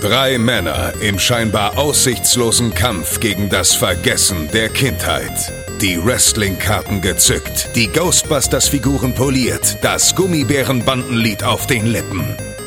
Drei Männer im scheinbar aussichtslosen Kampf gegen das Vergessen der Kindheit. Die Wrestling-Karten gezückt, die Ghostbusters-Figuren poliert, das Gummibärenbandenlied auf den Lippen.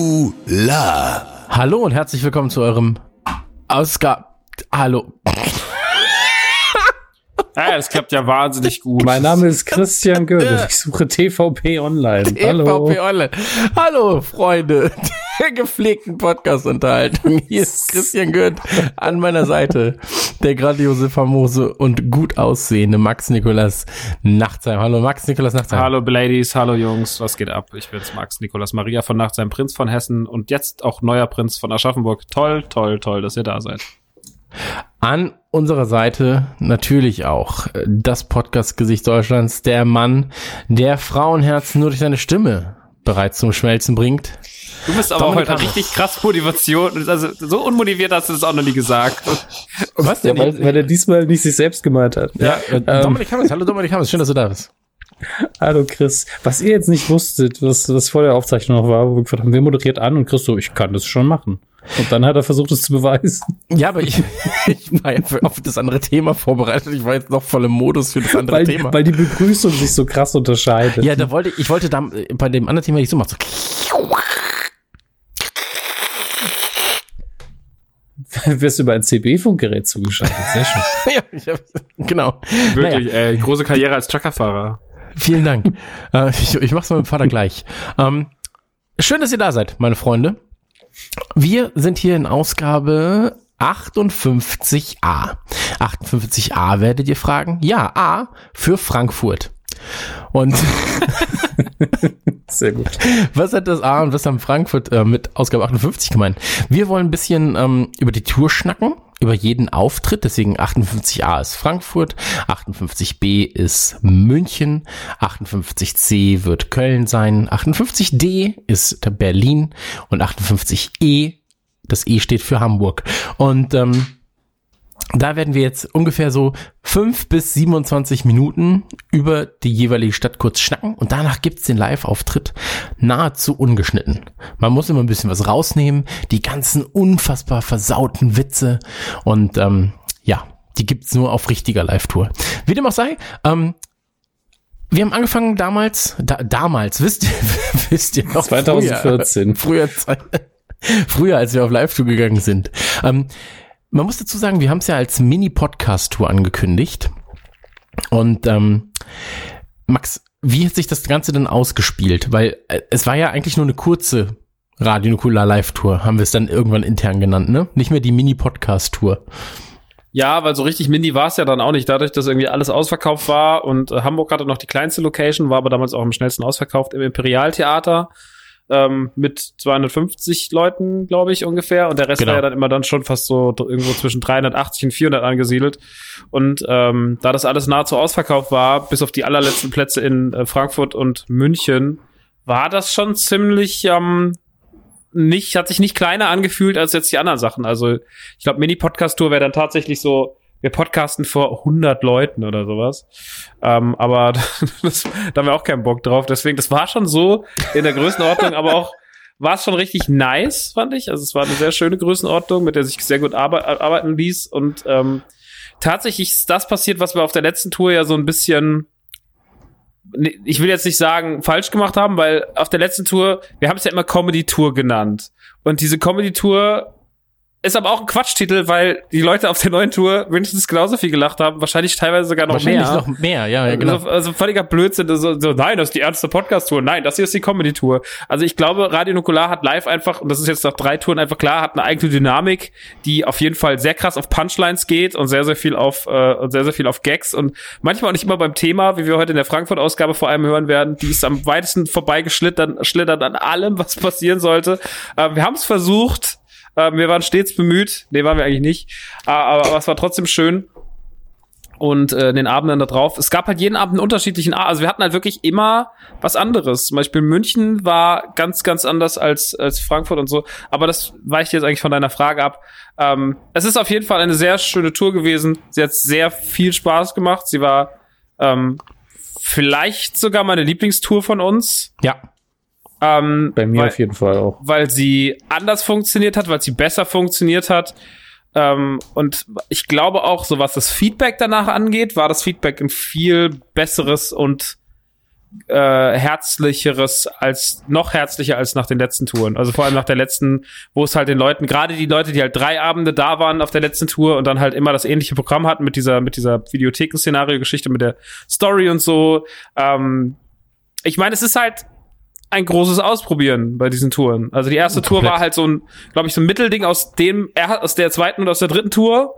Nukular. Hallo und herzlich willkommen zu eurem Ausgab. Hallo. Ah Ja, das klappt ja wahnsinnig gut. Mein Name ist Christian Gödel. Ich suche TVP Online. Hallo. EVP Online. Hallo, Freunde der gepflegten Podcast-Unterhaltung. Hier ist Christian Gürt an meiner Seite. Der grandiose, famose und gut aussehende Max Nikolas Nachtsheim. Hallo, Max Nikolas Nachtsheim. Hallo Ladies, hallo Jungs, was geht ab? Ich bin's Max Nikolas Maria von Nacht, sein Prinz von Hessen und jetzt auch neuer Prinz von Aschaffenburg. Toll, toll, toll, dass ihr da seid. An unserer Seite natürlich auch äh, das Podcast-Gesicht Deutschlands, der Mann, der Frauenherzen nur durch seine Stimme bereits zum Schmelzen bringt. Du bist aber Dominik heute Hammes. richtig krass Motivation. Das ist Also so unmotiviert hast du das auch noch nie gesagt. Was Ja, weil, weil er diesmal nicht sich selbst gemeint hat. Ja, äh, Dominik Hammes, hallo Dominik Hammes, schön, dass du da bist. ähm, Hallo Chris. Was ihr jetzt nicht wusstet, was, was vor der Aufzeichnung noch war, wo wir gefragt haben, wer moderiert an? Und Chris so, ich kann das schon machen. Und dann hat er versucht, es zu beweisen. Ja, aber ich, ich war ja für- auf das andere Thema vorbereitet. Ich war jetzt noch voll im Modus für das andere Weil, Thema. weil die Begrüßung sich so krass unterscheidet. ja, da wollte ich, ich wollte da, bei dem anderen Thema nicht so machen. So, wirst du über ein CB-Funkgerät zugeschaltet. Sehr schön. ja, ich hab, genau. Wirklich, ey, große Karriere als Truckerfahrer. Vielen Dank. äh, ich, ich mach's mal mit dem Vater gleich. Ähm, schön, dass ihr da seid, meine Freunde. Wir sind hier in Ausgabe 58a. 58a werdet ihr fragen? Ja, A für Frankfurt. Und Sehr gut. was hat das A und was haben Frankfurt äh, mit Ausgabe 58 gemeint? Wir wollen ein bisschen ähm, über die Tour schnacken, über jeden Auftritt. Deswegen 58a ist Frankfurt, 58b ist München, 58c wird Köln sein, 58d ist Berlin und 58e, das E steht für Hamburg. Und ähm, da werden wir jetzt ungefähr so fünf bis 27 Minuten über die jeweilige Stadt kurz schnacken und danach gibt's den Live-Auftritt nahezu ungeschnitten. Man muss immer ein bisschen was rausnehmen, die ganzen unfassbar versauten Witze und ähm, ja, die gibt's nur auf richtiger Live-Tour. Wie dem auch sei, ähm, wir haben angefangen damals, da, damals, wisst ihr, wisst ihr noch, früher- 2014. früher, früher als wir auf Live-Tour gegangen sind. Ähm, man muss dazu sagen, wir haben es ja als Mini-Podcast-Tour angekündigt. Und ähm, Max, wie hat sich das Ganze denn ausgespielt? Weil äh, es war ja eigentlich nur eine kurze Radio Nukular Live-Tour, haben wir es dann irgendwann intern genannt, ne? Nicht mehr die Mini-Podcast-Tour. Ja, weil so richtig Mindy war es ja dann auch nicht. Dadurch, dass irgendwie alles ausverkauft war und äh, Hamburg hatte noch die kleinste Location, war aber damals auch am schnellsten ausverkauft im Imperialtheater ähm, mit 250 Leuten, glaube ich, ungefähr. Und der Rest Genau. war ja dann immer dann schon fast so dr- irgendwo zwischen 380 und 400 angesiedelt. Und ähm, da das alles nahezu ausverkauft war, bis auf die allerletzten Plätze in äh, Frankfurt und München, war das schon ziemlich ähm, nicht, hat sich nicht kleiner angefühlt als jetzt die anderen Sachen. Also ich glaube, Mini-Podcast-Tour wäre dann tatsächlich so, wir podcasten vor 100 Leuten oder sowas. Ähm, aber das, da haben wir auch keinen Bock drauf. Deswegen, das war schon so in der Größenordnung, aber auch war es schon richtig nice, fand ich. Also es war eine sehr schöne Größenordnung, mit der sich sehr gut arbe arbeiten ließ. Und ähm, tatsächlich ist das passiert, was wir auf der letzten Tour ja so ein bisschen Nee, ich will jetzt nicht sagen, falsch gemacht haben, weil auf der letzten Tour, wir haben es ja immer Comedy Tour genannt. Und diese Comedy Tour Ist aber auch ein Quatschtitel, weil die Leute auf der neuen Tour mindestens genauso viel gelacht haben, wahrscheinlich teilweise sogar noch Wahrscheinlich mehr. noch mehr, ja, ja genau. Also, also völliger Blödsinn. So, so, nein, das ist die ernste Podcast-Tour. Nein, das hier ist die Comedy-Tour. Also ich glaube, Radio Nukular hat live einfach, und das ist jetzt nach drei Touren einfach klar, hat eine eigene Dynamik, die auf jeden Fall sehr krass auf Punchlines geht und sehr, sehr viel auf, äh, und sehr, sehr viel auf Gags und manchmal auch nicht immer beim Thema, wie wir heute in der Frankfurt-Ausgabe vor allem hören werden. Die ist am weitesten vorbeigeschlittert, schlittert an allem, was passieren sollte. Äh, wir haben es versucht. Äh, wir waren stets bemüht. Nee, waren wir eigentlich nicht. Äh, aber, aber es war trotzdem schön und äh, den Abend dann da drauf. Es gab halt jeden Abend einen unterschiedlichen Abend. Also wir hatten halt wirklich immer was anderes. Zum Beispiel München war ganz, ganz anders als, als Frankfurt und so. Aber das weicht jetzt eigentlich von deiner Frage ab. Ähm, es ist auf jeden Fall eine sehr schöne Tour gewesen. Sie hat sehr viel Spaß gemacht. Sie war ähm, vielleicht sogar meine Lieblingstour von uns. ja. Ähm, Bei mir weil- auf jeden Fall auch. weil sie anders funktioniert hat, weil sie besser funktioniert hat. Ähm, und ich glaube auch, so was das Feedback danach angeht, war das Feedback ein viel besseres und äh, herzlicheres als noch herzlicher als nach den letzten Touren. Also vor allem nach der letzten, wo es halt den Leuten, gerade die Leute, die halt drei Abende da waren auf der letzten Tour und dann halt immer das ähnliche Programm hatten mit dieser mit dieser Videotheken-Szenario-Geschichte, mit der Story und so. Ähm, ich meine, es ist halt ein großes Ausprobieren bei diesen Touren. Also die erste Tour war halt so ein, glaube ich, so ein Mittelding aus dem, er- aus der zweiten und aus der dritten Tour.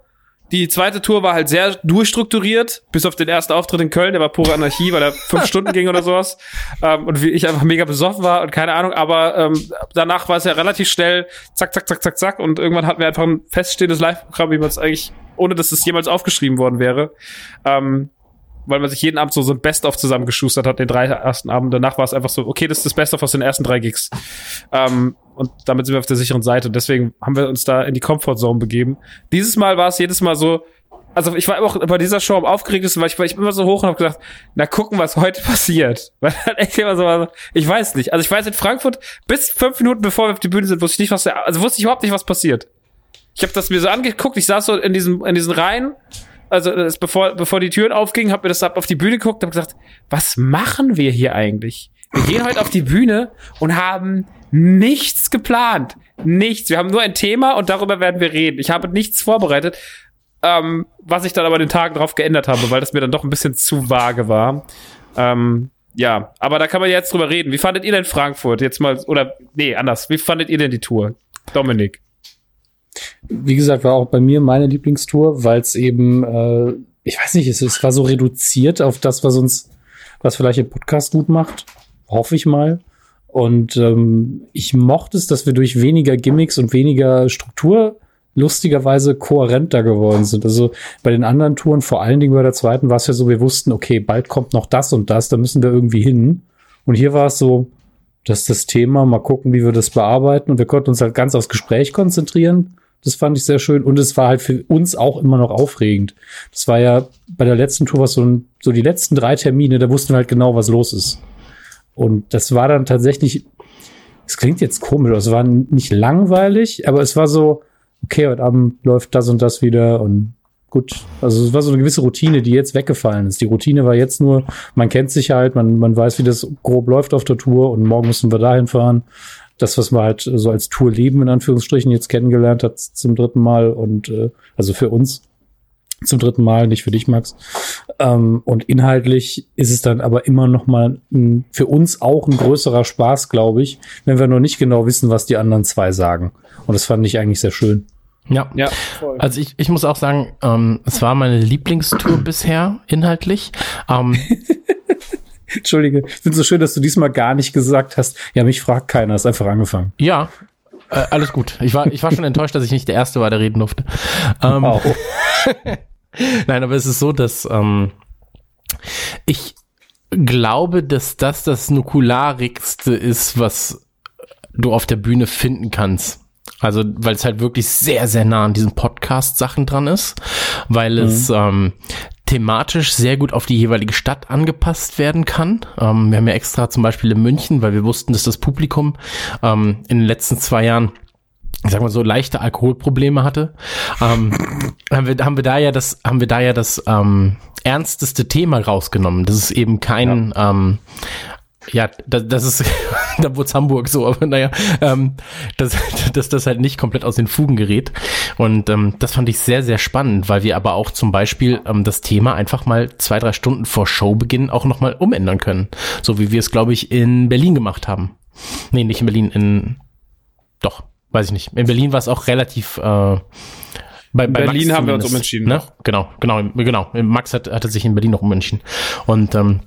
Die zweite Tour war halt sehr durchstrukturiert, bis auf den ersten Auftritt in Köln, der war pure Anarchie, weil er fünf Stunden ging oder sowas. Ähm, und wie ich einfach mega besoffen war und keine Ahnung, aber ähm, danach war es ja relativ schnell, zack, zack, zack, zack, zack. Und irgendwann hatten wir einfach ein feststehendes Live-Programm, wie man es eigentlich, ohne dass es jemals aufgeschrieben worden wäre. Ähm, weil man sich jeden Abend so, so ein Best-of zusammengeschustert hat, den drei ersten Abend. Danach war es einfach so, okay, das ist das Best-of aus den ersten drei Gigs. Ähm, und damit sind wir auf der sicheren Seite. Deswegen haben wir uns da in die Comfort-Zone begeben. Dieses Mal war es jedes Mal so, also ich war auch bei dieser Show am aufgeregtesten, weil ich, weil ich bin immer so hoch und habe gedacht, na gucken, was heute passiert. Weil halt echt immer so, war so, ich weiß nicht. Also ich weiß in Frankfurt, bis fünf Minuten bevor wir auf die Bühne sind, wusste ich nicht, was da, also wusste ich überhaupt nicht, was passiert. Ich habe das mir so angeguckt, ich saß so in diesem in diesen Reihen, also das, bevor bevor die Türen aufgingen, habe mir das ab auf die Bühne geguckt, habe gesagt, was machen wir hier eigentlich? Wir gehen heute auf die Bühne und haben nichts geplant, nichts. Wir haben nur ein Thema und darüber werden wir reden. Ich habe nichts vorbereitet. Ähm, was ich dann aber den Tagen drauf geändert habe, weil das mir dann doch ein bisschen zu vage war. Ähm, ja, aber da kann man jetzt drüber reden. Wie fandet ihr denn Frankfurt? Jetzt mal, oder nee, anders. Wie fandet ihr denn die Tour? Dominik. Wie gesagt, war auch bei mir meine Lieblingstour, weil es eben, äh, ich weiß nicht, es, es war so reduziert auf das, was uns, was vielleicht den Podcast gut macht, hoffe ich mal. Und ähm, ich mochte es, dass wir durch weniger Gimmicks und weniger Struktur lustigerweise kohärenter geworden sind. Also bei den anderen Touren, vor allen Dingen bei der zweiten, war es ja so, wir wussten, okay, bald kommt noch das und das, da müssen wir irgendwie hin. Und hier war es so, das ist das Thema, mal gucken, wie wir das bearbeiten. Und wir konnten uns halt ganz aufs Gespräch konzentrieren. Das fand ich sehr schön. Und es war halt für uns auch immer noch aufregend. Das war ja bei der letzten Tour, was so, ein, so die letzten drei Termine, da wussten wir halt genau, was los ist. Und das war dann tatsächlich, es klingt jetzt komisch, aber es war nicht langweilig, aber es war so, okay, heute Abend läuft das und das wieder und gut. Also es war so eine gewisse Routine, die jetzt weggefallen ist. Die Routine war jetzt nur, man kennt sich halt, man, man weiß, wie das grob läuft auf der Tour und morgen müssen wir dahin fahren. Das, was man halt so als Tourleben in Anführungsstrichen jetzt kennengelernt hat zum dritten Mal und äh, also für uns zum dritten Mal, nicht für dich, Max. Ähm, und inhaltlich ist es dann aber immer noch mal ein, für uns auch ein größerer Spaß, glaube ich, wenn wir noch nicht genau wissen, was die anderen zwei sagen. Und das fand ich eigentlich sehr schön. Ja. Ja, Also ich, ich muss auch sagen, ähm, es war meine Lieblingstour bisher, inhaltlich. Ähm, Entschuldige, ich finde es so schön, dass du diesmal gar nicht gesagt hast, ja, mich fragt keiner, ist einfach angefangen. ja, äh, alles gut. Ich war, ich war schon enttäuscht, dass ich nicht der Erste war, der reden durfte. Ähm, Wow. Nein, aber es ist so, dass ähm, ich glaube, dass das das nukularigste ist, was du auf der Bühne finden kannst. Also, weil es halt wirklich sehr, sehr nah an diesen Podcast-Sachen dran ist, weil es ähm, thematisch sehr gut auf die jeweilige Stadt angepasst werden kann. Ähm, wir haben ja extra zum Beispiel in München, weil wir wussten, dass das Publikum ähm, in den letzten zwei Jahren ich sag mal so leichte Alkoholprobleme hatte, ähm, haben wir haben wir da ja das haben wir da ja das ähm, ernsteste Thema rausgenommen. Das ist eben kein ähm, Ja, das, das ist, da wurde Hamburg so, aber naja, ähm, dass, dass das halt nicht komplett aus den Fugen gerät. Und ähm, das fand ich sehr, sehr spannend, weil wir aber auch zum Beispiel ähm, das Thema einfach mal zwei, drei Stunden vor Showbeginn auch nochmal umändern können. So wie wir es, glaube ich, in Berlin gemacht haben. Nee, nicht in Berlin, in doch, weiß ich nicht. In Berlin war es auch relativ äh, bei, In bei Berlin Max haben wir uns zumindest, umentschieden. Ne? Genau, genau, genau. Max hat, hatte sich in Berlin noch umentschieden. Und ähm,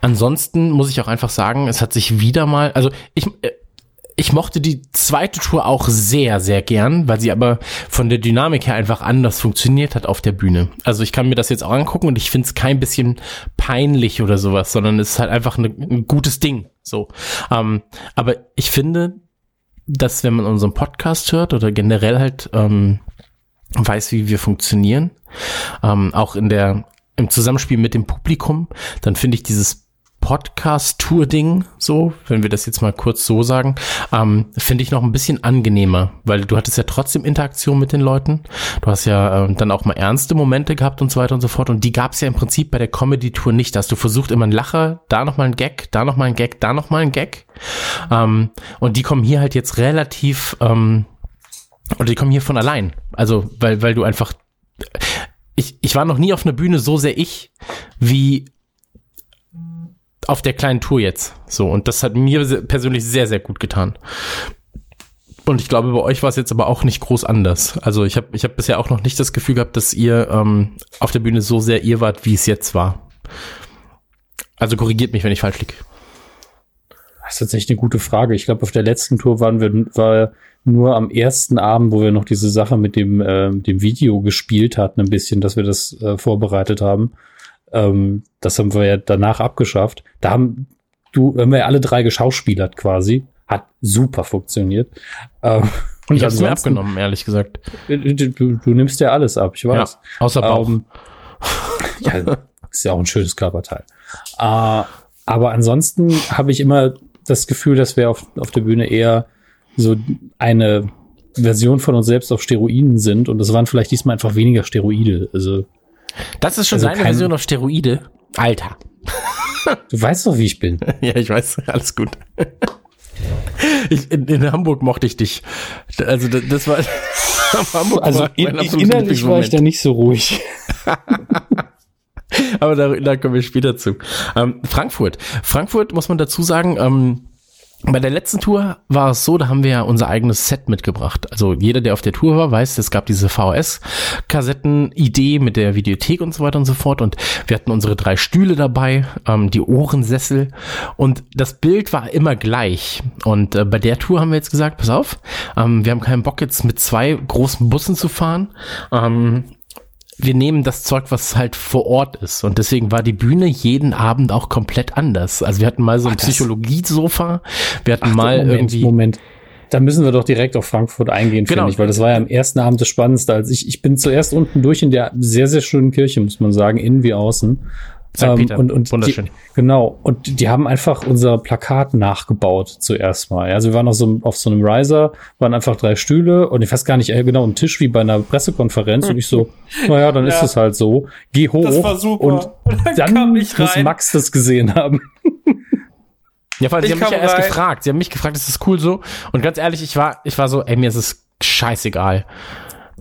ansonsten muss ich auch einfach sagen, es hat sich wieder mal, also ich, äh, ich mochte die zweite Tour auch sehr, sehr gern, weil sie aber von der Dynamik her einfach anders funktioniert hat auf der Bühne. Also ich kann mir das jetzt auch angucken und ich finde es kein bisschen peinlich oder sowas, sondern es ist halt einfach ne, ein gutes Ding. So. Ähm, aber ich finde, dass wenn man unseren Podcast hört oder generell halt ähm, weiß, wie wir funktionieren, ähm, auch in der im Zusammenspiel mit dem Publikum, dann finde ich dieses Podcast-Tour-Ding, so, wenn wir das jetzt mal kurz so sagen, ähm, finde ich noch ein bisschen angenehmer, weil du hattest ja trotzdem Interaktion mit den Leuten. Du hast ja ähm, dann auch mal ernste Momente gehabt und so weiter und so fort. Und die gab es ja im Prinzip bei der Comedy-Tour nicht. Da hast du versucht, immer einen Lacher, da nochmal ein Gag, da nochmal ein Gag, da nochmal ein Gag. Ähm, und die kommen hier halt jetzt relativ, ähm, oder die kommen hier von allein. Also, weil, weil du einfach, ich, ich war noch nie auf einer Bühne so sehr ich, wie auf der kleinen Tour jetzt. So, und das hat mir se- persönlich sehr, sehr gut getan. Und ich glaube, bei euch war es jetzt aber auch nicht groß anders. Also ich habe ich hab bisher auch noch nicht das Gefühl gehabt, dass ihr ähm, auf der Bühne so sehr ihr wart, wie es jetzt war. Also korrigiert mich, wenn ich falsch liege. Das ist tatsächlich eine gute Frage. Ich glaube, auf der letzten Tour waren wir war nur am ersten Abend, wo wir noch diese Sache mit dem, ähm, dem Video gespielt hatten, ein bisschen, dass wir das äh, vorbereitet haben. Ähm, das haben wir ja danach abgeschafft. Da haben du, haben wir ja alle drei geschauspielert quasi. Hat super funktioniert. Ähm, Und ich habe es mir ansonsten- äh, abgenommen, ehrlich gesagt. Du, du, du nimmst ja alles ab, ich Ja, weiß. außer Bauch. Ähm, ja, ist ja auch ein schönes Körperteil. Äh, aber ansonsten habe ich immer das Gefühl, dass wir auf, auf der Bühne eher so eine Version von uns selbst auf Steroiden sind und es waren vielleicht diesmal einfach weniger Steroide. Also, das ist schon also seine kein- Version auf Steroide. Alter. du weißt doch, wie ich bin. Ja, ich weiß, alles gut. Ich, in, in Hamburg mochte ich dich. Also das, das war Hamburg Also, war mein in, absoluter innerlich war ich Lieblingsmoment. da nicht so ruhig. Aber da, da kommen wir später zu. Ähm, Frankfurt. Frankfurt muss man dazu sagen, ähm, bei der letzten Tour war es so, da haben wir ja unser eigenes Set mitgebracht. Also jeder, der auf der Tour war, weiß, es gab diese VHS-Kassetten-Idee mit der Videothek und so weiter und so fort. Und wir hatten unsere drei Stühle dabei, ähm, die Ohrensessel. Und das Bild war immer gleich. Und äh, bei der Tour haben wir jetzt gesagt, pass auf, ähm, wir haben keinen Bock jetzt mit zwei großen Bussen zu fahren. Ähm, wir nehmen das Zeug, was halt vor Ort ist. Und deswegen war die Bühne jeden Abend auch komplett anders. Also wir hatten mal so ein das- Psychologiesofa, wir hatten mal Moment, irgendwie. Moment. Da müssen wir doch direkt auf Frankfurt eingehen, Genau. finde ich, weil das war ja am ersten Abend das Spannendste. Also ich, ich bin zuerst unten durch in der sehr, sehr schönen Kirche, muss man sagen, innen wie außen. Ähm, St. Peter, und, und wunderschön. Die, genau. Und die haben einfach unser Plakat nachgebaut zuerst mal. Also wir waren auf so, einem- auf so einem Riser, waren einfach drei Stühle und ich weiß gar nicht äh, genau, ein Tisch wie bei einer Pressekonferenz und ich so, naja, dann ist Ja. es halt so. Geh hoch. Das war super. Und dann dann kam ich muss rein. Max das gesehen haben. Ja, vor allem, sie Ich haben mich ja kam erst rein. gefragt. Sie haben mich gefragt, ist das cool so? Und ganz ehrlich, ich war, ich war so, ey, mir ist es scheißegal.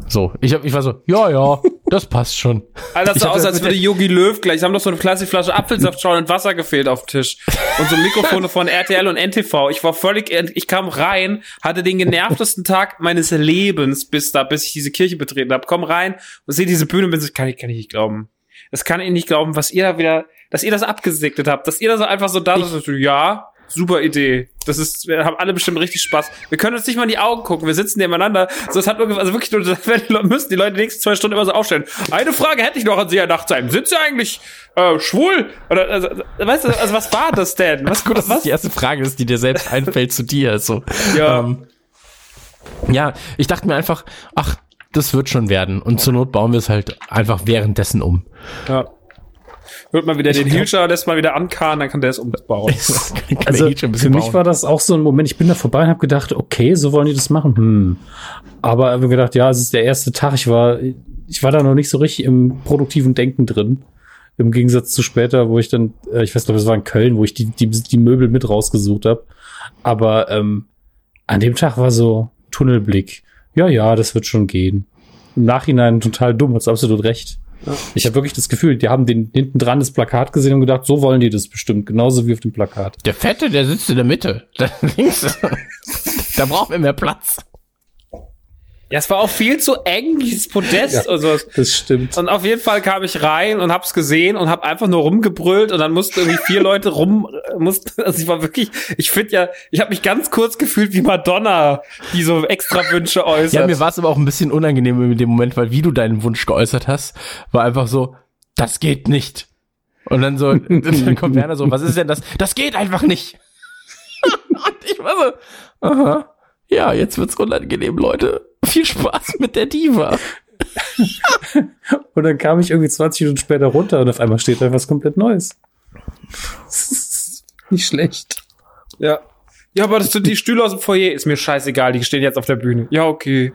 So, ich, hab, ich war so, ja, ja, das passt schon. Alter, Ah, das Ich sah hab aus, das als mit würde Yogi Löw gleich. Sie haben doch so eine klassische Flasche Apfelsaftschorle und Wasser gefehlt auf dem Tisch. Und so Mikrofone von RTL und NTV. Ich war völlig, ent- ich kam rein, hatte den genervtesten Tag meines Lebens bis da, bis ich diese Kirche betreten habe. Komm rein und sehe diese Bühne und bin so, kann ich, kann ich nicht glauben. Das kann ich nicht glauben, was ihr da wieder, dass ihr das abgesegnet habt, dass ihr das einfach so da seid, so, ja, super Idee. Das ist, wir haben alle bestimmt richtig Spaß. Wir können uns nicht mal in die Augen gucken, wir sitzen nebeneinander. So, es hat ungefähr, also wirklich nur, das werden die Leute- müssen die Leute die nächsten zwei Stunden immer so aufstellen. Eine Frage hätte ich noch an Sie, Herr Nachtsheim. Sind Sie eigentlich, äh, schwul? Oder, also, weißt du, also was war das denn? Was, Gut, das was? ist die erste Frage, ist, die dir selbst einfällt zu dir. So. Ja. Ähm, ja, ich dachte mir einfach, ach, das wird schon werden. Und zur Not bauen wir es halt einfach währenddessen um. ja. Hört mal wieder den Hilscher, lässt mal wieder ankarren, dann kann der es umbauen. Also für mich war das auch so ein Moment, ich bin da vorbei und habe gedacht, okay, so wollen die das machen. Hm. Aber habe gedacht, ja, es ist der erste Tag, ich war ich war da noch nicht so richtig im produktiven Denken drin. Im Gegensatz zu später, wo ich dann, äh, ich weiß glaube, es war in Köln, wo ich die, die, die Möbel mit rausgesucht habe. Aber ähm, an dem Tag war so Tunnelblick. Ja, ja, das wird schon gehen. Im Nachhinein total dumm, hast absolut recht. Ich habe wirklich das Gefühl, die haben den hinten dran das Plakat gesehen und gedacht, so wollen die das bestimmt, genauso wie auf dem Plakat. Der Fette, der sitzt in der Mitte. Da links. da brauchen wir mehr Platz. Ja, es war auch viel zu eng, dieses Podest und sowas. Das stimmt. Und auf jeden Fall kam ich rein und hab's gesehen und hab einfach nur rumgebrüllt und dann mussten irgendwie vier Leute rum, mussten, also ich war wirklich, ich finde ja, ich habe mich ganz kurz gefühlt wie Madonna, die so extra Wünsche äußert. Ja, mir war es aber auch ein bisschen unangenehm in dem Moment, weil wie du deinen Wunsch geäußert hast, war einfach so, das geht nicht. Und dann so, dann kommt Werner so, was ist denn das? Das geht einfach nicht. Und ich war so, aha, ja, jetzt wird's unangenehm, Leute. Viel Spaß mit der Diva. Und dann kam ich irgendwie 20 Minuten später runter und auf einmal steht da was komplett Neues. Nicht schlecht. Ja. Ja, aber das sind die Stühle aus dem Foyer. Ist mir scheißegal, die stehen jetzt auf der Bühne. Ja, okay.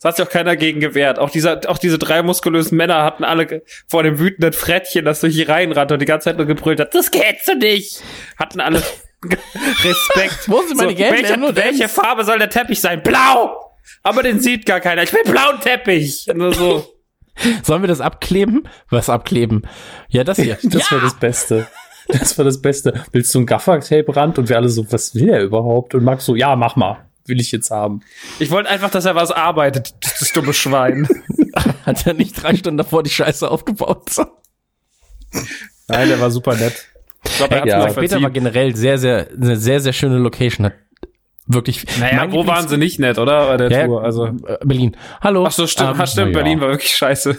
Das hat sich auch keiner gegen gewehrt. Auch, dieser, auch diese drei muskulösen Männer hatten alle ge- vor dem wütenden Frettchen, das durch die Reihen rannte und die ganze Zeit nur gebrüllt hat, das geht so nicht! Hatten alle ge- Respekt. Wo sind meine gelben welche, Hemden? welche Farbe soll der Teppich sein? Blau! Aber den sieht gar keiner. Ich will blauen Teppich! Nur so. Sollen wir das abkleben? Was abkleben? Ja, das hier. Das war das Beste. Das war das Beste. Willst du einen Gaffer-Tape-Rand? Und wir alle so, was will er überhaupt? Und Max so, ja, mach mal. Will ich jetzt haben. Ich wollte einfach, dass er was arbeitet, das dumme Schwein. Hat er nicht drei Stunden davor die Scheiße aufgebaut? Nein, der war super nett. Ich glaube, er hat's Ja. mir Später war verziehen. generell sehr, sehr, eine sehr, sehr schöne Location. Hat wirklich. Naja, Mein wo Lieblings- waren sie nicht nett, oder? Bei der Ja, Tour. Also. äh, Berlin. Hallo. Ach so, stimmt, Ähm, ach, stimmt na ja. Berlin war wirklich scheiße.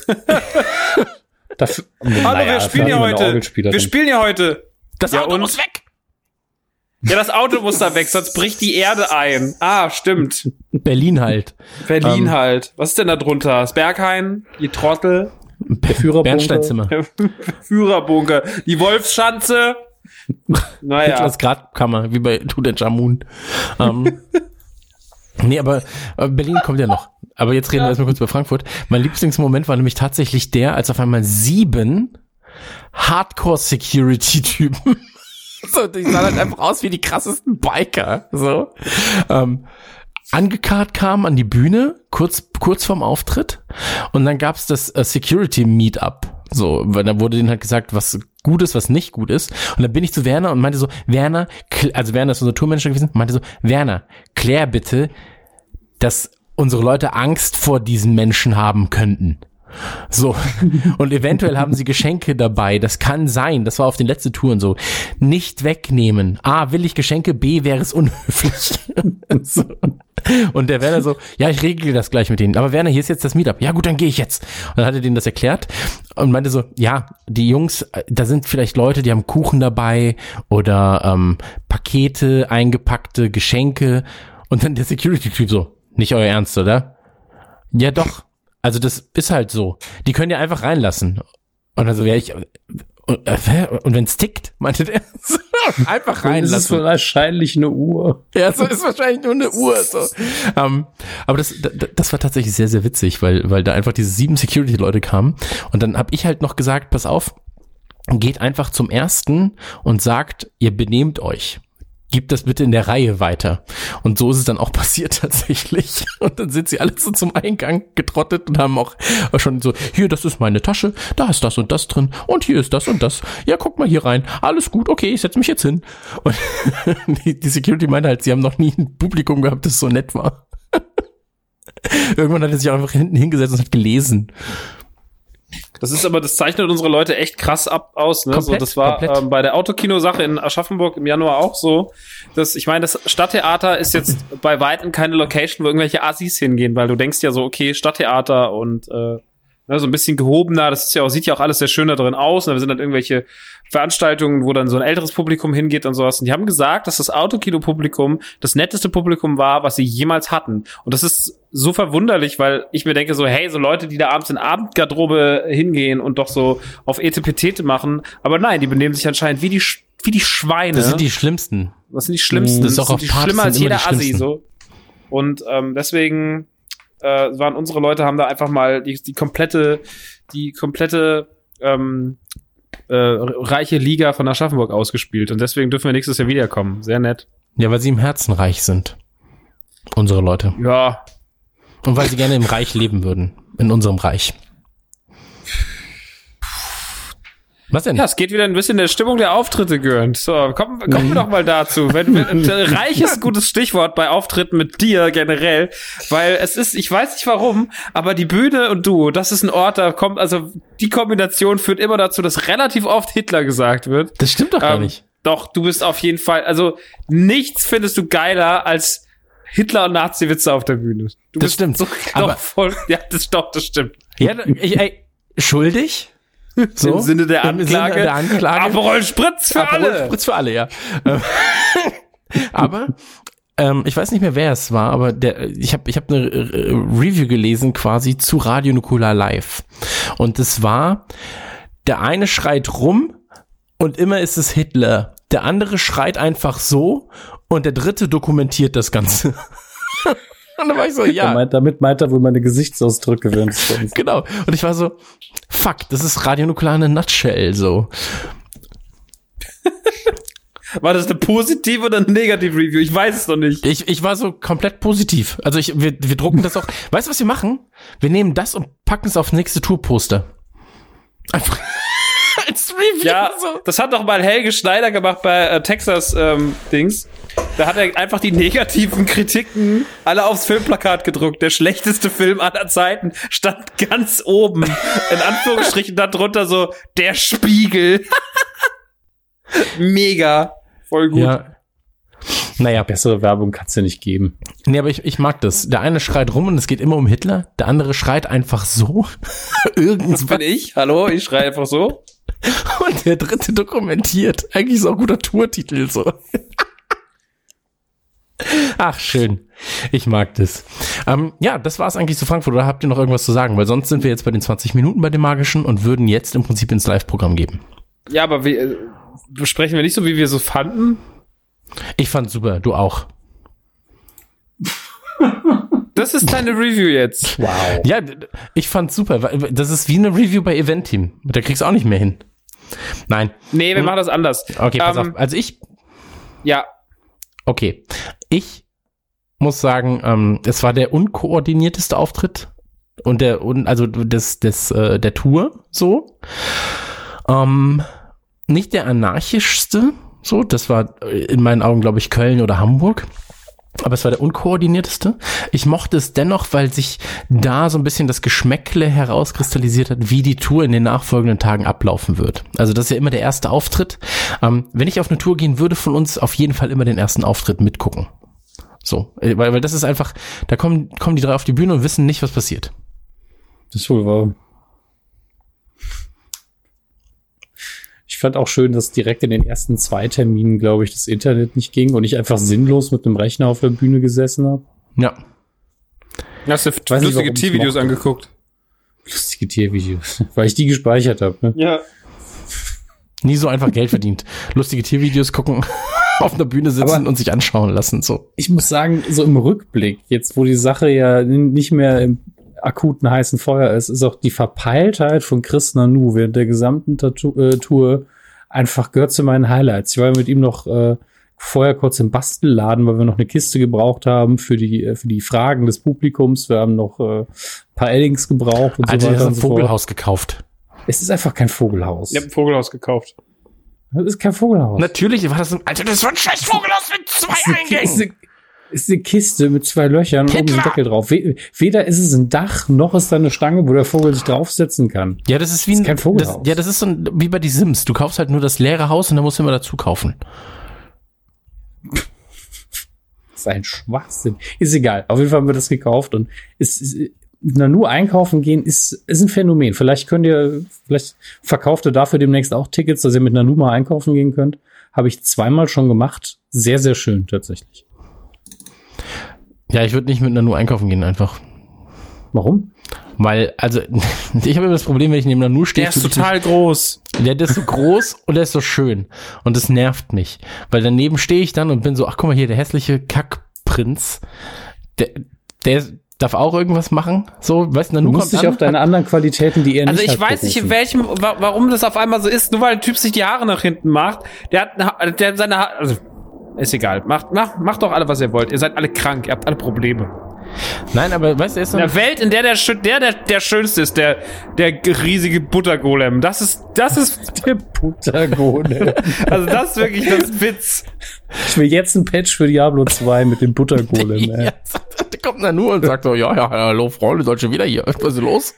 Dafür, Hallo, wir spielen ja heute. Wir spielen ja heute. Das Ja, Auto und? muss weg. Ja, das Auto muss da weg, sonst bricht die Erde ein. Ah, stimmt. Berlin halt. Berlin Ähm. halt. Was ist denn da drunter? Das Berghain, die Trottel, Der Führerbunker. Bernsteinzimmer. der Führerbunker, die Wolfschanze. Naja. Hitlers Gradkammer, wie bei Tutanchamun. Ähm, nee, aber äh, Berlin kommt ja noch. Aber jetzt reden wir erstmal kurz über Frankfurt. Mein Lieblingsmoment war nämlich tatsächlich der, als auf einmal sieben Hardcore-Security-Typen. so, die sahen halt einfach aus wie die krassesten Biker. So. Ähm, angekarrt kamen an die Bühne, kurz, kurz vorm Auftritt. Und dann gab's das äh, Security Meetup. So, weil da wurde denen halt gesagt, was gut ist, was nicht gut ist. Und dann bin ich zu Werner und meinte so, Werner, kl- also Werner ist unser Tourmanager gewesen, meinte so, Werner, klär bitte, dass unsere Leute Angst vor diesen Menschen haben könnten. So. Und eventuell haben sie Geschenke dabei. Das kann sein. Das war auf den letzten Touren so. Nicht wegnehmen. A, will ich Geschenke? B, wäre es unhöflich. so. Und der Werner so, ja, ich regle das gleich mit denen. Aber Werner, hier ist jetzt das Meetup. Ja, gut, dann gehe ich jetzt. Und dann hat er denen das erklärt und meinte so, ja, die Jungs, äh, da sind vielleicht Leute, die haben Kuchen dabei oder ähm, Pakete, eingepackte Geschenke. Und dann der Security-Typ so, nicht euer Ernst, oder? Ja, doch. Also das ist halt so. Die können ja einfach reinlassen. Und also wäre ich. Und, äh, hä? und wenn's tickt, meinte der, so, einfach Das ist reinlassen. wahrscheinlich eine Uhr. Ja, so ist wahrscheinlich nur eine Uhr. So. Ähm, aber das, da- das war tatsächlich sehr, sehr witzig, weil, weil da einfach diese sieben Security-Leute kamen. Und dann habe ich halt noch gesagt, pass auf, geht einfach zum ersten und sagt, ihr benehmt euch. Gebt das bitte in der Reihe weiter. Und so ist es dann auch passiert tatsächlich. Und dann sind sie alle so zum Eingang getrottet und haben auch schon so, hier, das ist meine Tasche, da ist das und das drin und hier ist das und das. Ja, guck mal hier rein. Alles gut, okay, ich setze mich jetzt hin. Und die, die Security meinte halt, sie haben noch nie ein Publikum gehabt, das so nett war. Irgendwann hat er sich auch einfach hinten hingesetzt und hat gelesen. Das ist aber, das zeichnet unsere Leute echt krass ab aus. Ne? Komplett, so, das war komplett. ähm, bei der Autokino-Sache in Aschaffenburg im Januar auch so. Dass, ich meine, das Stadttheater ist jetzt bei weitem keine Location, wo irgendwelche Assis hingehen, weil du denkst ja so, okay, Stadttheater und äh, ne, so ein bisschen gehobener, das ist ja auch, sieht ja auch alles sehr schön da drin aus. Ne? Wir sind dann irgendwelche Veranstaltungen, wo dann so ein älteres Publikum hingeht und sowas. Und die haben gesagt, dass das Autokino-Publikum das netteste Publikum war, was sie jemals hatten. Und das ist so verwunderlich, weil ich mir denke so, hey, so Leute, die da abends in Abendgarderobe hingehen und doch so auf E Etepetete machen. Aber nein, die benehmen sich anscheinend wie die, Sch- wie die Schweine. Das sind die schlimmsten. Das sind die schlimmsten. Das Mm, ist auch sind auf die Partys sind schlimmer als immer jeder die Assi schlimmsten. so. Und ähm, deswegen äh, waren unsere Leute haben da einfach mal die, die komplette die komplette ähm, äh, reiche Liga von Aschaffenburg ausgespielt. Und deswegen dürfen wir nächstes Jahr wiederkommen. Sehr nett. Ja, weil sie im Herzen reich sind. Unsere Leute. Ja, Und weil sie gerne im Reich leben würden. In unserem Reich. Was denn? Ja, es geht wieder ein bisschen der Stimmung der Auftritte, Gürnt. So, kommen, kommen wir doch mal dazu. Wenn, wenn, reich ist ein gutes Stichwort bei Auftritten mit dir generell, weil es ist, ich weiß nicht warum, aber die Bühne und du, das ist ein Ort, da kommt, also die Kombination führt immer dazu, dass relativ oft Hitler gesagt wird. das stimmt doch gar Ähm, nicht. Doch, du bist auf jeden Fall, also nichts findest du geiler als Hitler und Nazi-Witze auf der Bühne. Du Das bist stimmt. So, Aber- doch, voll, ja, das, doch, das stimmt. Ja, ich, ey, schuldig? So? Im Sinne der Im Sinne Anklage. der Anklage. Aperol Spritz für Aperol alle. Spritz für alle, ja. Ähm, aber ähm, ich weiß nicht mehr, wer es war, aber der, ich habe ich hab eine äh, Review gelesen quasi zu Radio Nukular Live. Und es war, der eine schreit rum und immer ist es Hitler. Der andere schreit einfach so und der dritte dokumentiert das Ganze. und da war ich so, ja. Damit, damit meint er wohl meine Gesichtsausdrücke während des Films. Genau. Und ich war so, fuck, das ist radionuklear in a nutshell, so. War das eine positive oder eine negative Review? Ich weiß es noch nicht. Ich, ich war so komplett positiv. Also ich, wir, wir drucken das auch. weißt du, was wir machen? Wir nehmen das und packen es aufs nächste Tourposter. Einfach als Review. Ja, so. das hat doch mal Helge Schneider gemacht bei äh, Texas ähm, Dings. Da hat er einfach die negativen Kritiken alle aufs Filmplakat gedruckt. Der schlechteste Film aller Zeiten stand ganz oben. In Anführungsstrichen darunter so der Spiegel. Mega. Voll gut. Ja. Naja, Bessere Werbung kannst du nicht geben. nee, aber ich, ich mag das. Der eine schreit rum und es geht immer um Hitler. Der andere schreit einfach so. Irgendwas. Das bin ich. Hallo, ich schreie einfach so. Und der dritte dokumentiert. Eigentlich ist auch ein guter Tourtitel so. Ach, schön. Ich mag das. Ähm, ja, das war es eigentlich zu Frankfurt. Oder habt ihr noch irgendwas zu sagen? Weil sonst sind wir jetzt bei den 20 Minuten bei dem Magischen und würden jetzt im Prinzip ins Live-Programm geben. Ja, aber wir äh, besprechen wir nicht so, wie wir so fanden. Ich fand's super. Du auch. Das ist deine Review jetzt. Wow. Ja, d- d- ich fand's super. weil- weil Das ist wie eine Review bei Event Team. Da kriegst du auch nicht mehr hin. Nein. Nee, wir machen das anders. Okay, pass Ähm, auf. Also ich Ja, Okay. Ich muss sagen, ähm, es war der unkoordinierteste Auftritt und der un, also des, des, äh, der Tour so. Ähm, nicht der anarchischste, so, das war äh, in meinen Augen, glaube ich, Köln oder Hamburg. Aber es war der unkoordinierteste. Ich mochte es dennoch, weil sich da so ein bisschen das Geschmäckle herauskristallisiert hat, wie die Tour in den nachfolgenden Tagen ablaufen wird. Also das ist ja immer der erste Auftritt. Ähm, wenn ich auf eine Tour gehen würde, von uns auf jeden Fall immer den ersten Auftritt mitgucken. So, äh, weil, weil das ist einfach, da kommen, kommen die drei auf die Bühne und wissen nicht, was passiert. Das ist wohl wahr. Ich fand auch schön, dass direkt in den ersten zwei Terminen, glaube ich, das Internet nicht ging und ich einfach sinnlos mit einem Rechner auf der Bühne gesessen habe. Ja. Hast du weiß nicht, warum lustige ich's Tiervideos mochte. angeguckt? Lustige Tiervideos, weil ich die gespeichert habe. Ne? Ja. Nie so einfach Geld verdient. Lustige Tiervideos gucken, auf einer Bühne sitzen Aber- und sich anschauen lassen. So. Ich muss sagen, so im Rückblick, jetzt wo die Sache ja n- nicht mehr im akuten heißen Feuer ist, ist auch die Verpeiltheit von Chris Nanu während der gesamten Tatu äh, Tour einfach gehört zu meinen Highlights. Ich war ja mit ihm noch äh, vorher kurz im Bastelladen, weil wir noch eine Kiste gebraucht haben für die, äh, für die Fragen des Publikums. Wir haben noch äh, ein paar Eddings gebraucht und Alter, so ich weiter habe und ein so fort. Vogelhaus gekauft. Es ist einfach kein Vogelhaus. Ich habe ein Vogelhaus gekauft. Es ist kein Vogelhaus. Natürlich war das ein, Alter, das war ein scheiß Vogelhaus mit ist zwei eine, Ki- ist, Eingängen. eine, ist eine Kiste mit zwei Löchern und oben Hitler! ein Deckel drauf. We- Weder ist es ein Dach, noch ist da eine Stange, wo der Vogel sich draufsetzen kann. Ja, das ist wie ist ein, kein Vogelhaus. Das, ja, das ist so ein, wie bei die Sims. Du kaufst halt nur das leere Haus und dann musst du immer dazu kaufen. Das ist ein Schwachsinn. Ist egal. Auf jeden Fall haben wir das gekauft und es ist, na, nur einkaufen gehen ist, ist ein Phänomen. Vielleicht könnt ihr, vielleicht verkauft ihr dafür demnächst auch Tickets, dass ihr mit Nanu mal einkaufen gehen könnt. Habe ich zweimal schon gemacht. Sehr, sehr schön, tatsächlich. Ja, ich würde nicht mit Nanu einkaufen gehen einfach. Warum? Weil, also, ich habe immer das Problem, wenn ich neben Nanu stehe. Der ist fühle ich total groß. mich- Der, der ist so groß und der ist so schön. Und das nervt mich. Weil daneben stehe ich dann und bin so, ach guck mal hier, der hässliche Kackprinz. Der, der, darf auch irgendwas machen. So, weißt du, Du Nanu musst dich an, auf deine anderen Qualitäten, die er Also nicht ich hat, weiß nicht, in berufen. welchem, wa warum das auf einmal so ist, nur weil der Typ sich die Haare nach hinten macht. Der hat, eine Ha- der hat seine Haare, also, ist egal. Macht, macht, macht doch alle, was ihr wollt. Ihr seid alle krank, ihr habt alle Probleme. Nein, aber weißt du, er ist so In ein, der Welt, in der der, schö- der, der, der Schönste ist, der, der riesige Buttergolem. Das ist, das ist, Der Buttergone. also das ist wirklich das Witz. ich will jetzt ein Patch für Diablo 2 mit dem Buttergolem. ey. ja, da kommt Nanu und sagt so, ja, ja, hallo Freunde, seid schon wieder hier. Was ist los?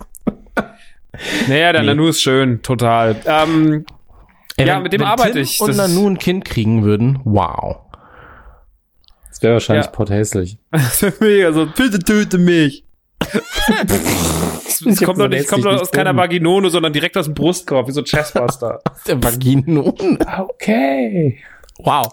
Naja, der Nanu ist schön, total. Ähm, Ey, Ja, wenn- mit dem wenn arbeite Tim ich. und Das- Nanu ein Kind kriegen würden, wow. Das wäre wahrscheinlich Ja. pothässlich. mega so, also bitte töte mich. Es Ich kommt hab doch nicht, so kommt doch hässlich aus keiner gefunden. Vaginone, sondern direkt aus dem Brustkorb, wie so ein Chestbuster. Der Vaginon. Ah, Okay. Wow.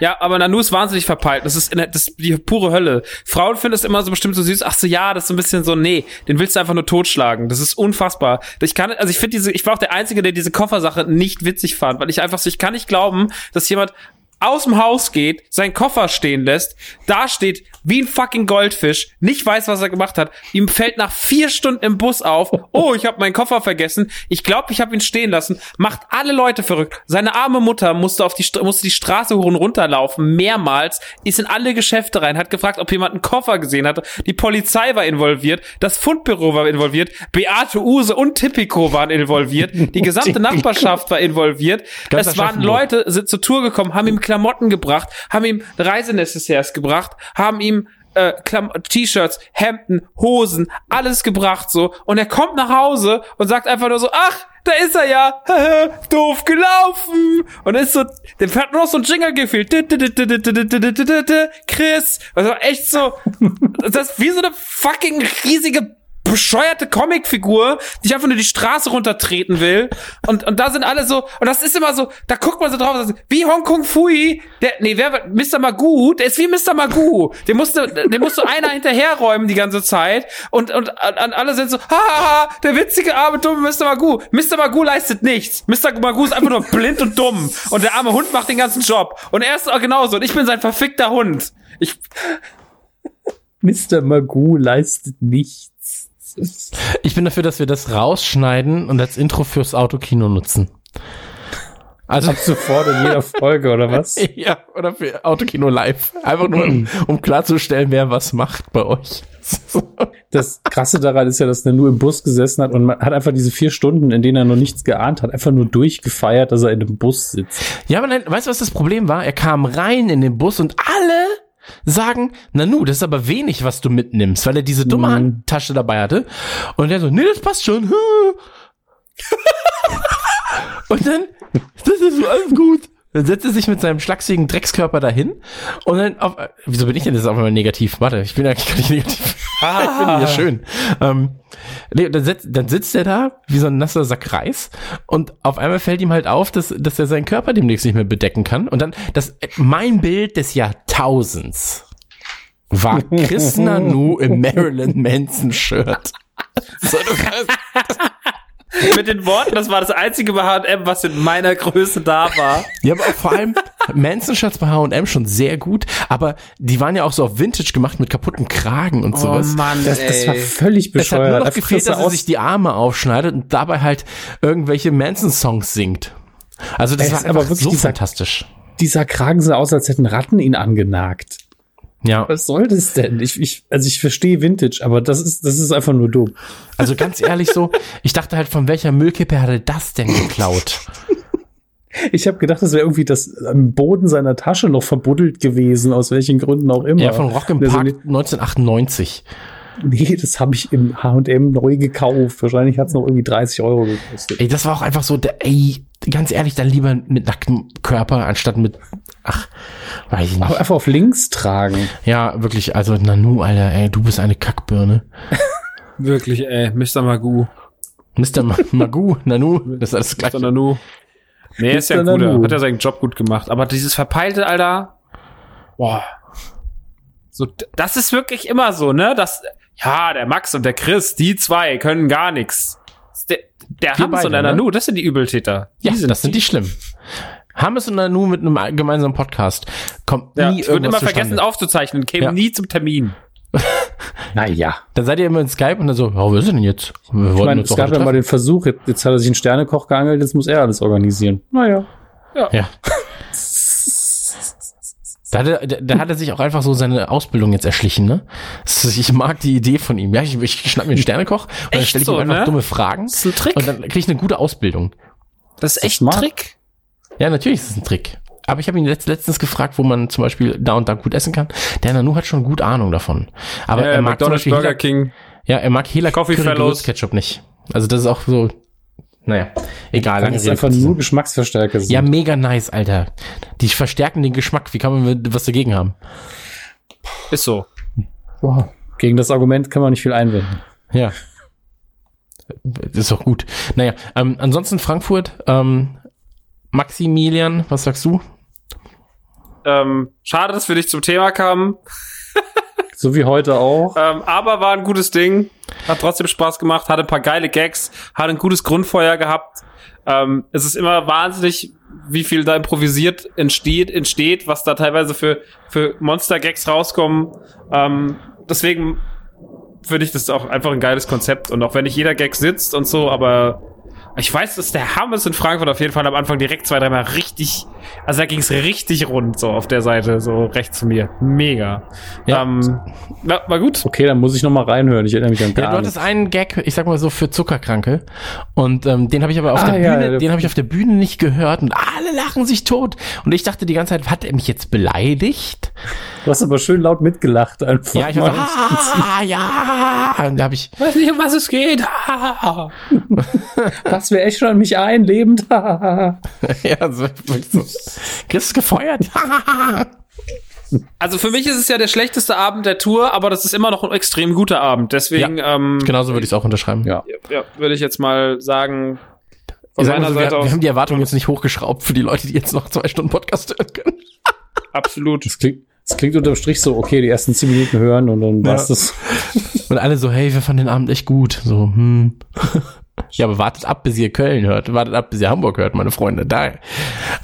Ja, aber Nanu ist wahnsinnig verpeilt. Das ist, in der, das ist die pure Hölle. Frauen finden es immer so bestimmt so süß. Ach so, ja, das ist so ein bisschen so, nee, den willst du einfach nur totschlagen. Das ist unfassbar. Ich kann, also ich finde diese, ich war auch der Einzige, der diese Koffersache nicht witzig fand, weil ich einfach so, ich kann nicht glauben, dass jemand aus dem Haus geht, seinen Koffer stehen lässt, da steht wie ein fucking Goldfisch, nicht weiß, was er gemacht hat, ihm fällt nach vier Stunden im Bus auf, oh, ich habe meinen Koffer vergessen, ich glaube, ich habe ihn stehen lassen, macht alle Leute verrückt. Seine arme Mutter musste auf die, St- musste die Straße hoch und runterlaufen, mehrmals, ist in alle Geschäfte rein, hat gefragt, ob jemand einen Koffer gesehen hatte, die Polizei war involviert, das Fundbüro war involviert, Beate Use und Tipico waren involviert, die gesamte Nachbarschaft war involviert, Ganz es waren Aschaffenburg. Leute, Leute sind zur Tour gekommen, haben ihm Klamotten gebracht, haben ihm Reisenecessaires gebracht, haben ihm äh, Klam- T-Shirts, Hemden, Hosen, alles gebracht so. Und er kommt nach Hause und sagt einfach nur so, ach, da ist er ja, doof gelaufen. Und ist so, dem hat nur noch so ein Jingle gefehlt. Chris. Also echt so, das ist wie so eine fucking riesige bescheuerte Comicfigur, die ich einfach nur die Straße runtertreten will. Und, und da sind alle so, und das ist immer so, da guckt man so drauf, und sagt, wie Hong Kong Fui, der, nee, wer, war- Mr. Magoo, der ist wie Mr. Magoo. Den musste, den musste einer hinterherräumen die ganze Zeit. Und, und, an alle sind so, haha, der witzige, arme, dumme Mr. Magoo. Mr. Magoo leistet nichts. Mr. Magoo ist einfach nur blind und dumm. Und der arme Hund macht den ganzen Job. Und er ist auch genauso. Und ich bin sein verfickter Hund. Ich, Mr. Magoo leistet nichts. Das ist- Ich bin dafür, dass wir das rausschneiden und als Intro fürs Autokino nutzen. Also, Ab sofort in jeder Folge, oder was? ja, oder für Autokino live. Einfach nur, um, um klarzustellen, wer was macht bei euch. Das Krasse daran ist ja, dass er nur im Bus gesessen hat und man hat einfach diese vier Stunden, in denen er noch nichts geahnt hat, einfach nur durchgefeiert, dass er in dem Bus sitzt. Ja, aber nein, weißt du, was das Problem war? Er kam rein in den Bus und alle sagen, Nanu, das ist aber wenig, was du mitnimmst, weil er diese dumme Handtasche dabei hatte. Und er so, nee, das passt schon. und dann, das ist so alles gut. Dann setzt er sich mit seinem schlachsigen Dreckskörper dahin und dann auf, wieso bin ich denn jetzt auf einmal negativ? Warte, ich bin eigentlich gar nicht negativ. Ah, ich bin ja schön. Ähm, Nee, und dann, setzt, dann sitzt er da wie so ein nasser Sack Reis und auf einmal fällt ihm halt auf, dass, dass er seinen Körper demnächst nicht mehr bedecken kann. Und dann, das, mein Bild des Jahrtausends war Chris Nanu im Marilyn Manson Shirt. So, du kannst- mit den Worten, das war das einzige bei H&M, was in meiner Größe da war. ja, aber auch vor allem Manson-Shirts bei H&M schon sehr gut, aber die waren ja auch so auf Vintage gemacht mit kaputten Kragen und sowas. Oh Mann, Das, das war völlig Es hat nur Oh bescheuert. noch Einfach, gefehlt, dass er er aus- sich die Arme aufschneidet und dabei halt irgendwelche Manson-Songs singt. Also das Es war ist aber aber wirklich wirklich so dieser- fantastisch. dieser Kragen sah aus, als hätten Ratten ihn angenagt. Ja, Was soll das denn? Ich, ich, also ich verstehe Vintage, aber das ist, das ist einfach nur dumm. also ganz ehrlich so, ich dachte halt, von welcher Müllkippe hat er das denn geklaut? Ich habe gedacht, das wäre irgendwie das am Boden seiner Tasche noch verbuddelt gewesen, aus welchen Gründen auch immer. Ja, von Rock im Also, Park 1998. Nee, das habe ich im H&M neu gekauft. Wahrscheinlich hat es noch irgendwie 30 Euro gekostet. Ey, das war auch einfach so, der, ey, ganz ehrlich, dann lieber mit nacktem Körper anstatt mit, ach, weiß ich Aber nicht. einfach auf links tragen. Ja, wirklich, also Nanu, Alter, ey, du bist eine Kackbirne. Wirklich, ey, Mr. Magoo. Mr. Ma- Magoo, Nanu, das ist alles gleich. Mr. Nanu. Nee, ist ja ein Mr. guter. Nanu. Hat er seinen Job gut gemacht. Aber dieses verpeilte, Alter. Boah. So, d- das ist wirklich immer so, ne? Das, ja, der Max und der Chris, die zwei können gar nichts. Der, Wir der Hans und beide, der ne? Nanu, das sind die Übeltäter. Ja, das sind die schlimm. Hammes und Nanu mit einem gemeinsamen Podcast kommt Ja, nie ich würde irgendwas immer zustande. vergessen aufzuzeichnen, kämen Ja. nie zum Termin. Naja. Dann seid ihr immer in Skype und dann so, oh, wo ist er denn jetzt? Wir Ich wollten meine, uns es doch gab heute ja mal treffen. den Versuch, jetzt, jetzt hat er sich einen Sternekoch geangelt, jetzt muss er alles organisieren. Naja. Ja. Da hat, er, da, da hat er sich auch einfach so seine Ausbildung jetzt erschlichen, ne? Das ist- Ich mag die Idee von ihm. Ja, ich, ich schnapp mir einen Sternekoch und dann Echt stelle ich so, ihm einfach ne? dumme Fragen Das ist ein Trick. und dann kriege ich eine gute Ausbildung. Das ist echt ein smart. Trick. Ja, natürlich ist es ein Trick. Aber ich habe ihn letzt, letztens gefragt, wo man zum Beispiel da und da gut essen kann. Der Nanu hat schon gut Ahnung davon. Aber er mag zum Beispiel Burger Hela, King. ja, er mag Hela Coffee Curry Fellows. Gewürzketchup nicht. Also das ist auch so, naja, egal. Dann lange ist Rede, einfach kurzer Sinn. nur Geschmacksverstärker. sind. Ja, mega nice, Alter. Die verstärken den Geschmack. Wie kann man was dagegen haben? Ist so. Wow. Gegen das Argument kann man nicht viel einwenden. Ja. Das ist doch gut. Naja, ähm, ansonsten Frankfurt, ähm, Maximilian, was sagst du? Ähm, schade, dass wir nicht zum Thema kamen. So wie heute auch. Ähm, aber war ein gutes Ding. Hat trotzdem Spaß gemacht, hatte ein paar geile Gags, hat ein gutes Grundfeuer gehabt. Ähm, es ist immer wahnsinnig, wie viel da improvisiert entsteht, entsteht, was da teilweise für, für Monster-Gags rauskommen. Ähm, deswegen finde ich das auch einfach ein geiles Konzept. Und auch wenn nicht jeder Gag sitzt und so, aber ich weiß, dass der Hammes in Frankfurt auf jeden Fall am Anfang direkt zwei, dreimal richtig, also da ging es richtig rund, so auf der Seite, so rechts zu mir. Mega. Ja. Ähm, na, war gut. Okay, dann muss ich noch mal reinhören. Ich erinnere mich an Ja, gar du nichts. hattest einen Gag, ich sag mal so, für Zuckerkranke. Und ähm, den habe ich aber auf Ah, der ja, Bühne, ja. den habe ich auf der Bühne nicht gehört und alle lachen sich tot. Und ich dachte die ganze Zeit, hat er mich jetzt beleidigt? Du hast aber schön laut mitgelacht einfach. Ja, ich war so, ah, ja. Und da habe ich, Weiß nicht, um was es geht. das wäre echt schon an mich ein, lebend. ja, ja, so, so, Chris ist gefeuert. Also für mich ist es ja der schlechteste Abend der Tour, aber das ist immer noch ein extrem guter Abend. Deswegen ähm, Genauso würde ich es auch unterschreiben. ja, würde ich jetzt mal sagen, von Ich sag mal meiner so, wir, Seite wir aus haben die Erwartungen jetzt nicht hochgeschraubt für die Leute, die jetzt noch zwei Stunden Podcast hören können. absolut. das klingt, das klingt unterm Strich so, okay, die ersten zehn Minuten hören und dann war's das. Und alle so, hey, wir fanden den Abend echt gut. So, hm. Ja, aber wartet ab, bis ihr Köln hört. Wartet ab, bis ihr Hamburg hört, meine Freunde. Da.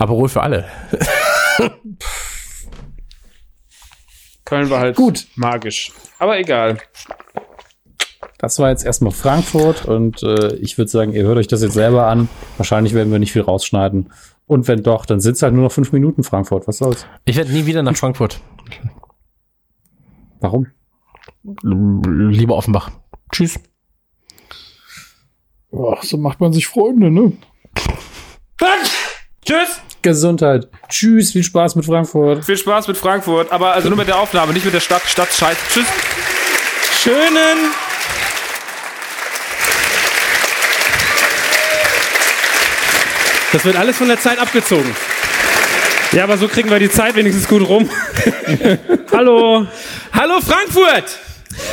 Aber wohl für alle. Köln war halt Gut. magisch. Aber egal. Das war jetzt erstmal Frankfurt und äh, ich würde sagen, ihr hört euch das jetzt selber an. Wahrscheinlich werden wir nicht viel rausschneiden. Und wenn doch, dann sind's halt nur noch fünf Minuten Frankfurt. Was soll's? Ich werde nie wieder nach Frankfurt. Warum? Lieber Offenbach. Tschüss. Ach, so macht man sich Freunde, ne? Tschüss. Gesundheit. Tschüss, viel Spaß mit Frankfurt. Viel Spaß mit Frankfurt, aber also nur mit der Aufnahme, nicht mit der Stadt. Stadt scheiße. Tschüss. Schönen Das wird alles von der Zeit abgezogen. Ja, aber so kriegen wir die Zeit wenigstens gut rum. Hallo. Hallo Frankfurt.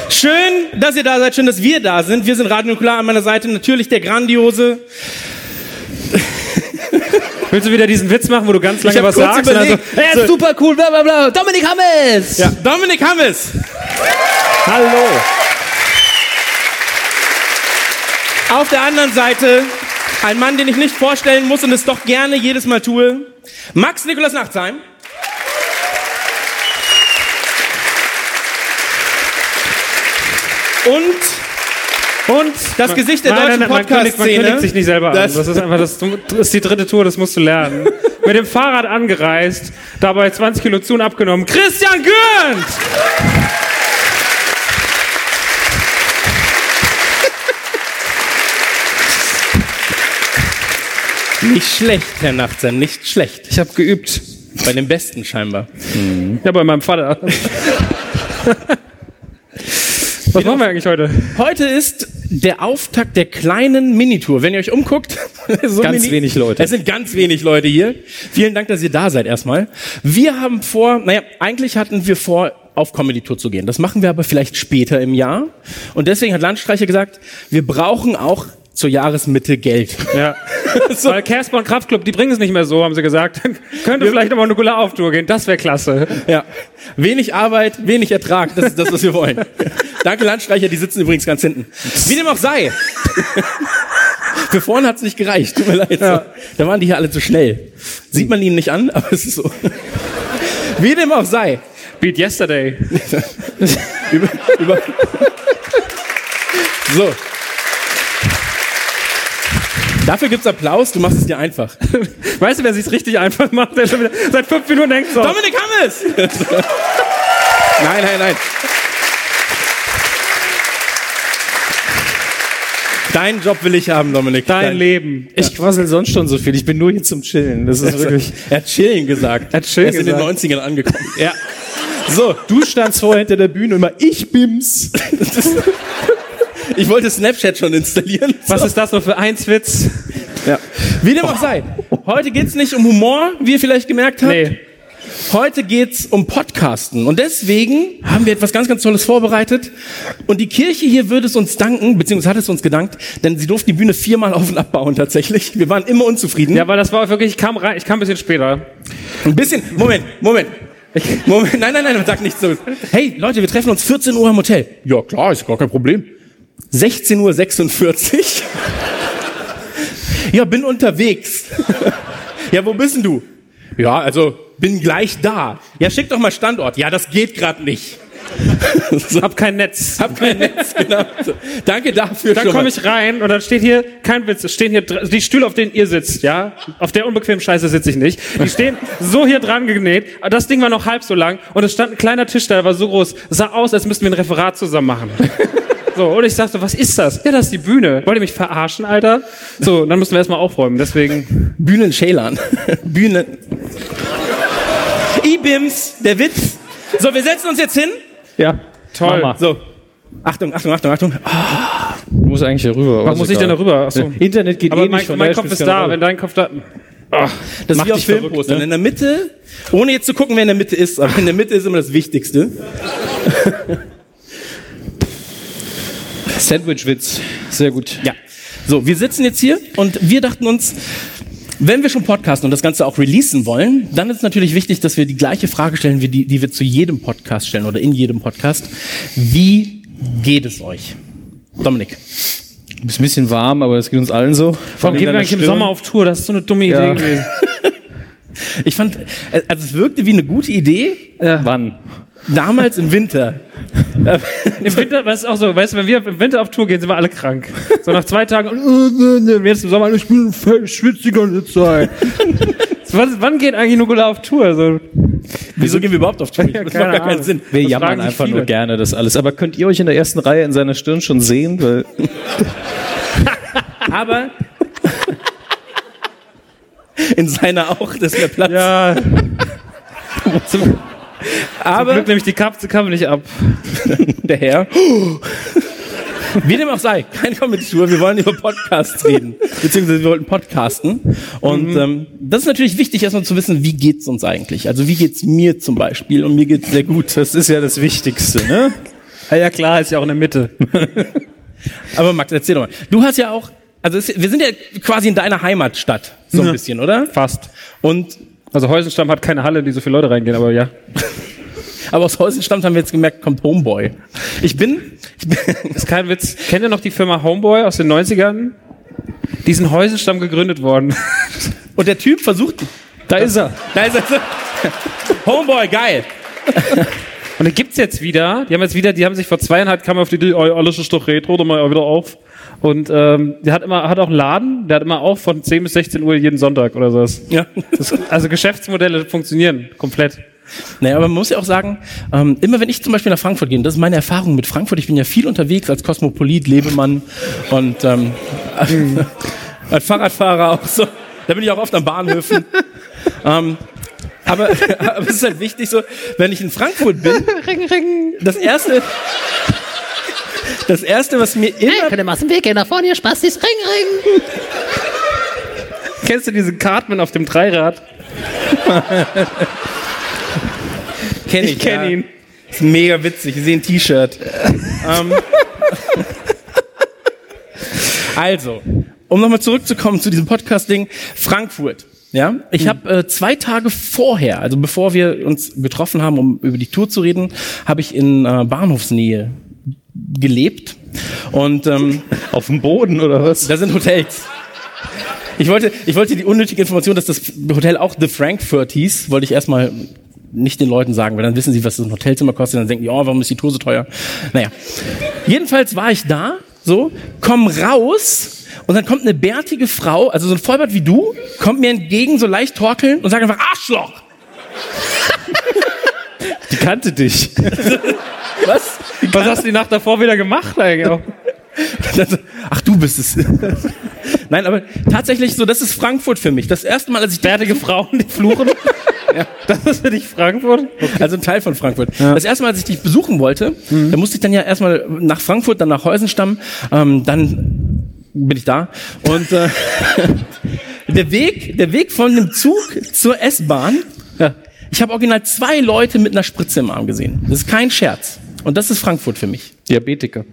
Schön, dass ihr da seid, schön, dass wir da sind. Wir sind Radio Nukular an meiner Seite, natürlich der grandiose. Willst du wieder diesen Witz machen, wo du ganz lange hab was kurz sagst? überlegt. und dann Er ist super cool, bla bla bla. Ja, Dominik Hammes. Hallo. Auf der anderen Seite ein Mann, den ich nicht vorstellen muss und es doch gerne jedes Mal tue. Max Nikolas Nachtsheim. Und, und das Gesicht der Nein, deutschen nein, nein, Man kündigt, man Podcast-Szene. kündigt sich nicht selber Das- an. Das ist einfach das, das ist die dritte Tour, das musst du lernen. Mit dem Fahrrad angereist, dabei 20 Kilo Zun abgenommen. Christian Gürnt! Nicht schlecht, Herr Nachtsheim, nicht schlecht. Ich habe geübt. Bei dem Besten scheinbar. Ja, bei meinem Vater. Was machen wir eigentlich heute? Heute ist der Auftakt der kleinen Minitour. Wenn ihr euch umguckt, so Ganz wenig Leute. Es sind ganz wenig Leute hier. Vielen Dank, dass ihr da seid erstmal. Wir haben vor, naja, eigentlich hatten wir vor, auf Comedy Tour zu gehen. Das machen wir aber vielleicht später im Jahr. Und deswegen hat Landstreicher gesagt, wir brauchen auch zur Jahresmitte Geld. Ja. So. Weil Casper und Kraftclub, die bringen es nicht mehr so, haben sie gesagt. Dann Könnte vielleicht nochmal eine Nukular auf Tour gehen, das wäre klasse. Ja, wenig Arbeit, wenig Ertrag, das ist das, was wir wollen. Danke Landstreicher, die sitzen übrigens ganz hinten. Wie dem auch sei. Für vorne hat's nicht gereicht, tut mir leid. Da waren die hier alle zu schnell. Sieht man ihnen nicht an, aber es ist so. Wie dem auch sei. Beat Yesterday. Über, über so. Dafür gibt's Applaus, du machst es dir einfach. Weißt du, wer sich's richtig einfach macht? Der schon wieder seit fünf Minuten denkt so. Dominik Hammes! nein, nein, nein. Deinen Job will ich haben, Dominik. Dein Leben. Ich quassel sonst schon so viel. Ich bin nur hier zum Chillen. Das ist wirklich. Er hat chillen gesagt. Er hat chillen er ist gesagt. in den 90ern angekommen. ja. So, du standst vorher hinter der Bühne immer, ich bims. Das ist- ich wollte Snapchat schon installieren. Was ist das nur für ein Witz? Ja. Wie dem auch sei. Heute geht's nicht um Humor, wie ihr vielleicht gemerkt habt. Nee. Heute geht's um Podcasten. Und deswegen haben wir etwas ganz, ganz Tolles vorbereitet. Und die Kirche hier würde es uns danken, beziehungsweise hat es uns gedankt, denn sie durften die Bühne viermal auf und abbauen tatsächlich. Wir waren immer unzufrieden. Ja, weil das war wirklich, ich kam rein, ich kam ein bisschen später. Ein bisschen. Moment, Moment. Ich- Moment, nein, nein, nein, sag nicht so. Hey, Leute, wir treffen uns 14 Uhr im Hotel. Ja, klar, ist gar kein Problem. 16.46 Uhr. ja, bin unterwegs. ja, wo bist denn du? Ja, also, bin gleich da. Ja, schick doch mal Standort. Ja, das geht gerade nicht. so, Hab kein Netz. hab kein Netz, genau. So, Danke dafür Dann schon mal. komme ich rein und dann steht hier, kein Witz, es stehen hier dr- die Stühle, auf denen ihr sitzt, ja? Auf der unbequemen Scheiße sitze ich nicht. Die stehen so hier dran genäht. Aber Das Ding war noch halb so lang und es stand ein kleiner Tisch da, der war so groß, sah aus, als müssten wir ein Referat zusammen machen. So, und ich sagte, was ist das? Ja, das ist die Bühne. Wollt ihr mich verarschen, Alter? So, und dann müssen wir erstmal aufräumen, deswegen. Bühnen Schälern. Bühnen. Ibims, der Witz. So, wir setzen uns jetzt hin. Ja. Toll. Mach mal. So. Achtung, Achtung, Achtung, Achtung. Du musst eigentlich hier rüber. Was muss ich denn da rüber? Achso. Internet geht Aber eh mein, nicht. von mein daher Kopf spielt's ist keine da, Rolle. wenn dein Kopf da. Das ist wie auf dich Filmposter. verrückt, ne? In der Mitte, ohne jetzt zu gucken, wer in der Mitte ist, aber in der Mitte ist immer das Wichtigste. Sandwich-Witz. Sehr gut. Ja. So, wir sitzen jetzt hier und wir dachten uns, wenn wir schon podcasten und das Ganze auch releasen wollen, dann ist es natürlich wichtig, dass wir die gleiche Frage stellen, wie die, die wir zu jedem Podcast stellen oder in jedem Podcast. Wie geht es euch? Dominik. Du bist ein bisschen warm, aber das geht uns allen so. Vor Warum gehen wir eigentlich im Sommer auf Tour? Das ist so eine dumme Idee Ja. gewesen. Ich fand, äh, also es wirkte wie eine gute Idee, Wann? damals im Winter. Im Winter, weißt du auch so, weißt du, wenn wir im Winter auf Tour gehen, sind wir alle krank. So nach zwei Tagen, und äh, jetzt im Sommer, ich bin schwitziger nicht sein. Wann, wann geht eigentlich Nugula auf Tour? So, Wieso gehen wir überhaupt auf Tour? Das keine macht gar keinen Ahnung. Sinn. Wir Das fragen jammern sich einfach viele. nur gerne das alles. Aber könnt ihr euch in der ersten Reihe in seiner Stirn schon sehen? Weil Aber in seiner auch, das ist der Platz. ja. Zum, Aber Glück nehme ich die Kappe, Kappe nicht ab. der Herr. Wie dem auch sei, keine Comedy-Tour, wir wollen über Podcasts reden. Beziehungsweise wir wollten podcasten. Und Mhm. ähm, das ist natürlich wichtig, erstmal zu wissen, wie geht's uns eigentlich? Also wie geht's mir zum Beispiel? Und mir geht's sehr gut. das ist ja das Wichtigste, ne? Ja, ja, klar, ist ja auch in der Mitte. Aber Max, erzähl doch mal. Du hast ja auch, also es, wir sind ja quasi in deiner Heimatstadt, so ein bisschen, oder? Fast. Und Also Heusenstamm hat keine Halle, in die so viele Leute reingehen, aber ja. aber aus Häusen stammt, haben wir jetzt gemerkt, kommt Homeboy. Ich bin, ich bin Ist kein Witz. Kennt ihr noch die Firma Homeboy aus den 90ern? Die sind Heusenstamm gegründet worden. und der Typ versucht, Da ist er. da ist er. Homeboy, geil. Und dann gibt's jetzt wieder, die haben jetzt wieder, die haben sich vor zweieinhalb kam auf die Idee, oh, alles ist doch Retro, dann mal wieder auf. Und ähm, der hat immer, hat auch einen Laden, der hat immer auf von 10 bis 16 Uhr jeden Sonntag oder sowas. Ja. Das, also Geschäftsmodelle funktionieren komplett. Naja, ne, aber man muss ja auch sagen, ähm, immer wenn ich zum Beispiel nach Frankfurt gehe, und das ist meine Erfahrung mit Frankfurt, ich bin ja viel unterwegs als Kosmopolit, Lebemann und ähm, als Fahrradfahrer auch so. Da bin ich auch oft an Bahnhöfen. ähm, aber, aber es ist halt wichtig so, wenn ich in Frankfurt bin, das erste, das erste, was mir immer, Könnt ihr mal aus dem Weg gehen, nach vorne, ihr Spastis, Ring, Ring. Kennst du diesen Cartman auf dem Dreirad? kenne ich, kenn ja. Ist mega witzig. Ich sehe ein T-Shirt. ähm. Also, um nochmal zurückzukommen zu diesem Podcast-Ding, Frankfurt. Ja, ich habe äh, zwei Tage vorher, also bevor wir uns getroffen haben, um über die Tour zu reden, habe ich in äh, Bahnhofsnähe gelebt und ähm, Auf dem Boden oder was? da sind Hotels. Ich wollte, ich wollte die unnötige Information, dass das Hotel auch The Frankfurt hieß, wollte ich erstmal nicht den Leuten sagen, weil dann wissen sie, was das Hotelzimmer kostet, dann denken die, oh, warum ist die Tour so teuer? Naja. Jedenfalls war ich da, so, komm raus und dann kommt eine bärtige Frau, also so ein Vollbart wie du, kommt mir entgegen, so leicht torkeln und sagt einfach, Arschloch! Die kannte dich. Was? Was hast du die Nacht davor wieder gemacht eigentlich? Das- also, Ach, du bist es. Nein, aber tatsächlich so, das ist Frankfurt für mich. Das erste Mal, als ich Bärtige Frauen, die fluchen. Das ist für dich Frankfurt. Also ein Teil von Frankfurt. Das erste Mal, als ich dich besuchen wollte, da musste ich dann ja erstmal nach Frankfurt, dann nach Heusenstamm, ähm, dann bin ich da und äh, der Weg, der Weg von dem Zug zur S-Bahn. Ich habe original zwei Leute mit einer Spritze im Arm gesehen. Das ist kein Scherz. Und das ist Frankfurt für mich. Diabetiker.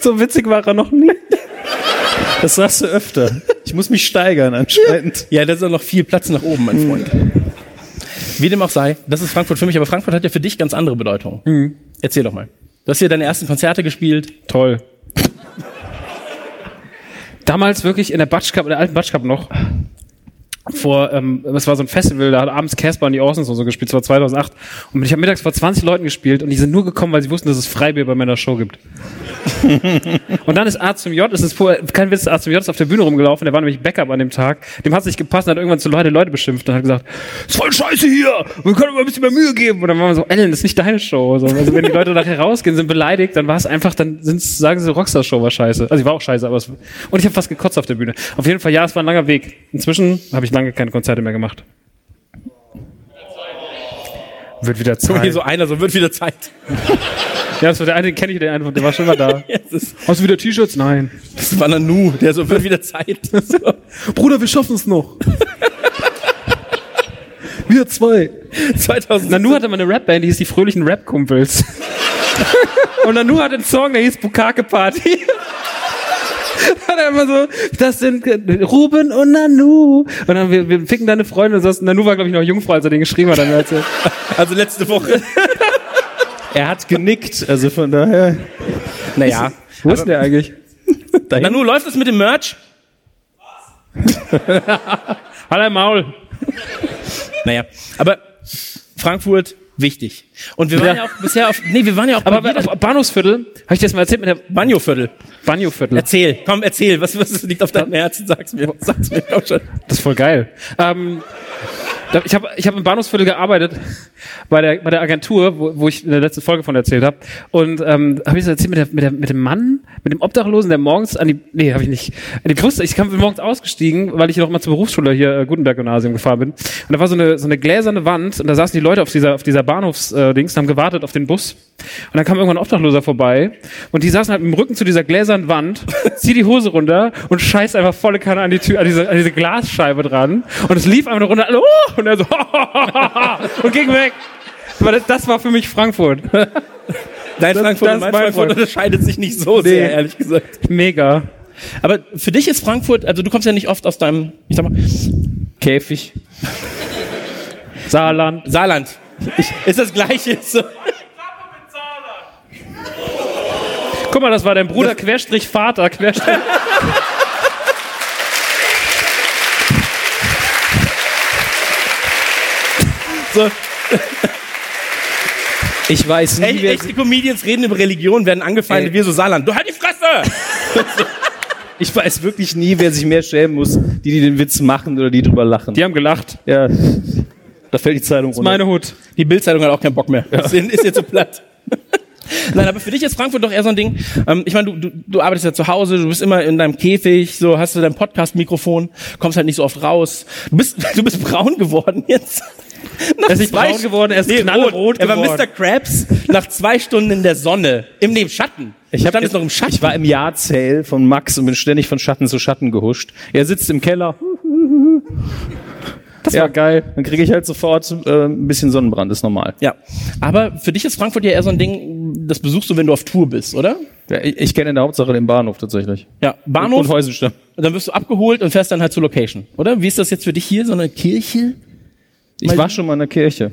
So witzig war er noch nie. Das sagst du öfter. Ich muss mich steigern anscheinend. Ja, da ist auch noch viel Platz nach oben, mein Freund. Wie dem auch sei, das ist Frankfurt für mich, aber Frankfurt hat ja für dich ganz andere Bedeutung. Erzähl doch mal. Du hast hier deine ersten Konzerte gespielt. Toll. Damals wirklich in der Batschkap, in der alten Batschkap noch. Vor, ähm, das war so ein Festival, da hat abends Casper und die Orsons und so gespielt, das war 2008. Und ich habe mittags vor 20 Leuten gespielt und die sind nur gekommen, weil sie wussten, dass es Freibier bei meiner Show gibt. und dann ist A zum J, es ist pur, kein Witz, A zum J ist auf der Bühne rumgelaufen, der war nämlich Backup an dem Tag. Dem hat es nicht gepasst und hat irgendwann zu Leute Leute beschimpft und hat gesagt, ist voll scheiße hier, wir können mal ein bisschen mehr Mühe geben. Und dann waren wir so, Ellen, das ist nicht deine Show. So, also wenn die Leute nachher rausgehen, sind beleidigt, dann war es einfach, dann sind's, sagen sie, Rockstar-Show war scheiße. Also ich war auch scheiße, aber es, und ich habe fast gekotzt auf der Bühne. Auf jeden Fall, ja, es war ein langer Weg. Inzwischen habe ich lange keine Konzerte mehr gemacht. Wird wieder Guck mal, Zeit. Hier so einer, so wird wieder Zeit. Ja, das war der eine, den kenne ich den einfach, der war schon mal da. Das ist, Hast du wieder T-Shirts? Nein. das war Nanu, der so wird wieder Zeit. So. Bruder, wir schaffen es noch. wir zwei. 2000. Nanu hatte mal eine Rapband, die hieß die Fröhlichen Rap-Kumpels. Und Nanu hatte einen Song, der hieß Bukake Party. Hat er immer so, das sind Ruben und Nanu. Und dann, wir, wir ficken deine Freunde. Und so. Nanu war, glaube ich, noch jungfrau, als er den geschrieben hat. Dann hat er- also letzte Woche. Er hat genickt, also von daher. Naja. Wo ist denn der eigentlich? Nanu, läuft es mit dem Merch? Hallo Halt Maul. Naja. Aber Frankfurt, wichtig. Und wir waren ja, Ja. auch bisher auf, nee, wir waren ja auch Aber bei jeder- bei- Bahnhofsviertel, habe ich dir das mal erzählt mit der Banjoviertel. Banjoviertel. Erzähl, komm, erzähl, was, was liegt auf deinem Herzen? Sag's mir, sag's mir auch schon. Das ist voll geil. Ähm, da- ich habe ich hab im Bahnhofsviertel gearbeitet, bei der, bei der Agentur, wo, wo ich in der letzten Folge von erzählt habe. Und ähm, habe ich das erzählt mit, der, mit, der, mit dem Mann, mit dem Obdachlosen, der morgens an die... Nee, habe ich nicht. An die Brust, ich kam bin morgens ausgestiegen, weil ich noch mal zur Berufsschule hier äh, Gutenberg-Gymnasium gefahren bin. Und da war so eine, so eine gläserne Wand und da saßen die Leute auf dieser, auf dieser Bahnhofs-Dings und haben gewartet auf den Bus. Und dann kam irgendwann ein Obdachloser vorbei und die saßen halt mit dem Rücken zu dieser gläsernen Wand, zieh die Hose runter und scheißt einfach volle Kanne an die Tür, an diese, an diese Glasscheibe dran. Und es lief einfach nur runter, alle, oh! und er so, und ging weg. Aber das- Das war für mich Frankfurt. Dein das Frankfurt und mein ist mein Frankfurt Freund. unterscheidet sich nicht so sehr, ehrlich gesagt. Mega. Aber für dich ist Frankfurt, also du kommst ja nicht oft aus deinem, ich sag mal, Käfig. Saarland. Saarland. Ich, ist das Gleiche. So. Guck mal, das war dein Bruder, Querstrich Vater, Querstrich. Ich weiß nie, Echt, wer, echte Comedians reden über Religion, werden angefeindet, wir so Saarland. Du halt die Fresse! ich weiß wirklich nie, wer sich mehr schämen muss, die, die den Witz machen oder die drüber lachen. Die haben gelacht. Ja. Da fällt die Zeitung runter. Meine Hut. Die Bildzeitung hat auch keinen Bock mehr. Ist ist jetzt so platt. Nein, aber für dich ist Frankfurt doch eher so ein Ding. Ähm, ich meine, du, du, du arbeitest ja zu Hause, du bist immer in deinem Käfig, so hast du dein Podcast-Mikrofon, kommst halt nicht so oft raus. Du bist, du bist braun geworden jetzt. Nach Er ist nicht zwei braun geworden, er ist Nee, knallrot rot. Er war Mr. Krabs nach zwei Stunden in der Sonne. Im nee, im Schatten. Ich hab stand jetzt jetzt noch im Schatten. Ich war im Jahrzähl von Max und bin ständig von Schatten zu Schatten gehuscht. Er sitzt im Keller. Das war geil. Dann kriege ich halt sofort äh, ein bisschen Sonnenbrand, ist normal. ja. Aber für dich ist Frankfurt ja eher so ein Ding, das besuchst du, wenn du auf Tour bist, oder? Ja, ich, ich kenne in der Hauptsache den Bahnhof tatsächlich. Ja, Bahnhof. Und Häusenstamm. Und dann wirst du abgeholt und fährst dann halt zur Location, oder? Wie ist das jetzt für dich hier, so eine Kirche? Ich war schon mal in der Kirche.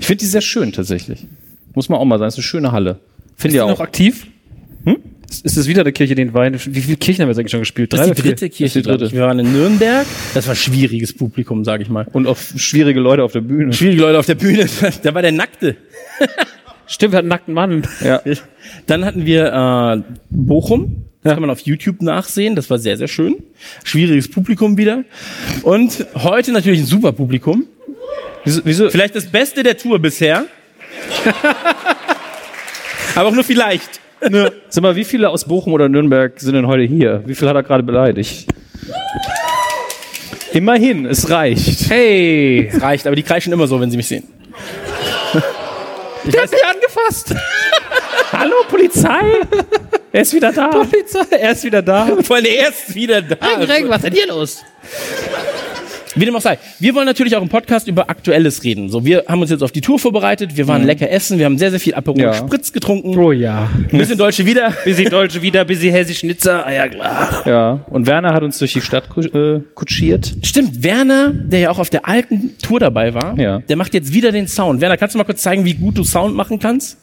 ich finde die sehr schön tatsächlich. Muss man auch mal sein. Ist eine schöne Halle. Finde Ist ich die auch. noch aktiv? Ist es wieder der Kirche, den Wein? Wie viele Kirchen haben wir jetzt eigentlich schon gespielt? Das ist die oder vier? dritte Das ist Kirche. die dritte. glaub ich. Wir waren in Nürnberg. Das war schwieriges Publikum, sage ich mal. Und auch schwierige Leute auf der Bühne. Schwierige Leute auf der Bühne. da war der Nackte. Stimmt, wir hatten einen nackten Mann. Ja. Dann hatten wir äh, Bochum. Das kann man auf YouTube nachsehen. Das war sehr, sehr schön. Schwieriges Publikum wieder. Und heute natürlich ein super Publikum. Wieso, wieso, Vielleicht das Beste der Tour bisher. Aber auch nur vielleicht. sag mal, wie viele aus Bochum oder Nürnberg sind denn heute hier? Wie viel hat er gerade beleidigt? Immerhin, es reicht. Hey! Das reicht, aber die kreischen immer so, wenn sie mich sehen. Der hat mich angefasst. Hallo Polizei! Er ist wieder da. Polizei. Er ist wieder da. Vor allem er Ah, ist wieder da. Ring, Ring, was ist denn hier los? Wie dem auch sei. Wir wollen natürlich auch im Podcast über Aktuelles reden. So, wir haben uns jetzt auf die Tour vorbereitet. Wir waren lecker essen. Wir haben sehr, sehr viel Aperol Ja. Spritz getrunken. Oh ja. Ein bisschen deutsche wieder. Busy Deutsche wieder, busy Hessisch Nizza. Ah ja, klar. Ja, und Werner hat uns durch die Stadt ku- äh, kutschiert. Stimmt, Werner, der ja auch auf der alten Tour dabei war, Ja. der macht jetzt wieder den Sound. Werner, kannst du mal kurz zeigen, wie gut du Sound machen kannst?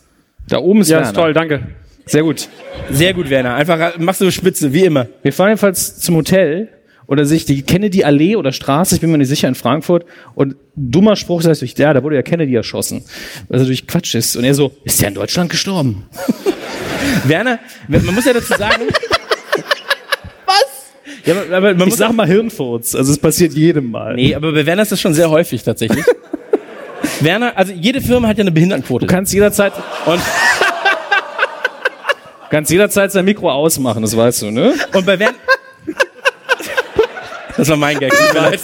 Da oben ist Ja, Werner. ist toll, danke. Sehr gut. Sehr gut, Werner. Einfach äh, machst du Spitze, wie immer. Wir fahren jedenfalls zum Hotel oder sich die Kennedy Allee oder Straße, ich bin mir nicht sicher, in Frankfurt. Und dummer Spruch sagt durch, ja, da wurde ja Kennedy erschossen. Was natürlich Quatsch ist. Und er so, ist der in Deutschland gestorben? Werner, man muss ja dazu sagen. Was? Ja, aber- aber man Ich muss sag mal Hirnfurz. Also es passiert jedem Mal. Nee, aber bei Werner ist das schon sehr häufig tatsächlich. Werner, also jede Firma hat ja eine Behindertenquote. Du kannst jederzeit und kannst jederzeit sein Mikro ausmachen, das weißt du, ne? Und bei Werner. Das war mein Gag. tut mir leid.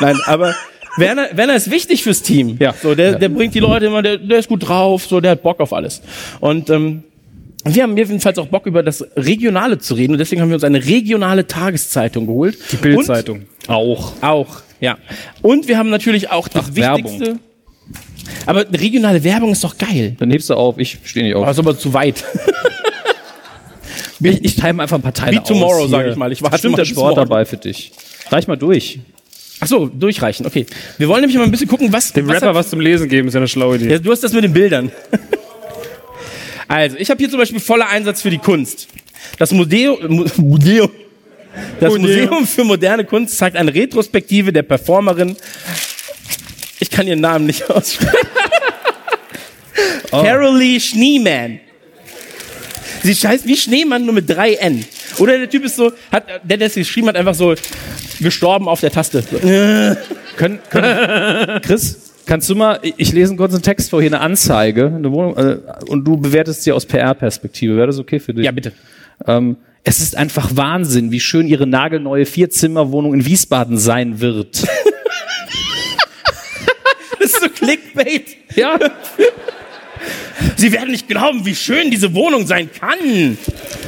Nein, aber Werner, Werner ist wichtig fürs Team. Ja. So, der, der bringt die Leute immer, der, der ist gut drauf, so, der hat Bock auf alles. Und ähm, wir haben jedenfalls auch Bock über das Regionale zu reden und deswegen haben wir uns eine regionale Tageszeitung geholt. Die Bildzeitung. Auch. Auch, ja. Und wir haben natürlich auch das Werbung. Wichtigste. Aber regionale Werbung ist doch geil. Dann hebst du auf, ich stehe nicht auf. Das ist aber zu weit. ich, ich teile mir einfach ein paar Teile Wie tomorrow, aus, sag hier. ich mal. Ich warte Bestimmt mal der bis Sport morgen. dabei für dich. Reich mal durch. Ach so, durchreichen, okay. Wir wollen nämlich mal ein bisschen gucken, was... Dem was Rapper was zum Lesen geben, ist ja eine schlaue Idee. Ja, du hast das mit den Bildern. Also, ich habe hier zum Beispiel voller Einsatz für die Kunst. Das Mudeo, Mu- Mudeo, das Museum für moderne Kunst zeigt eine Retrospektive der Performerin. Ich kann ihren Namen nicht aussprechen. Carol Lee Schneeman. Sie scheißt wie Schneemann, nur mit drei N. Oder der Typ ist so, hat, der, der es geschrieben hat, einfach so gestorben auf der Taste. So. Können, können, Chris, kannst du mal, ich- ich lese einen kurzen Text vor, hier eine Anzeige, eine Wohnung, äh, und du bewertest sie aus PR-Perspektive. Wäre das okay für dich? Ja, bitte. Ähm, es ist einfach Wahnsinn, wie schön ihre nagelneue Vierzimmerwohnung in Wiesbaden sein wird. Das ist so Clickbait. ja, Sie werden nicht glauben, wie schön diese Wohnung sein kann.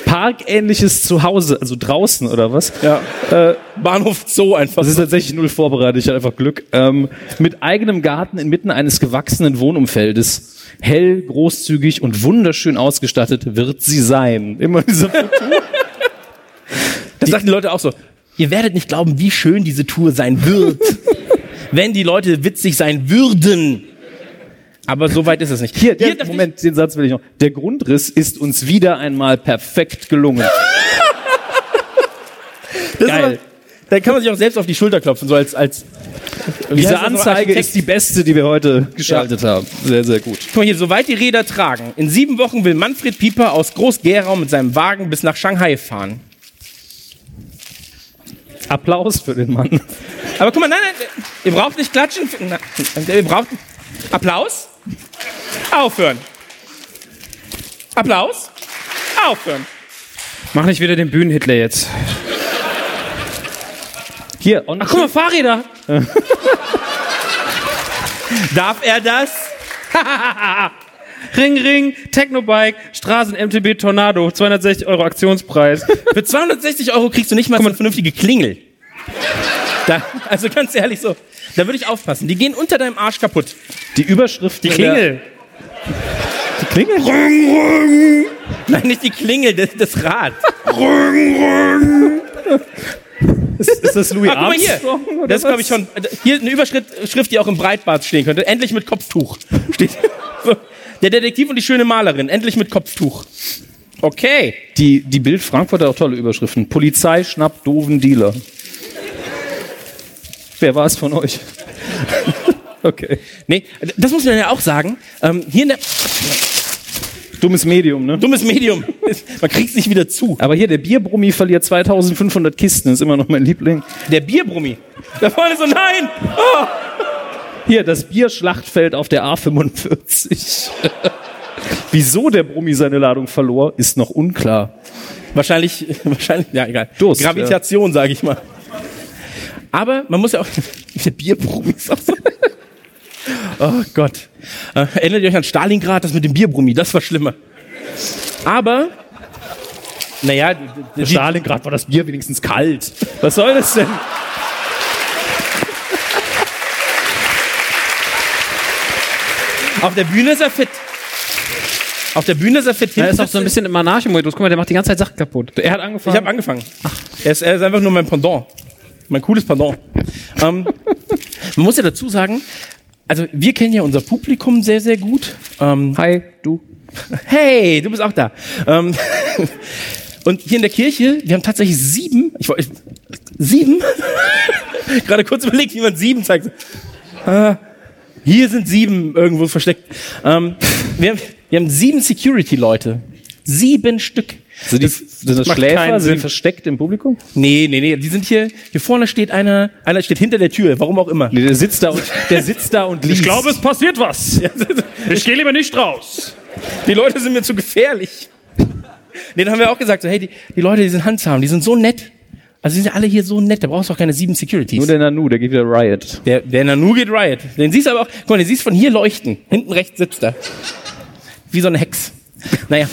parkähnliches Zuhause, also draußen oder was? Ja. Äh, Bahnhof Zoo einfach. das ist tatsächlich null vorbereitet, ich hatte einfach Glück. Ähm, mit eigenem Garten inmitten eines gewachsenen Wohnumfeldes. Hell, großzügig und wunderschön ausgestattet wird sie sein. Immer diese Das sagten die Leute auch so. Ihr werdet nicht glauben, wie schön diese Tour sein wird. wenn die Leute witzig sein würden. Aber so weit ist es nicht. Hier, der, dachte Moment, den Satz will ich noch. Der Grundriss ist uns wieder einmal perfekt gelungen. ich, das ist geil. Aber, da kann man sich auch selbst auf die Schulter klopfen, so als, als, heißt Diese das noch? Anzeige Architekt? ist die beste, die wir heute geschaltet haben. Sehr, sehr gut. guck mal hier, soweit die Räder tragen. In sieben Wochen will Manfred Pieper aus Groß-Gerau mit seinem Wagen bis nach Shanghai fahren. Applaus für den Mann. Aber guck mal, nein, nein, ihr braucht nicht klatschen. Na, Ihr braucht Applaus. Aufhören. Applaus. Aufhören. Mach nicht wieder den Bühnenhitler jetzt. Hier, on Ach, guck mal, Fahrräder. Darf er das? Ring, Ring, Technobike, Straßen, MTB, Tornado, 260 Euro Aktionspreis. Für 260 Euro kriegst du nicht mal so eine vernünftige Klingel. Da, also ganz ehrlich so, da würde ich aufpassen. Die gehen unter deinem Arsch kaputt. die Überschrift. Die Klingel. Die Klingel? Rung, rung. Nein, nicht die Klingel, das, das Rad. Ist, ist das Louis Ah, guck mal hier. Armstrong? oder Das ist, was? glaube ich, schon. Hier eine Überschrift, Schrift, die auch im Breitbart stehen könnte. Endlich mit Kopftuch. Steht. Der Detektiv und die schöne Malerin, endlich mit Kopftuch. Okay. Die, die Bild Frankfurt hat auch tolle Überschriften. Polizei schnappt doofen Dealer. Wer war es von euch? okay. Nee, das muss man ja auch sagen. Ähm, hier in der, Dummes Medium, ne? dummes Medium. Man kriegt nicht wieder zu. Aber hier, der Bierbrummi verliert 2500 Kisten, ist immer noch mein Liebling. Der Bierbrummi. Da vorne so, nein! Hier, das Bierschlachtfeld auf der A45. Wieso der Brummi seine Ladung verlor, ist noch unklar. Wahrscheinlich, wahrscheinlich, ja, egal. Durst, Gravitation, sage ich mal. Aber man muss ja auch, der Bierbrummi ist auch so. Oh Gott. Äh, erinnert ihr euch an Stalingrad, das mit dem Bierbrummi, das war schlimmer. Aber, naja, die, die, Stalingrad war das Bier wenigstens kalt. Was soll das denn? auf der Bühne ist er fit. Auf der Bühne ist er fit. Er ist auch so ein bisschen im Anarchemodus. Guck mal, der macht die ganze Zeit Sachen kaputt. Er hat Ich angefangen. habe angefangen. Er ist, er ist einfach nur mein Pendant. Mein cooles Pendant. ähm, man muss ja dazu sagen, also wir kennen ja unser Publikum sehr, sehr gut. Ähm, Hi, du. Hey, du bist auch da. Ähm, und hier in der Kirche, wir haben tatsächlich sieben, ich wollte, sieben? Gerade kurz überlegt, wie man sieben zeigt. Ah, hier sind sieben irgendwo versteckt. Ähm, wir, haben, wir haben sieben Security-Leute. Sieben Stück. Sind das, sind das macht keinen Schläfer? Sind Sinn. die versteckt im Publikum? Nee, nee, nee, die sind hier, hier vorne steht einer, einer steht hinter der Tür, warum auch immer. Nee, der sitzt da und, der sitzt da und liest. Ich glaube, es passiert was. Ich gehe lieber nicht raus. Die Leute sind mir zu gefährlich. Den haben wir auch gesagt, so, Also, hey, die, die Leute, die sind handzahm, die sind so nett. Also die sind ja alle hier so nett, da brauchst du auch keine sieben Securities. Nur der Nanu, der geht wieder Riot. Der, der Nanu geht Riot. Den siehst du aber auch, guck mal, den siehst du von hier leuchten. Hinten rechts sitzt er. Wie so eine Hex. Naja,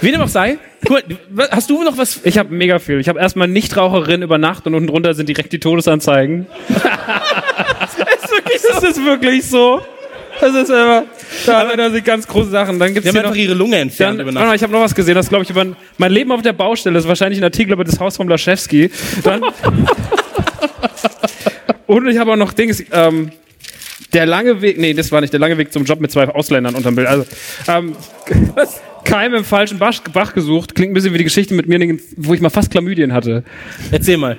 wie dem auch sei. Guck mal, wa- hast du noch was? Ich habe mega viel. Ich habe erstmal Nichtraucherin über Nacht und unten drunter sind direkt die Todesanzeigen. ist wirklich so. Das ist wirklich so. Das ist einfach, da, da sind ganz große Sachen. Dann gibt's Die haben hier noch einfach ihre Lunge entfernt Dann, über warte Nacht. mal, ich habe noch was gesehen, das glaube ich über ein- mein Leben auf der Baustelle. Das ist wahrscheinlich ein Artikel über das Haus von Laschewski. Dann und ich habe auch noch Dings. Ähm, der lange Weg, nee, das war nicht der lange Weg zum Job mit zwei Ausländern unterm Bild. Also ähm, Keim im falschen Bach, Bach gesucht. Klingt ein bisschen wie die Geschichte mit mir, wo ich mal fast Chlamydien hatte. Erzähl mal.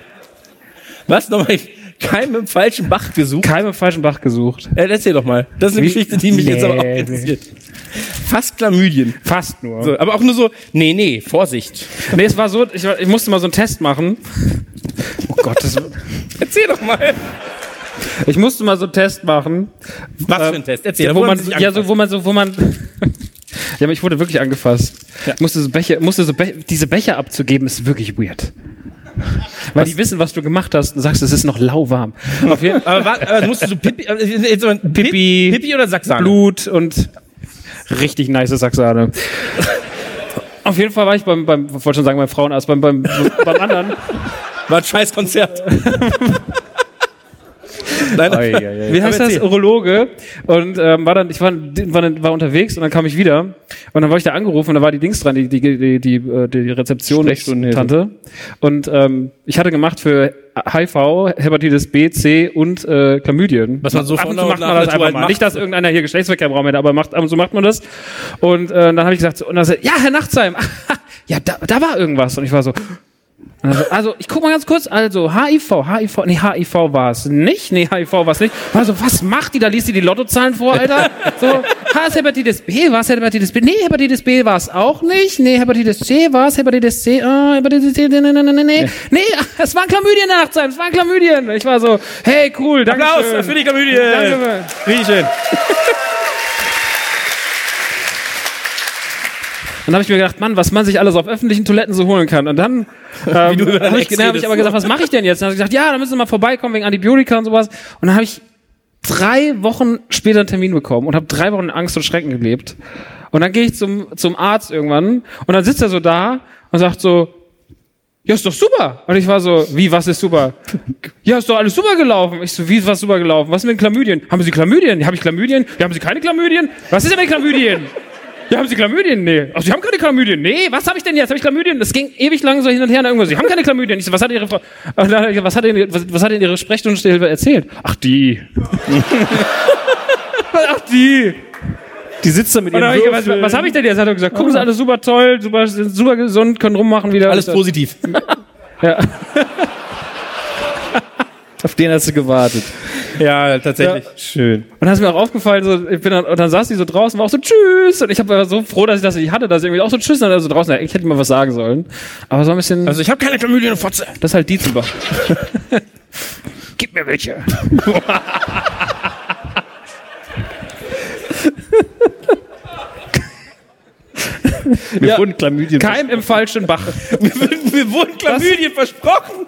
Was nochmal? Keim im falschen Bach gesucht. Keim im falschen Bach gesucht. Äh, erzähl doch mal. Das ist eine Geschichte, die mich jetzt aber auch interessiert. Fast Chlamydien. Fast nur. So, aber auch nur so, nee, nee, Vorsicht. Nee, es war so, ich, war- ich musste mal so einen Test machen. Oh Gott, das, Erzähl doch mal. ich musste mal so einen Test machen. Was für ein Test? Ähm, Erzähl. Ja, wo wo man, haben sie sich ja, so, wo man, so, wo man. ja, aber ich wurde wirklich angefasst. Ich Musste so Becher, musste so Be diese Becher abzugeben, ist wirklich weird. Weil die wissen, was du gemacht hast und sagst, es ist noch lauwarm. Auf jeden Fall Aber, wa- aber musstest du Pippi, äh, jetzt mal, Pipi. Pippi oder Sacksahne? Blut und richtig nice Sacksahne. Auf jeden Fall war ich beim, beim wollte schon sagen, beim Frauenarzt, beim, beim, beim anderen. War ein scheiß Konzert. Nein, Wie heißt das? Urologe. Und ähm, war dann, ich war, war, dann- war unterwegs und dann kam ich wieder. Und dann war ich da angerufen und da war die Dings dran, die, die, die, die, äh, die Rezeption-Tante. Und ähm, ich hatte gemacht für HIV, Hepatitis B, C und äh, Chlamydien. Was man so ab von und der zu macht nach man der das Tour einfach halt mal. macht. Nicht, dass irgendeiner hier Geschlechtsverkehr im Raum hätte, aber macht, ab und zu macht man das. Und äh, dann habe ich gesagt, so- und dann sagt, ja, Herr Nachtsheim, ja, da, da war irgendwas. Und ich war so, also, also, ich guck mal ganz kurz, also HIV, HIV, nee, HIV war es nicht, nee, HIV war es nicht. Also, was macht die? Da liest die die Lottozahlen vor, Alter. So, H ist Hepatitis B, war es Hepatitis B? Nee, Hepatitis B war es auch nicht. Nee, Hepatitis C war es, Hepatitis C, äh, Hepatitis C, nee, nee, nee, nee, nee. Nee, es waren Chlamydien nachtsheim, es waren Chlamydien. Ich war so, hey, cool, danke schön. Applaus für die Komödie. Danke. Wie schön. Dann habe ich mir gedacht, Mann, was man sich alles auf öffentlichen Toiletten so holen kann. Und dann ähm, habe ich, Ex dann hab ich redest. aber gesagt, was mache ich denn jetzt? Dann habe ich gesagt, ja, da müssen Sie mal vorbeikommen wegen Antibiotika und sowas. Und dann habe ich drei Wochen später einen Termin bekommen und habe drei Wochen in Angst und Schrecken gelebt. Und dann gehe ich zum, zum Arzt irgendwann und dann sitzt er so da und sagt so, ja, ist doch super. Und ich war so, wie, was ist super? Ja, ist doch alles super gelaufen. Ich so, wie, was super gelaufen? Was mit den Chlamydien? Haben Sie Chlamydien? Habe ich Chlamydien? Ja, haben Sie keine Chlamydien? Was ist denn mit Chlamydien? Ja, haben Sie Chlamydien? Nee. Ach, Sie haben keine Chlamydien. Nee, was habe ich denn jetzt? Habe ich Chlamydien? Das ging ewig lang so hin und her. Und irgendwas. Sie haben keine Chlamydien. Ich so, was hat Ihre Frau, Und dann, was hat Ihnen, was, was hat Ihnen Ihre Sprechstundenhilfe erzählt? Ach, die. Ach, die. Die sitzt da mit Und ihren dann hab ich, was Würfeln. was habe ich denn jetzt? Hat er gesagt, gucken Sie, alles super toll, super, sind super gesund, können rummachen wieder. Also, Alles Ich sag, positiv. Auf den hast du gewartet. Ja, tatsächlich. Schön. Und dann ist mir auch aufgefallen, so, ich bin dann, und dann saß die so draußen, war auch so tschüss. Und ich hab- war so froh, dass ich das nicht hatte, dass ich irgendwie auch so tschüss, und dann so draußen, ich hätte mal was sagen sollen. Aber so ein bisschen, Also ich habe keine Chlamydien und Fotze. das ist halt Dietzenbach. Gib mir welche. Wir wurden Chlamydien. Keim im falschen Bach. Wir wurden Chlamydien versprochen.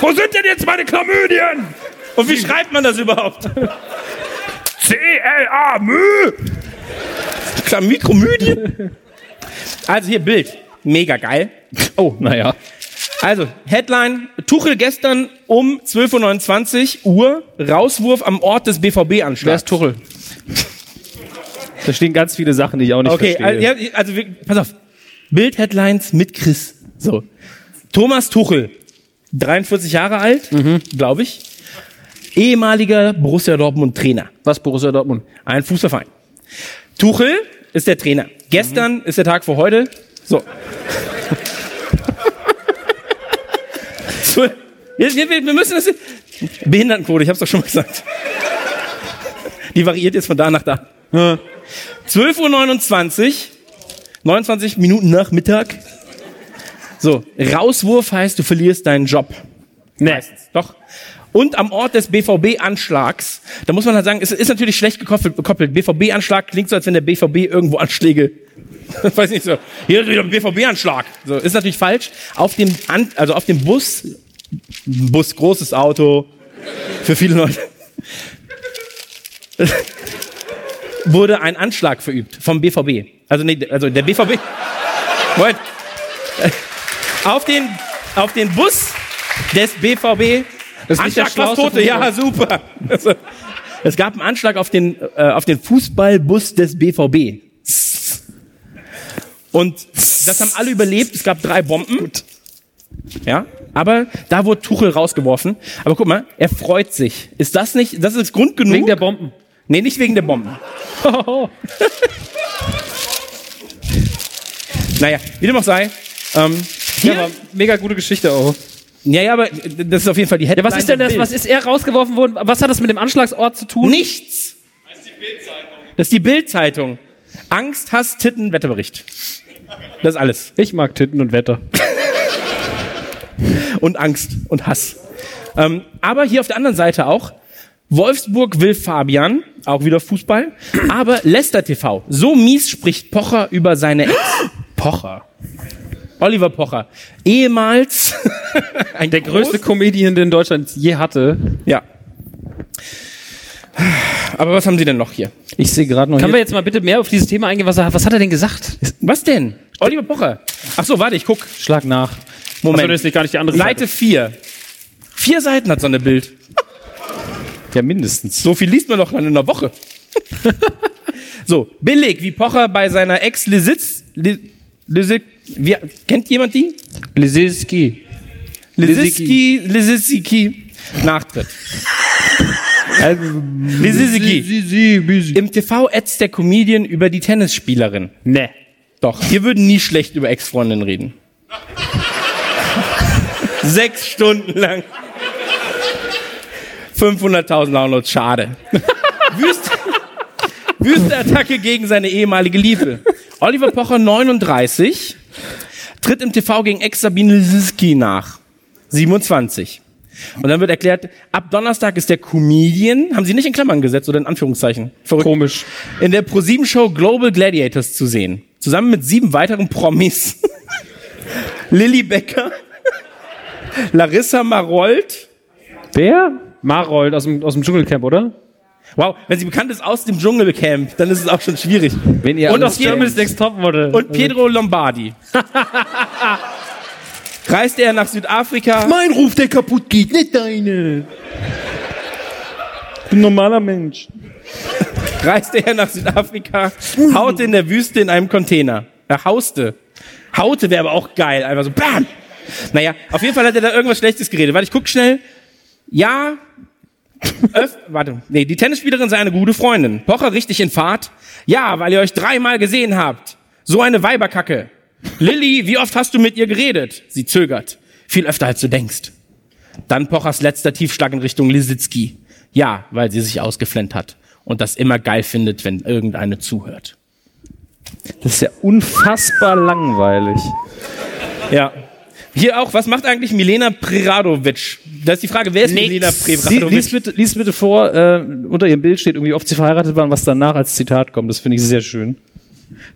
Wo sind denn jetzt meine Chlamydien? Und wie schreibt man das überhaupt? C-L-A, Mü! Chlamykromydien? Also hier Bild. Mega geil. Oh, naja. Also, Headline, Tuchel gestern um 12.29 Uhr, Rauswurf am Ort des Wer ist BVB-Anschlags. Tuchel? Da stehen ganz viele Sachen, die ich auch nicht Okay, also, verstehe. ja, also wir- pass auf. Bild-Headlines mit Chris. So. Thomas Tuchel, 43 Jahre alt, glaube ich. Ehemaliger Borussia Dortmund Trainer. Was, Borussia Dortmund? Ein Fußballverein. Tuchel ist der Trainer. Gestern ist der Tag vor heute. So. so. Wir, wir, wir müssen das. Behindertenquote, ich hab's doch schon mal gesagt. Die variiert jetzt von da nach da. 12.29 Uhr, 29 Minuten nach Mittag. So, Rauswurf heißt, du verlierst deinen Job. Nee. Doch. Und am Ort des BVB-Anschlags, da muss man halt sagen, es ist natürlich schlecht gekoppelt. gekoppelt. BVB-Anschlag klingt so, als wenn der BVB irgendwo Anschläge. Weiß nicht so. Hier ist wieder ein BVB-Anschlag. So, ist natürlich falsch. Auf dem, An also auf dem Bus, Bus, großes Auto, für viele Leute, wurde ein Anschlag verübt vom BVB. Also, nee, also der BVB. Moment. Auf den, auf den Bus des BVB. Das ist nicht der Anschlag fast Schlauste Tote, von ja, super. Also, es gab einen Anschlag auf den, äh, auf den Fußballbus des BVB. Und das haben alle überlebt. Es gab drei Bomben. Ja, aber da wurde Tuchel rausgeworfen. Aber guck mal, er freut sich. Ist das nicht, das ist Grund genug? Wegen der Bomben. nee, nicht wegen der Bomben. Naja, wie dem auch sei. Ähm, Ja, aber mega gute Geschichte auch. ja, ja, aber das ist auf jeden Fall die Headline. Ja, was ist denn das? Bild. Was ist er rausgeworfen worden? Was hat das mit dem Anschlagsort zu tun? Nichts. Das ist die Bild-Zeitung. Angst, Hass, Titten, Wetterbericht. Das ist alles. Ich mag Titten und Wetter. Und Angst und Hass. Ähm, aber hier auf der anderen Seite auch. Wolfsburg will Fabian, auch wieder Fußball, aber Leicester TV. So mies spricht Pocher über seine Ex. Pocher. Oliver Pocher. Ehemals ein der Größte Comedian, den Deutschland je hatte. Ja. Aber was haben Sie denn noch hier? Ich sehe gerade noch Können hier. wir jetzt mal bitte mehr auf dieses Thema eingehen? Was, er- was hat er denn gesagt? Was denn? Oliver Pocher. Ach so, warte, ich guck. Schlag nach. Moment. nicht gar nicht die andere Seite 4. Vier Seiten hat so eine Bild. Ja, mindestens. So viel liest man doch in einer Woche. so, billig, wie Pocher bei seiner Ex Lisitz. Li- Lisick. Wie, kennt jemand die? Lesinski. Lisicki. Lisicki. Nachtritt. Also, Lisicki. Im TV ätzt der Comedian über die Tennisspielerin. Ne. Doch, wir würden nie schlecht über Ex-Freundinnen reden. Sechs Stunden lang. 500.000 Downloads, schade. Wüste, wüste Attacke gegen seine ehemalige Liebe. Oliver Pocher, 39, tritt im TV gegen Ex-Sabine Lisicki nach. 27. Und dann wird erklärt, ab Donnerstag ist der Comedian, haben sie nicht in Klammern gesetzt oder in Anführungszeichen? Verrückt Komisch. in der ProSieben-Show Global Gladiators zu sehen. Zusammen mit sieben weiteren Promis. Lilly Becker, Larissa Marold. Wer? Marold aus dem, aus dem Dschungelcamp, oder? Wow, wenn sie bekannt ist aus dem Dschungelcamp, dann ist es auch schon schwierig. Wenn ihr Und alles auf jeden Germany's Next Topmodel. Und Pedro Lombardi. Reiste er nach Südafrika. Mein Ruf, der kaputt geht, nicht deine. bin ein normaler Mensch. reiste er nach Südafrika, haute in der Wüste in einem Container. Er hauste. Haute wäre aber auch geil. Einfach so, bam! Naja, auf jeden Fall hat er da irgendwas Schlechtes geredet. Warte, ich guck schnell. Ja, Öff, warte, nee, die Tennisspielerin sei eine gute Freundin. Pocher richtig in Fahrt. Ja, weil ihr euch dreimal gesehen habt. So eine Weiberkacke. Lilly, wie oft hast du mit ihr geredet? Sie zögert. Viel öfter als du denkst. Dann Pochers letzter Tiefschlag in Richtung Lisitzki. Ja, weil sie sich ausgeflennt hat und das immer geil findet, wenn irgendeine zuhört. Das ist ja unfassbar langweilig. Ja. Hier auch, was macht eigentlich Milena Preradovic? Da ist die Frage, wer ist Milena Sie, lies, Preradovic? bitte, lies bitte vor, äh, unter ihrem Bild steht irgendwie, ob sie verheiratet waren, was danach als Zitat kommt. Das finde ich sehr schön.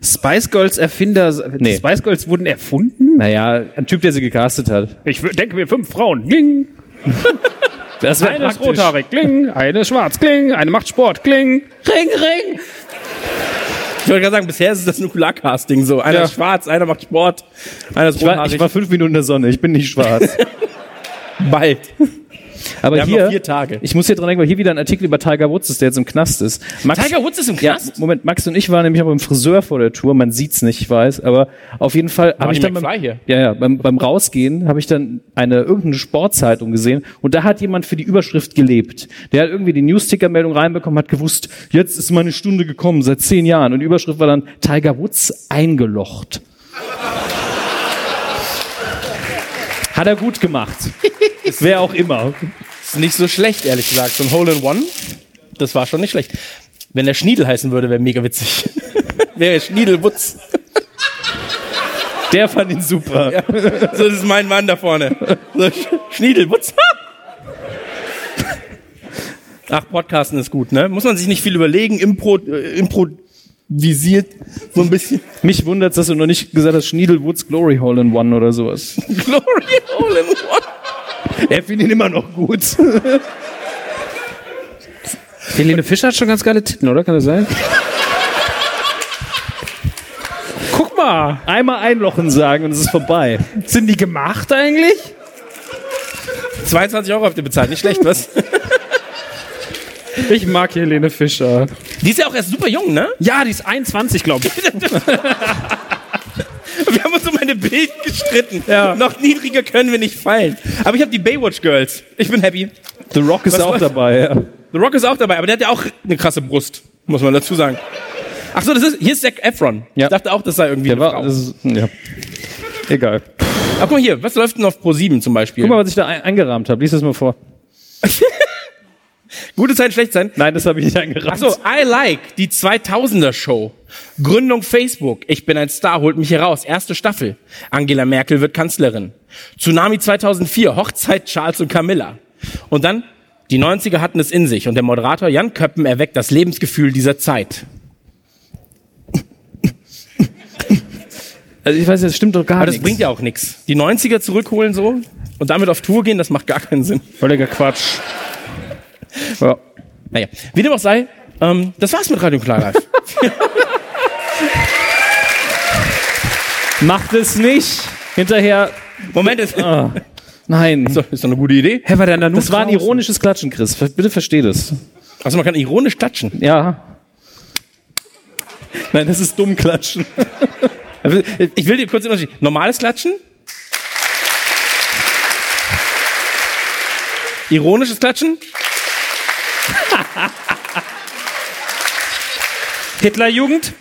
Spice Girls Erfinder. Nee. Die Spice Girls Also, wurden erfunden? Naja, ein Typ, der sie gecastet hat. Ich wür- denke mir fünf Frauen. Kling. Das wäre Eine ist rothaarig. Kling. Eine ist schwarz. Kling. Eine macht Sport. Kling. Ring, Ring. Ich wollte gerade sagen, bisher ist es das Nukular-Casting so. Einer Ja. ist schwarz, einer macht Sport, einer ist Ich war, ich war fünf Minuten in der Sonne, ich bin nicht schwarz. bald. Aber Wir haben hier, noch vier Tage. ich muss hier dran denken, weil hier wieder ein Artikel über Tiger Woods ist, der jetzt im Knast ist. Max, Tiger Woods ist im Knast? Moment, Max und ich waren nämlich auch beim Friseur vor der Tour, man sieht's nicht, ich weiß, aber auf jeden Fall habe Marty ich dann McFly beim, hier. Ja, ja, beim, beim Rausgehen habe ich dann eine irgendeine Sportzeitung gesehen und da hat jemand für die Überschrift gelebt. Der hat irgendwie die Newsticker-Meldung reinbekommen, hat gewusst, jetzt ist meine Stunde gekommen, seit zehn Jahren. Und die Überschrift war dann Tiger Woods eingelocht. Hat er gut gemacht. Wer auch immer. Ist nicht so schlecht, ehrlich gesagt. So ein Hole-in-One, das war schon nicht schlecht. Wenn der Schniedel heißen würde, wäre mega witzig. wäre Schniedel Woods. Der fand ihn super. So, das ist mein Mann da vorne. So, Sch- Schniedel Woods. Ach, Podcasten ist gut, ne? Muss man sich nicht viel überlegen, Impro, äh, improvisiert so ein bisschen. Mich wundert's, dass du noch nicht gesagt hast, Schniedel Woods Glory Hole in One oder sowas. Glory Hole-in-One. er findet ihn immer noch gut. Helene Fischer hat schon ganz geile Titten, oder? Kann das sein? Guck mal. Einmal einlochen sagen und es ist vorbei. Sind die gemacht eigentlich? 22 Euro habt ihr bezahlt, nicht schlecht, was? Ich mag Helene Fischer. Die ist ja auch erst super jung, ne? Ja, die ist 21, glaube ich. Wir haben uns um eine Bild gestritten. Ja. Noch niedriger können wir nicht fallen. Aber ich habe die Baywatch Girls. Ich bin happy. The Rock ist Was auch war- dabei. Ja. The Rock ist auch dabei, aber der hat ja auch eine krasse Brust, muss man dazu sagen. Ach so, das ist hier ist Zac Efron. Ja. Ich dachte auch, das sei irgendwie Der eine war, Frau. das ist, ja. Egal. Ach, guck mal hier, was läuft denn auf Pro 7 zum Beispiel? Guck mal, was ich da ein eingerahmt habe. Lies das mal vor. Gute Zeit, schlecht sein. Nein, das habe ich nicht eingerahmt. Ach so, I like die 2000er Show. Gründung Facebook. Ich bin ein Star, holt mich hier raus. Erste Staffel. Angela Merkel wird Kanzlerin. Tsunami 2004. Hochzeit Charles und Camilla. Und dann die 90er hatten es in sich und der Moderator Jan Köppen erweckt das Lebensgefühl dieser Zeit. Also ich weiß, das stimmt doch gar Aber das nicht. bringt ja auch nichts. Die 90er zurückholen so und damit auf Tour gehen, das macht gar keinen Sinn. Völliger Quatsch. Ja. Naja, wie dem auch sei, ähm, das war's mit Radio Klarreif. Macht es nicht. Hinterher. Moment, das, Ah. Nein. so, ist doch eine gute Idee. Hä, war der da nur Das war ein draußen? ironisches Klatschen, Chris. Ver- Bitte versteh das. Also man kann ironisch klatschen. Ja. Nein, das ist dumm klatschen. Ich will dir kurz den Unterschied. Normales Klatschen. Ironisches Klatschen. Hitlerjugend?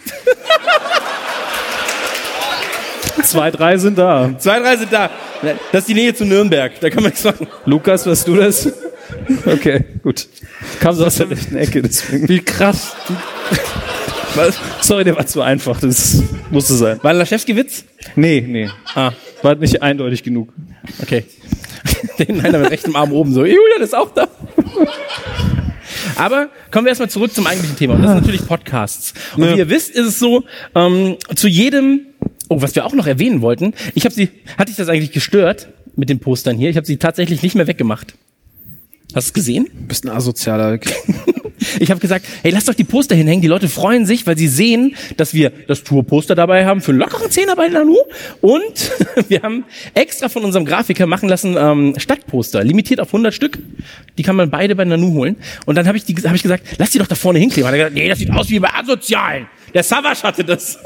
Zwei, drei sind da. Zwei, drei sind da. Das ist die Nähe zu Nürnberg. Da kann man nichts machen. Lukas, warst du das? Okay, gut. Kam so aus der rechten Ecke, deswegen. Wie krass. Was? Sorry, der war zu einfach. Das musste sein. War ein Laschewski-Witz? Nee, nee. Ah, War nicht eindeutig genug. okay. Den einer mit rechtem Arm oben so. Julian ist auch da. Aber kommen wir erstmal zurück zum eigentlichen Thema. Und das sind natürlich Podcasts. Und wie ihr wisst, ist es so, ähm, zu jedem, oh, was wir auch noch erwähnen wollten, ich habe sie, hatte ich das eigentlich gestört mit den Postern hier? Ich habe sie tatsächlich nicht mehr weggemacht. Hast du es gesehen? Du bist ein asozialer. Ich habe gesagt, hey, lass doch die Poster hinhängen. Die Leute freuen sich, weil sie sehen, dass wir das Tourposter dabei haben für einen lockeren Zehner bei Nanu. Und wir haben extra von unserem Grafiker machen lassen ähm, Stadtposter, limitiert auf 100 Stück. Die kann man beide bei Nanu holen. Und dann habe ich, die- hab ich gesagt, lass die doch da vorne hinkleben. Hat er gesagt, nee, das sieht aus wie bei Asozialen. Der Savas hatte das.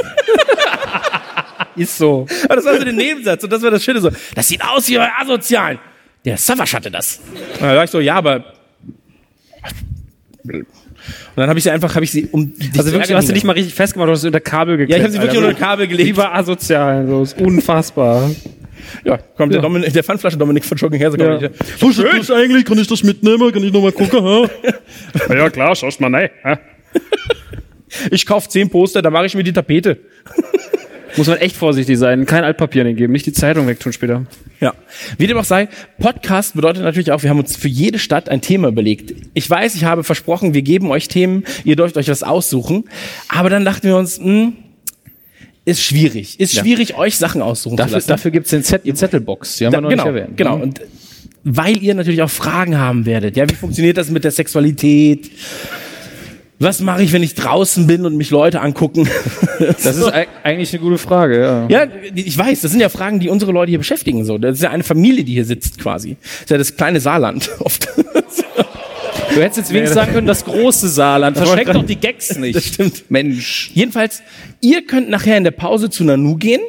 Ist so. Aber das war so der Nebensatz und das war das Schöne so. Das sieht aus wie bei Asozialen. Der Savas hatte das. Und Da war ich so, ja, aber Und dann habe ich sie einfach, habe ich sie um dich Also zu wirklich, du ärgern hast sie nicht gelassen. mal richtig festgemacht, du hast sie unter Kabel geklemmt. Ja, ich habe sie wirklich Alter. unter ein Kabel gelegt. Die war asozial, so ist unfassbar. Ja, kommt der, Dominik, der Pfandflasche Dominik von Jogging her. So Ja. ja. Wo ist das eigentlich? Kann ich das mitnehmen? Kann ich nochmal gucken? Ha? ja klar, schaust mal nein. Ich kaufe zehn Poster, da mache ich mir die Tapete. Muss man echt vorsichtig sein, kein Altpapier geben, nicht die Zeitung wegtun später. Ja. Wie dem auch sei, Podcast bedeutet natürlich auch, wir haben uns für jede Stadt ein Thema überlegt. Ich weiß, ich habe versprochen, wir geben euch Themen, ihr dürft euch was aussuchen. Aber dann dachten wir uns, hm, ist schwierig. Ist schwierig, euch Sachen aussuchen zu Dafür, lassen. dafür gibt's den Zett- die Zettelbox. Die haben wir noch genau, nicht erwähnt. Mhm. Genau. Und weil ihr natürlich auch Fragen haben werdet. Ja, wie funktioniert das mit der Sexualität? Was mache ich, wenn ich draußen bin und mich Leute angucken? Das ist eig- eigentlich eine gute Frage, ja. Ja, ich weiß, das sind ja Fragen, die unsere Leute hier beschäftigen. So, das ist ja eine Familie, die hier sitzt quasi. Das ist ja das kleine Saarland oft. Du hättest jetzt wenigstens sagen können, das große Saarland. Verschreck doch die Gags nicht. Das stimmt. Mensch. Jedenfalls, ihr könnt nachher in der Pause zu Nanu gehen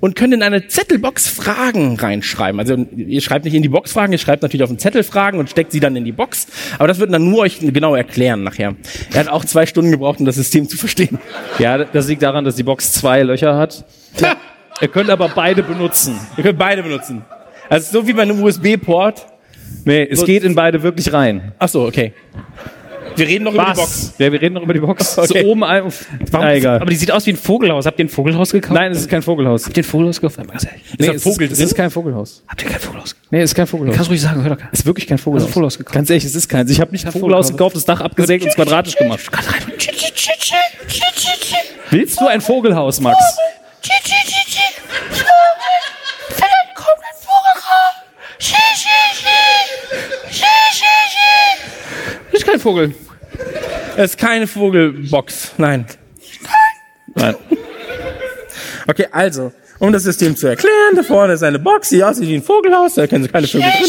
und könnt in eine Zettelbox Fragen reinschreiben. Also ihr schreibt nicht in die Box Fragen, ihr schreibt natürlich auf den Zettel Fragen und steckt sie dann in die Box. Aber das wird Nanu euch genau erklären nachher. Er hat auch zwei Stunden gebraucht, um das System zu verstehen. Ja, das liegt daran, dass die Box zwei Löcher hat. Ihr könnt aber beide benutzen. Ihr könnt beide benutzen. Also so wie bei einem USB-Port. Nee, es geht in beide wirklich rein. Ach so, okay. Wir reden noch über die Box. Ja, wir reden noch über die Box. Okay. So oben ein. Uff. Na, egal. Aber die sieht aus wie ein Vogelhaus. Habt ihr ein Vogelhaus gekauft? Nein, es ist kein Vogelhaus. Habt ihr ein Vogelhaus gekauft? Nein, Nee, ein es Vogel ist, es drin? ist kein Vogelhaus. Habt ihr kein Vogelhaus gekauft? Nee, es ist kein Vogelhaus. Kannst ruhig sagen, hör doch keiner. Es ist wirklich kein Vogelhaus. Hast du Vogelhaus gekauft? Ganz ehrlich, es ist keins. Ich habe nicht ein Vogelhaus gekauft, das Dach abgesägt und es quadratisch gemacht. Äh, Willst du ein Vogelhaus, Max? Ist kein Vogel. Es ist keine Vogelbox. Nein. Nein. Okay, also, um das System zu erklären, da vorne ist eine Box, die aussieht wie ein Vogelhaus, da können Sie keine Vögel drin.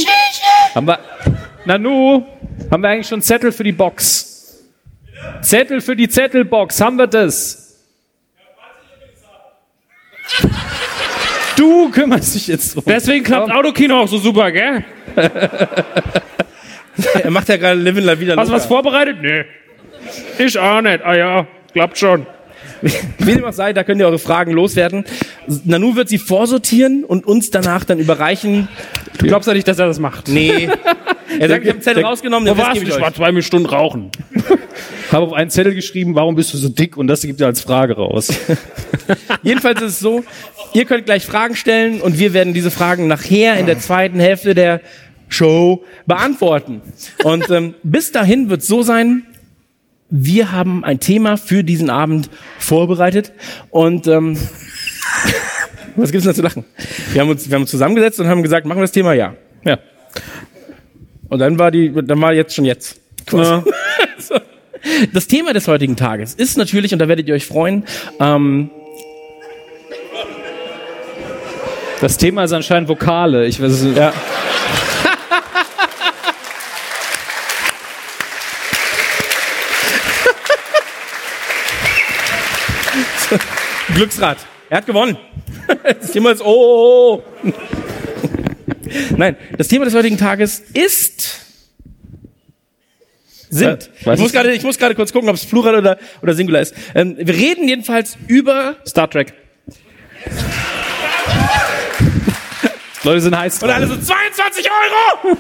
Haben wir. Nanu, haben wir eigentlich schon Zettel für die Box? Zettel für die Zettelbox, haben wir das? Du kümmerst dich jetzt drum. Deswegen klappt Autokino auch so super, gell? Er macht ja gerade Livin La Vida Hast äh. du was Loca. vorbereitet? Nee. Ich auch nicht. Ah ja, klappt schon. Wie dem auch sei, da könnt ihr eure Fragen loswerden. Nanu wird sie vorsortieren und uns danach dann überreichen. Du glaubst ja nicht, dass er das macht. Nee. Er sagt, ich habe Zettel der- rausgenommen, Wo den Rest warst du? gebe ich Ich war euch. zwei Stunden rauchen. Habe auf einen Zettel geschrieben, warum bist du so dick? Und das gibt er als Frage raus. Jedenfalls ist es so, ihr könnt gleich Fragen stellen und wir werden diese Fragen nachher in der zweiten Hälfte der Show beantworten. Und ähm, bis dahin wird es so sein, wir haben ein Thema für diesen Abend vorbereitet und ähm, was gibt's denn da zu lachen? Wir haben uns, wir haben uns zusammengesetzt und haben gesagt, machen wir das Thema ja. Ja. Und dann war die, dann war jetzt schon jetzt. Quasi. So. Das Thema des heutigen Tages ist natürlich, und da werdet ihr euch freuen, ähm, Das Thema ist anscheinend Vokale. Ich weiß es nicht. Ja. Glücksrad. Er hat gewonnen. Das Thema ist, oh, oh, oh. Nein, das Thema des heutigen Tages ist sind. Äh, weiß ich muss ich- gerade, ich muss gerade kurz gucken, ob es Plural oder oder Singular ist. Ähm, wir reden jedenfalls über Star Trek. Leute sind heiß. Und alle so 22 Euro!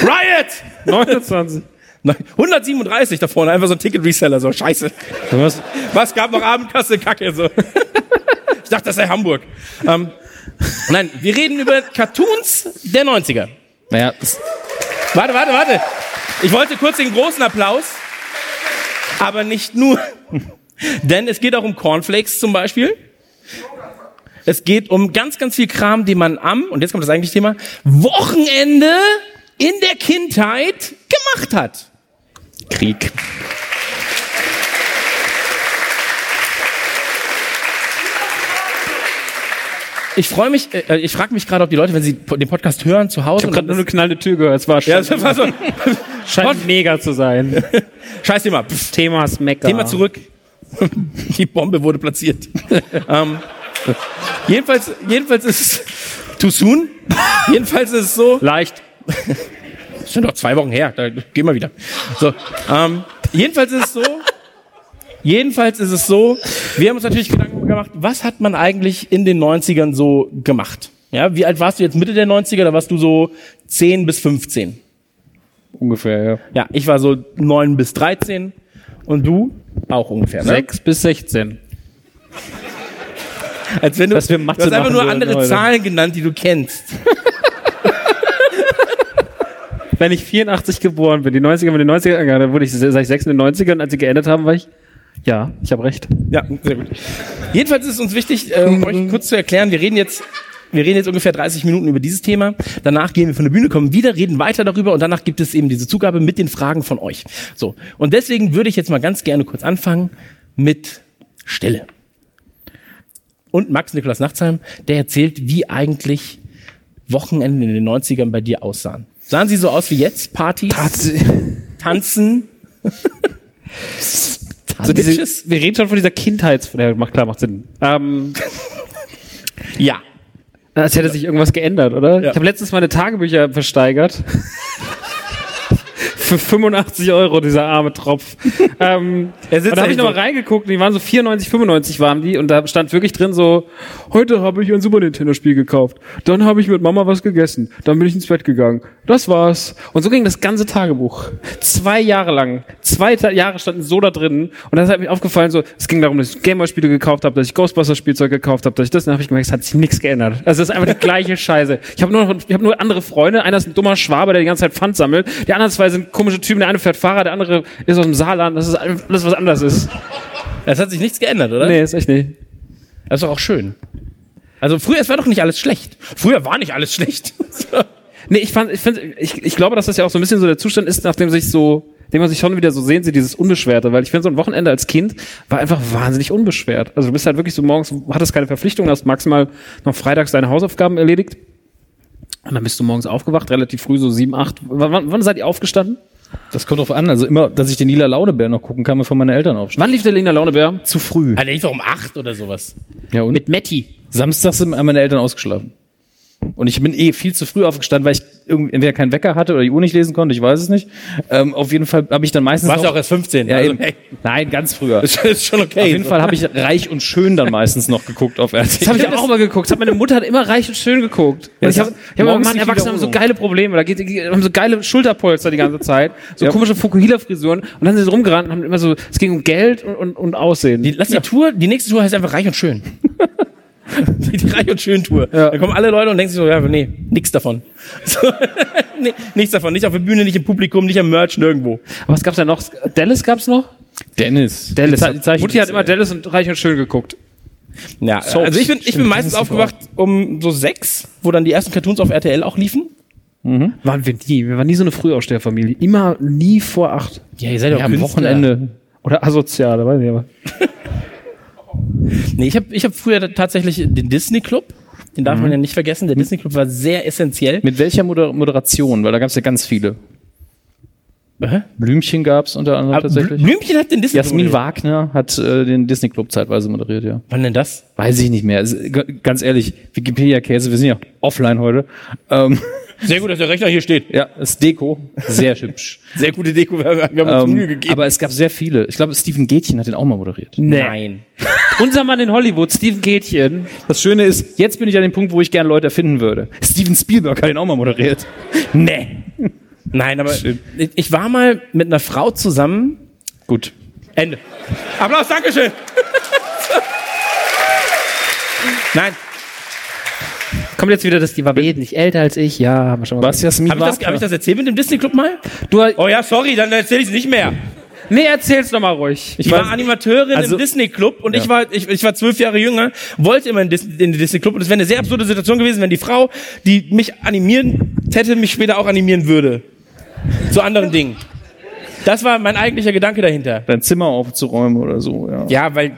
Riot! 29. Nein, 137 da vorne, einfach so ein Ticket-Reseller, so scheiße. Was? Was gab noch Abendkasse, Kacke, so. Ich dachte, das sei Hamburg. Ähm, nein, wir reden über Cartoons der 90er. Naja, das, Warte, warte, warte. Ich wollte kurz den großen Applaus, aber nicht nur. Denn es geht auch um Cornflakes zum Beispiel. Es geht um ganz, ganz viel Kram, den man am, und jetzt kommt das eigentliche Thema, Wochenende in der Kindheit gemacht hat. Krieg. Ich freue mich, äh, ich frage mich gerade, ob die Leute, wenn sie den Podcast hören, zu Hause... Ich habe gerade nur eine knallende Tür gehört. Es war ja, ja, das war so, scheint mega zu sein. Scheiß Thema. Pff, Thema ist Mecker. Thema zurück. Die Bombe wurde platziert. ähm, jedenfalls, jedenfalls ist es too soon. jedenfalls ist es so. Leicht. Das sind doch zwei Wochen her, da gehen wir wieder. So, ähm, jedenfalls ist es so, jedenfalls ist es so, wir haben uns natürlich Gedanken gemacht, was hat man eigentlich in den 90ern so gemacht? Ja, wie alt warst du jetzt Mitte der 90er, da warst du so 10 bis 15. Ungefähr, Ne? ja. Ja, ich war so 9 bis 13 und du auch ungefähr, ne? 6 bis 16. Als wenn du, Dass wir Mathe du hast einfach machen nur würden andere heute. Zahlen genannt, die du kennst. Wenn ich 84 geboren bin, die 90er mit den 90er, ja, dann wurde ich, sag ich 96 und als sie geändert haben, war ich, ja, ich habe recht. Ja, sehr gut. Jedenfalls ist es uns wichtig, äh, um euch kurz zu erklären, wir reden jetzt wir reden jetzt ungefähr 30 Minuten über dieses Thema. Danach gehen wir von der Bühne, kommen wieder, reden weiter darüber und danach gibt es eben diese Zugabe mit den Fragen von euch. So. Und deswegen würde ich jetzt mal ganz gerne kurz anfangen mit Stille. Und Max Nikolaus Nachtsheim, der erzählt, wie eigentlich Wochenenden in den 90ern bei dir aussahen. Sahen sie so aus wie jetzt? Partys? Tanzen? So diese, Ah, Bitches? wir reden schon von dieser Kindheits, ja, macht klar, macht Sinn. Ähm, Ja. als hätte sich irgendwas geändert, oder? Ja. Ich habe letztens meine Tagebücher versteigert. Für 85 Euro, dieser arme Tropf. ähm, Er sitzt und da habe echt ich nochmal so. reingeguckt, die waren so 94, 95 waren die und da stand wirklich drin so, heute habe ich ein Super Nintendo Spiel gekauft, dann habe ich mit Mama was gegessen, dann bin ich ins Bett gegangen, das war's. Und so ging das ganze Tagebuch. Zwei Jahre lang, zwei Ta Jahre standen so da drin und das hat mir aufgefallen so, es ging darum, dass ich Gameboy Spiele gekauft habe, dass ich Ghostbusters Spielzeug gekauft habe, dass ich das, dann habe ich gemerkt, es hat sich nichts geändert. Also es ist einfach die gleiche Scheiße. Ich habe nur noch, ich habe nur andere Freunde, einer ist ein dummer Schwabe, der die ganze Zeit Pfand sammelt, die anderen zwei sind komische Typen, der eine fährt Fahrrad, der andere ist aus dem Saarland, das ist alles was anders ist. Das hat sich nichts geändert, oder? Nee, ist echt nicht. Das ist doch auch schön. Also früher, es war doch nicht alles schlecht. Früher war nicht alles schlecht. So. Nee, ich fand, ich, find, ich, ich glaube, dass das ja auch so ein bisschen so der Zustand ist, nachdem sich so, dem man sich schon wieder so sehen sieht, dieses Unbeschwerte, weil ich finde, so ein Wochenende als Kind war einfach wahnsinnig unbeschwert. Also du bist halt wirklich so morgens, hattest keine Verpflichtung, hast maximal noch freitags deine Hausaufgaben erledigt. Und dann bist du morgens aufgewacht, relativ früh, so sieben, acht. Wann, wann, wann seid ihr aufgestanden? Das kommt drauf an. Also immer, dass ich den lila Launebär noch gucken kann, von meinen Eltern aufstehen. Wann lief der Lena Launebär? Zu früh. Alter, ich war um acht oder sowas. Ja, und? Mit Matti. Samstags sind meine Eltern ausgeschlafen. Und ich bin eh viel zu früh aufgestanden, weil ich irgendwie entweder keinen Wecker hatte oder die Uhr nicht lesen konnte, ich weiß es nicht. Ähm, auf jeden Fall habe ich dann meistens. Warst du noch- auch erst 15? Ja, also, eben. hey, Nein, ganz früher. das ist schon okay. auf jeden Fall habe ich reich und schön dann meistens noch geguckt auf RTL. Das habe ich auch immer geguckt. Das hat meine Mutter hat immer reich und schön geguckt. Und Ja, ich das- habe ich hab immer, morgens Mann, die Erwachsene haben so Wiederholung. geile Probleme. Da geht, die haben so geile Schulterpolster die ganze Zeit. So komische Fukuhila-Frisuren. Und dann sind sie rumgerannt und haben immer so, es ging um Geld und, und, und Aussehen. Die, lass die Tour, die nächste Tour heißt einfach Reich und Schön. die, die Reich und Schön Tour. Da kommen alle Leute und denken sich so, ja, nee, nix davon. So, nee, nichts davon. Nicht auf der Bühne, nicht im Publikum, nicht am Merch, nirgendwo. Aber was gab's da noch? Dallas gab's noch? Dennis. Dallas. Die Ze- die Zeichen- Mutti hat immer Dallas und reich und schön geguckt. Ja, also ich bin, ich bin meistens aufgewacht um so sechs, wo dann die ersten Cartoons auf RTL auch liefen. Waren wir nie. Wir waren nie so eine Frühaufsteherfamilie. Immer nie vor acht. Ja, ihr seid ja, auch am Künstler. Wochenende. Oder asoziale, weiß ich aber. Nee, ich habe ich hab früher da- tatsächlich den Disney Club. Den darf man ja nicht vergessen. Der Disney Club war sehr essentiell. Mit welcher Moder Moderation? Weil da gab es ja ganz viele. Hä? Ah, Blümchen gab es unter anderem tatsächlich. Blümchen hat den Disney Jasmin moderiert. Wagner hat äh, den Disney Club zeitweise moderiert, ja. Wann denn das? Weiß ich nicht mehr. Es- g- ganz ehrlich, Wikipedia-Käse, wir sind ja offline heute. Ähm, Sehr gut, dass der Rechner hier steht. ja, ist Deko. Sehr hübsch. Sehr gute Deko. Wir haben uns Mühe ähm, gegeben. aber es gab sehr viele. Ich glaube, Stephen Gätchen hat den auch mal moderiert. Nein. Unser Mann in Hollywood, Steven Gätchen. Das Schöne ist, jetzt bin ich an dem Punkt, wo ich gerne Leute erfinden würde. Steven Spielberg hat den auch mal moderiert. Nee. Nein, aber ich- ich war mal mit einer Frau zusammen. Gut. Ende. Applaus, Dankeschön. Nein. Kommt jetzt wieder, dass die war wesentlich älter als ich. Ja, haben wir schon mal. Was, Jasmin Habe ich, das- hab ich das erzählt mit dem Disney Club mal? Du, Oh ja, sorry, dann erzähle ich es nicht mehr. nee, erzähl's doch mal ruhig. Ich war Animateurin Also- im Disney Club und ich war Halt, ich, ich war zwölf Jahre jünger, wollte immer in, Dis in den Disney Club und es wäre eine sehr absurde Situation gewesen, wenn die Frau, die mich animieren hätte, mich später auch animieren würde. Zu anderen Dingen. Das war mein eigentlicher Gedanke dahinter. Dein Zimmer aufzuräumen oder so, ja. Ja, weil,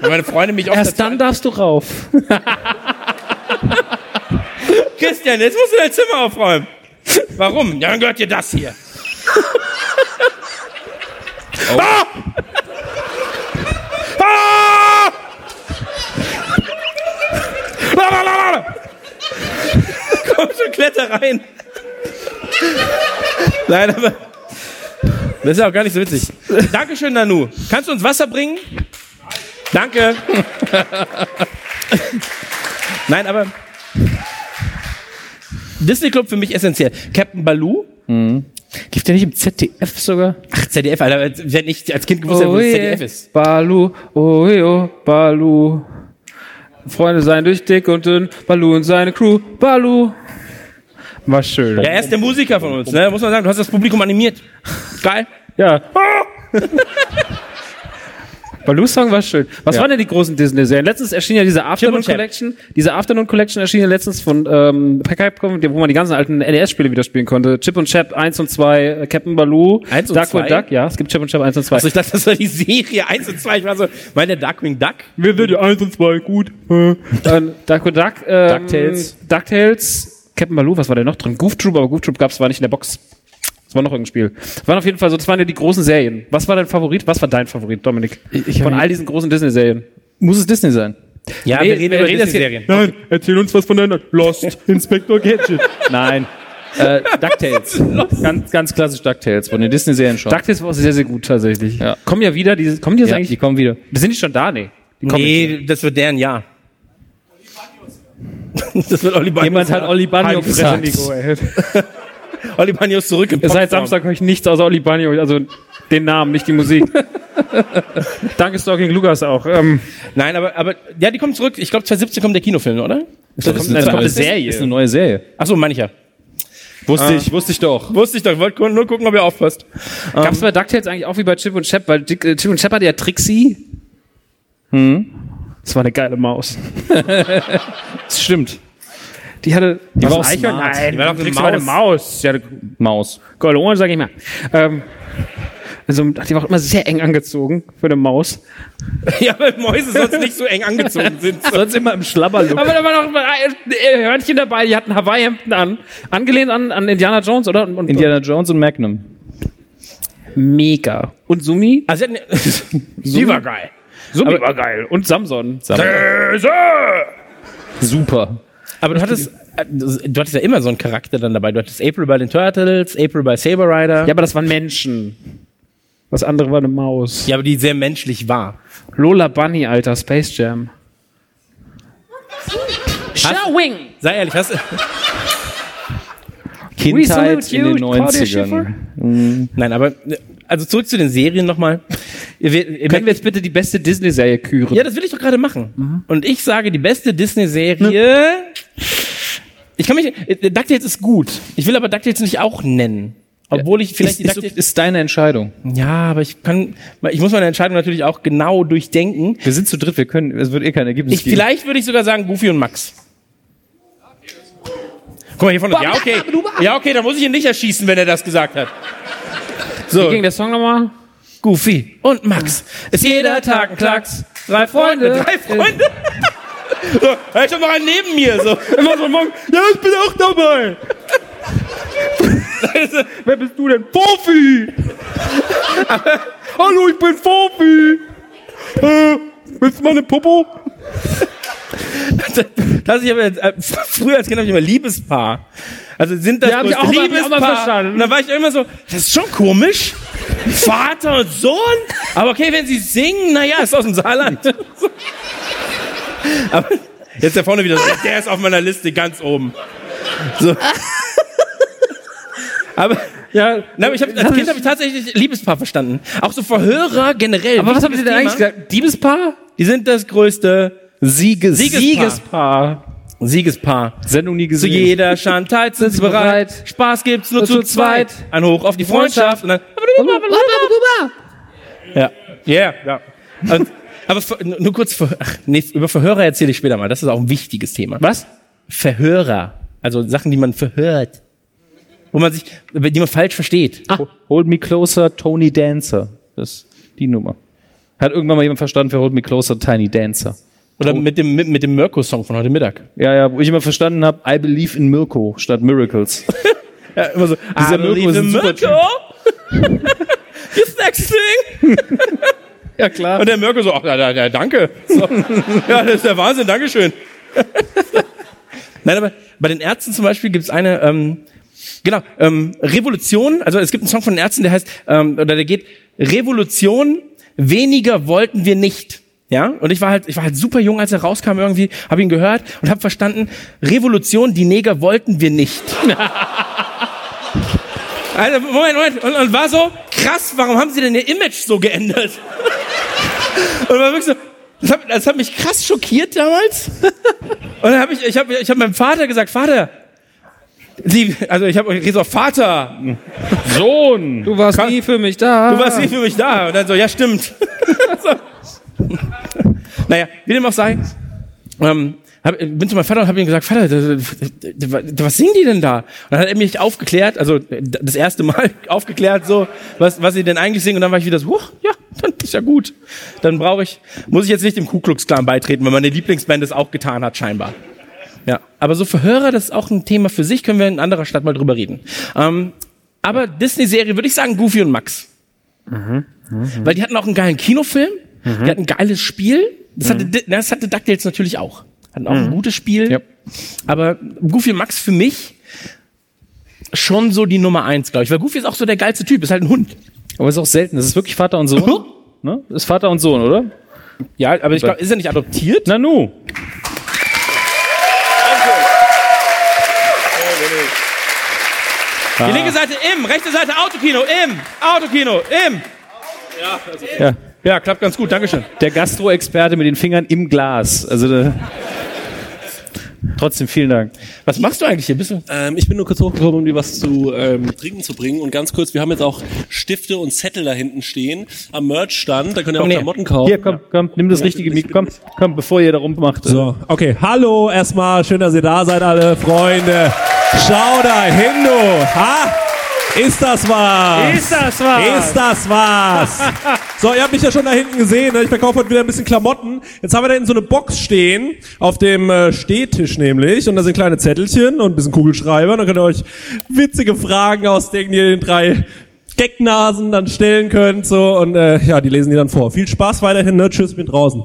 weil meine Freunde mich auch Erst dann darfst du rauf. Christian, jetzt musst du dein Zimmer aufräumen. Warum? Ja, dann gehört dir das hier. Oh. Ah! Ah! Ah! La, la, la, la. Komm schon, kletter rein. Nein, aber. Das ist ja auch gar nicht so witzig. Dankeschön, Nanu. Kannst du uns Wasser bringen? Danke. Nein, aber. Disney Club für mich essentiell. Captain Baloo. Lief der nicht im ZDF sogar? Ach, ZDF, Alter. Wenn ich als Kind gewusst hätte, Oh wo das ZDF ist. Balu, oh, je, oh, Balu. Freunde sein durch dick und dünn. Balu und seine Crew. Balu. War schön. Ja, er ist der Musiker von uns, ne? Muss man sagen, du hast das Publikum animiert. Geil. Ja. Baloo-Song war schön. Was waren denn die großen Disney-Serien? Letztens erschien ja diese Afternoon und Chap. Collection. Diese Afternoon Collection erschien ja letztens von ähm, per Capcom, wo man die ganzen alten NES-Spiele wieder spielen konnte. Chip und Chap 1 und 2, äh, Captain Baloo, Eins und Darkwing zwei? Duck. Ja, es gibt Chip und Chap 1 und 2. Also ich dachte, das war die Serie 1 und 2. Ich war so, meine Darkwing Duck. Mir wird die 1 und 2 gut. Dann Darko Duck, ähm, DuckTales. DuckTales, Captain Baloo, was war denn noch drin? Goof Troop, aber Goof Troop gab's war nicht in der Box. Das war noch irgendein Spiel. Das waren auf jeden Fall so, das waren ja die großen Serien. Was war dein Favorit? Was war dein Favorit, Dominik? Von all diesen großen Disney-Serien. Muss es Disney sein? Ja, wir reden über Disney-Serien. Nein, erzähl uns was von deiner Lost Inspector Gadget. Nein. äh, DuckTales. ganz, ganz klassisch DuckTales von den Disney-Serien schon. DuckTales war auch sehr, sehr gut tatsächlich. Ja. Kommen ja wieder, diese, kommen die jetzt ja, die eigentlich? kommen wieder. Sind die schon da? Nee. Die kommen jetzt. Nee, das wird deren Jahr. Das wird Olli Banios. Jemand hat Olli Banjo Halt die Fresse, Nico, gesagt. ey. Olli Banios zurück im Seit Popform. Samstag höre ich nichts außer Oli Banjo, also den Namen, nicht die Musik. Danke Stalking Lukas auch. Ähm, Nein, aber, aber, ja, die kommen zurück. Ich glaube, 2017 kommt der Kinofilm, oder? Das ist eine Serie. Ist eine neue Serie. Achso, meine ich ja. Ah. Wusste ich, wusste ich doch. Wusste ich doch. Ich wollte nur gucken, ob ihr aufpasst. Gab es bei DuckTales eigentlich auch wie bei Chip und Chap? Weil Dick, äh, Chip und Chap hatte ja Trixie. Hm. Hm? Das war eine geile Maus. Das stimmt. Die hatte. Die war auch smart. Nein, die war, doch eine Trixie war eine Maus. Die hatte Maus. goldene Ohren, sag ich mal. Ähm, also, die war auch immer sehr eng angezogen für eine Maus. ja, weil Mäuse sonst nicht so eng angezogen sind. Sonst immer im Schlabberlook. Aber da waren auch äh, Hörnchen dabei, die hatten Hawaii-Hemden an. Angelehnt an, an Indiana Jones, oder? Und, und, Indiana Jones und Magnum. Mega. Und Sumi? Also, sie hatten- Die war geil. Sumi war geil. Und Samson. Super. aber du hattest, äh, du hattest ja immer so einen Charakter dann dabei. Du hattest April bei den Turtles, April bei Saber Rider. Ja, aber das waren Menschen. Das andere war eine Maus. Ja, aber die sehr menschlich war. Lola Bunny, Alter, Space Jam. Showing! Sei ehrlich, hast, Kindheit salute in den you, Claudia Schiffer. 90ern. nein, aber, also zurück zu den Serien nochmal. Ihr, we- ihr merkt- Können wir jetzt bitte die beste Disney-Serie küren? Ja, das will ich doch gerade machen. Und ich sage, die beste Disney-Serie. Ich kann mich. äh, DuckTales ist gut. Ich will aber DuckTales nicht auch nennen. Obwohl ich vielleicht Vielleicht die ist, DuckTales. ist, ist deine Entscheidung. Ja, aber ich kann. Ich muss meine Entscheidung natürlich auch genau durchdenken. Wir sind zu dritt, wir können, es wird eh kein Ergebnis Ich, vielleicht würde ich sogar sagen Goofy und Max. Guck mal hier vorne. Ja, okay. Ja, okay, da muss ich ihn nicht erschießen, wenn er das gesagt hat. Wie So, ging der Song nochmal? Goofy und Max. Ist jeder Tag ein Klacks. Drei Freunde. Äh, Drei Freunde. So, hör ich doch noch einen neben mir. So. Immer so morgen. Ja, ich bin auch dabei. Wer bist du denn? Fofi! Hallo, ich bin Fofi! Willst du meine Popo? Das ich aber jetzt, äh, f- früher als Kind habe ich immer Liebespaar. Also sind das Ja, hab ich auch größte mal- hab ich auch mal Liebespaar. verstanden. und da war ich immer so, das ist schon komisch. Vater und Sohn. Aber okay, wenn sie singen, naja, ist aus dem Saarland. aber jetzt da vorne wieder, so, der ist auf meiner Liste ganz oben. So. aber Ja, na, aber ich hab, als Kind habe ich tatsächlich Liebespaar verstanden. Auch so Verhörer generell. aber was haben Sie Wichtiges denn eigentlich Thema. gesagt? Diebespaar? Die sind das größte Sieges. Siegespaar. Siegespaar. Sendung nie Zu gesehen. jeder Schandheit sind sie bereit. Spaß gibt's nur zu zweit. Ein Hoch auf die Freundschaft. Und dann ja. Yeah, ja. Und, aber ver- nur kurz, ver, ach, nee, über Verhörer erzähle ich später mal. Das ist auch ein wichtiges Thema. Was? Verhörer. Also Sachen, die man verhört. Wo man sich, die man falsch versteht. Hold Me Closer, Tony Dancer. Das ist die Nummer. Hat irgendwann mal jemand verstanden für Hold Me Closer, Tiny Dancer. Oder mit dem, mit, mit dem Mirko-Song von heute Mittag. Ja, ja, wo ich immer verstanden habe, I believe in Mirko statt Miracles. Ja, immer so, Dieser I Mirko believe ist ein in super This next thing. ja, klar. Und der Mirko so, ach, ja, ja, ja, danke. So. Ja, das ist der Wahnsinn, Dankeschön. Nein, aber bei den Ärzten zum Beispiel gibt's eine, ähm, Genau, ähm, Revolution, also es gibt einen Song von den Ärzten, der heißt, ähm, oder der geht, Revolution, weniger wollten wir nicht. Ja, und ich war halt, ich war halt super jung, als er rauskam irgendwie, habe ihn gehört und habe verstanden, Revolution, die Neger wollten wir nicht. also, Moment, Moment, und, und war so, krass, warum haben sie denn ihr Image so geändert? Und war wirklich so, das hat, das hat mich krass schockiert damals. Und dann habe ich, ich habe, ich habe meinem Vater gesagt, Vater, die, also ich habe, ich rede so, Vater, Sohn! Du warst nie für mich da. du warst nie für mich da. Und dann so, ja stimmt. So. naja, wie dem auch sei, ähm, hab, bin zu meinem Vater und habe ihm gesagt, Vater, d- d- d- was singen die denn da? Und dann hat er mich aufgeklärt, also d- das erste Mal aufgeklärt, so was was sie denn eigentlich singen. Und dann war ich wieder so, huch, ja, dann ist ja gut. Dann brauche ich, muss ich jetzt nicht dem Ku Klux Klan beitreten, weil meine Lieblingsband das auch getan hat scheinbar. Ja, aber so Verhörer, das ist auch ein Thema für sich, können wir in anderer Stadt mal drüber reden. Ähm, aber Disney-Serie würde ich sagen Goofy und Max. Weil die hatten auch einen geilen Kinofilm, Hm? die hatten ein geiles Spiel. Das hatte, Di- na, das hatte DuckTales natürlich auch. Hatten auch ein gutes Spiel. Hm. Ja. Aber Goofy und Max für mich schon so die Nummer eins, glaube ich. Weil Goofy ist auch so der geilste Typ, ist halt ein Hund. Aber es ist auch selten. Das ist wirklich Vater und Sohn. ne? Das ist Vater und Sohn, oder? Ja, aber ich glaube, ist er nicht adoptiert? Nanu. Die linke Seite im, rechte Seite Autokino, im, Autokino, im. Ja. Ja, klappt ganz gut, Dankeschön. Der Gastro-Experte mit den Fingern im Glas. Also da- trotzdem vielen Dank. Was machst du eigentlich hier? Bist du? Ähm, ich bin nur kurz hochgekommen, um dir was zu ähm, trinken zu bringen. Und ganz kurz, wir haben jetzt auch Stifte und Zettel da hinten stehen am Merch-Stand. Da könnt ihr auch Komm näher. Klamotten kaufen. Oh, Hier, komm, komm, nimm das richtige Mikro. Komm, komm, bevor ihr da rummacht. So, okay. Hallo erstmal, schön, dass ihr da seid, alle Freunde. Schau da, Hindu. Ha? Ist das was? Ist das was? Ist das was? So, ihr habt mich ja schon da hinten gesehen. ne? Ich verkaufe heute wieder ein bisschen Klamotten. Jetzt haben wir da hinten so eine Box stehen, auf dem äh, Stehtisch nämlich. Und da sind kleine Zettelchen und ein bisschen Kugelschreiber. Dann könnt ihr euch witzige Fragen ausdenken, die ihr den drei Decknasen dann stellen könnt. So, und äh, ja, die lesen die dann vor. Viel Spaß weiterhin, ne? Tschüss, bin draußen.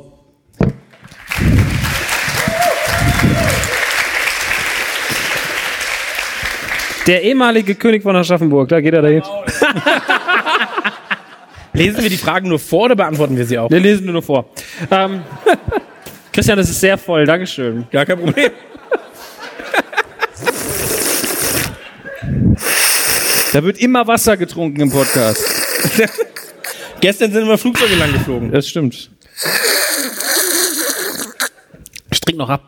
Der ehemalige König von Aschaffenburg, da geht er dahin. Lesen wir die Fragen nur vor oder beantworten wir sie auch? Wir lesen nur noch vor. Ähm, Christian, das ist sehr voll, Dankeschön. Gar kein Problem. Da wird immer Wasser getrunken im Podcast. Gestern sind wir Flugzeuge lang geflogen. Das stimmt. Ich trink noch ab.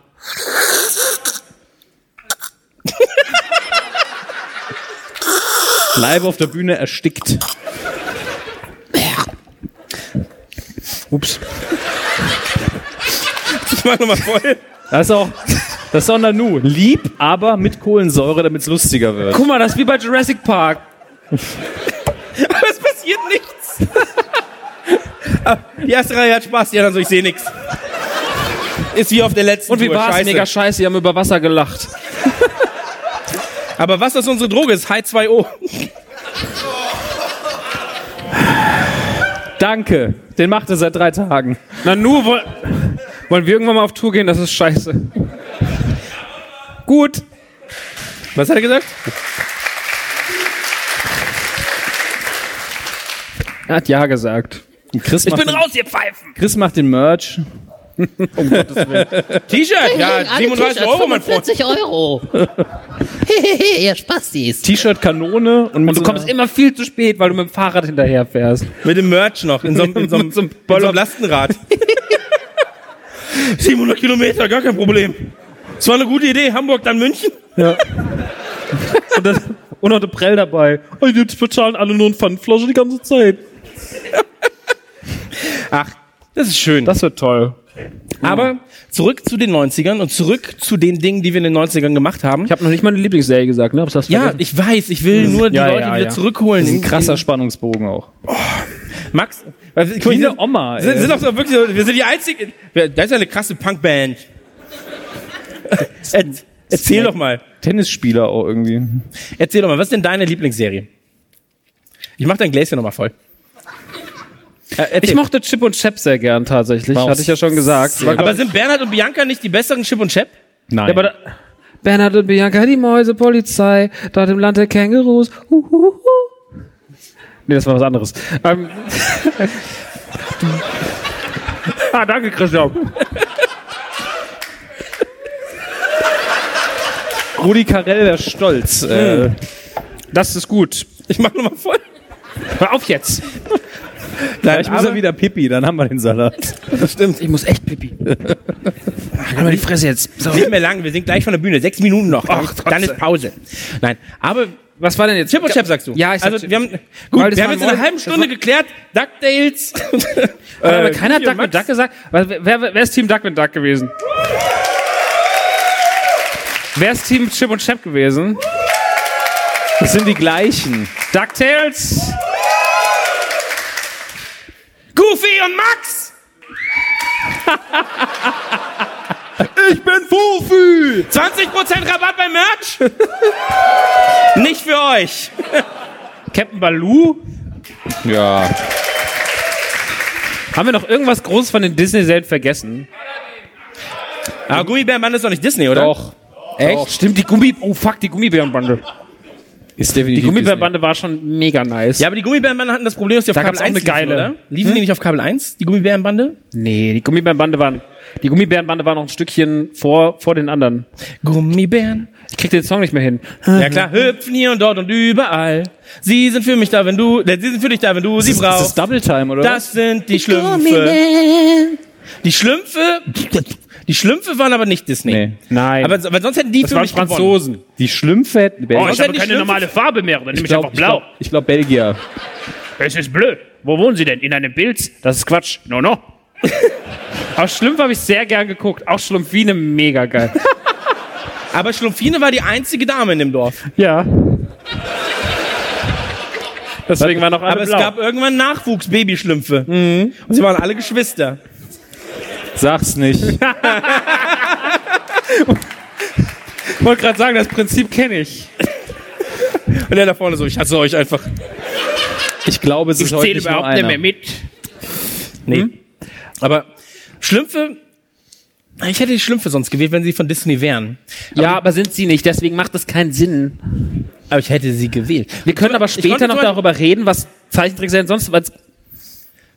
Live auf der Bühne erstickt. Ups. Ich mach nochmal voll. Das ist auch, das ist auch Nanu. Lieb, aber mit Kohlensäure, damit es lustiger wird. Guck mal, das ist wie bei Jurassic Park. Aber es passiert nichts. Ah, Die erste Reihe hat Spaß, die anderen so, ich sehe nichts. Ist wie auf der letzten Und wie Tour, war's? scheiße. Mega scheiße, die haben über Wasser gelacht. Aber was ist unsere Droge? Ist H2O. Danke. Den macht er seit drei Tagen. Nanu, woll wollen wir irgendwann mal auf Tour gehen? Das ist scheiße. Gut. Was hat er gesagt? Er hat Ja gesagt. Und Chris, Ich macht bin den, raus, ihr Pfeifen. Chris macht den Merch. T-Shirt, ja, 37 Euro, mein Freund. 40 Euro. Hehehe, ihr Spastis. T-Shirt, Kanone und mit Du so kommst einer- immer viel zu spät, weil du mit dem Fahrrad hinterher fährst. Mit dem Merch noch, in so einem, in so einem, Mit so einem in so einem Lastenrad. 700 Kilometer, gar kein Problem. Es war eine gute Idee, Hamburg, dann München. Und hatte Prell dabei. Oh, Und jetzt bezahlen alle nur eine Pfandflasche die ganze Zeit. Das ist schön. Das wird toll. Aber zurück zu den 90ern und zurück zu den Dingen, die wir in den 90ern gemacht haben. Ich habe noch nicht meine Lieblingsserie gesagt, ne? Hab's das Ja, vergessen? Hm. ich weiß, ich will nur die Ja, Leute ja, wieder ja. zurückholen. Das ist ein In- krasser Spannungsbogen auch. in- Max, was- guck mal, Wie hier eine Oma. Sind, ey. sind doch so wirklich so, wir sind die einzigen. wer- Das ist ja eine krasse Punkband. Er- Erzähl doch mal. Tennisspieler auch irgendwie. Erzähl doch mal, was ist denn deine Lieblingsserie? Ich mach dein Gläschen nochmal voll. ich mochte Chip und Chap sehr gern tatsächlich. Hatte ich ja schon gesagt. Aber sind Bernhard und Bianca nicht die besseren Chip und Chap? Nein. Ja, aber da, Bernhard und Bianca, die Mäusepolizei, dort im Land der Kängurus. Huhuhu. Nee, das war was anderes. Ähm, ah, danke, Christian. Rudi Carell wäre stolz. Äh, Das ist gut. Ich mach nochmal voll. Hör auf jetzt. da, ich muss ja wieder Pipi, dann haben wir den Salat. Das stimmt. Ich muss echt pipi. Ach, mal die Fresse jetzt. Nicht mehr lang, wir sind gleich von der Bühne. Sechs Minuten noch. Ach, dann ist Pause. Nein, aber Was war denn jetzt? Chip und Chap sagst du. Ja, ich sag also, Chip. wir haben, Weil gut, das wir haben war jetzt in einer Moin- halben das Stunde geklärt. DuckTales. Äh, Aber keiner hat hier, Duck mit Max. Duck gesagt. Was, wer, wer wer ist Team Duck mit Duck gewesen? Wer ist Team Chip und Chap gewesen? Das sind die gleichen. DuckTales? Goofy und Max! Ich bin Fufi! 20% Rabatt beim Merch! Nicht für euch! Captain Baloo? Ja. Haben wir noch irgendwas Großes von den Disney-Welt vergessen? Aber Gummibärenmann ist doch nicht Disney, oder? Doch. Echt? Stimmt, die Gummi... Oh, fuck, die Gummibärenbande. Ist Die definitiv. Gummibärenbande war schon mega nice. Ja, aber die Gummibärenbande hatten das Problem, dass die auf Da Kabel gab's auch 1 eine geile. liefen, oder? Hm? Liefen die nicht auf Kabel 1, die Gummibärenbande? Nee, die Gummibärenbande waren... Die Gummibärenbande war noch ein Stückchen vor, vor den anderen. Gummibären. Ich krieg den Song nicht mehr hin. Ja klar, hüpfen hier und dort und überall. Sie sind für mich da, wenn du, äh, sie sind für dich da, wenn du sie Ist das brauchst. Double Time, oder? Das sind die Schlümpfe. Die Schlümpfe, die Schlümpfe waren aber nicht Disney. Nee. Nein. Aber, aber sonst hätten die das für waren mich gewonnen. Franzosen. Die Schlümpfe hätten. Oh, Was ich hat habe die keine Schlümpfe- normale Farbe mehr, dann nehme ich einfach glaub, ich blau. glaub, ich glaub, Belgier. Es ist blöd. Wo wohnen Sie denn? In einem Pilz? Das ist Quatsch. No, no. Auch Schlumpf habe ich sehr gern geguckt. Auch Schlumpfine mega geil. Aber Schlumpfine war die einzige Dame in dem Dorf. ja. Deswegen war noch alle Aber es blau. gab irgendwann Nachwuchs, Babyschlümpfe. Und sie waren alle Geschwister. Sag's nicht. ich wollte gerade sagen, das Prinzip kenne ich. Und der da vorne so, ich hasse euch einfach. Ich glaube, es ist heute nicht nur einer. mit. Nee. Aber Schlümpfe, ich hätte die Schlümpfe sonst gewählt, wenn sie von Disney wären. Ja, aber sind sie nicht, deswegen macht das keinen Sinn. Aber ich hätte sie gewählt. Wir können aber Ich konnte später noch zum Beispiel- darüber reden, was Zeichentrickserien sonst, was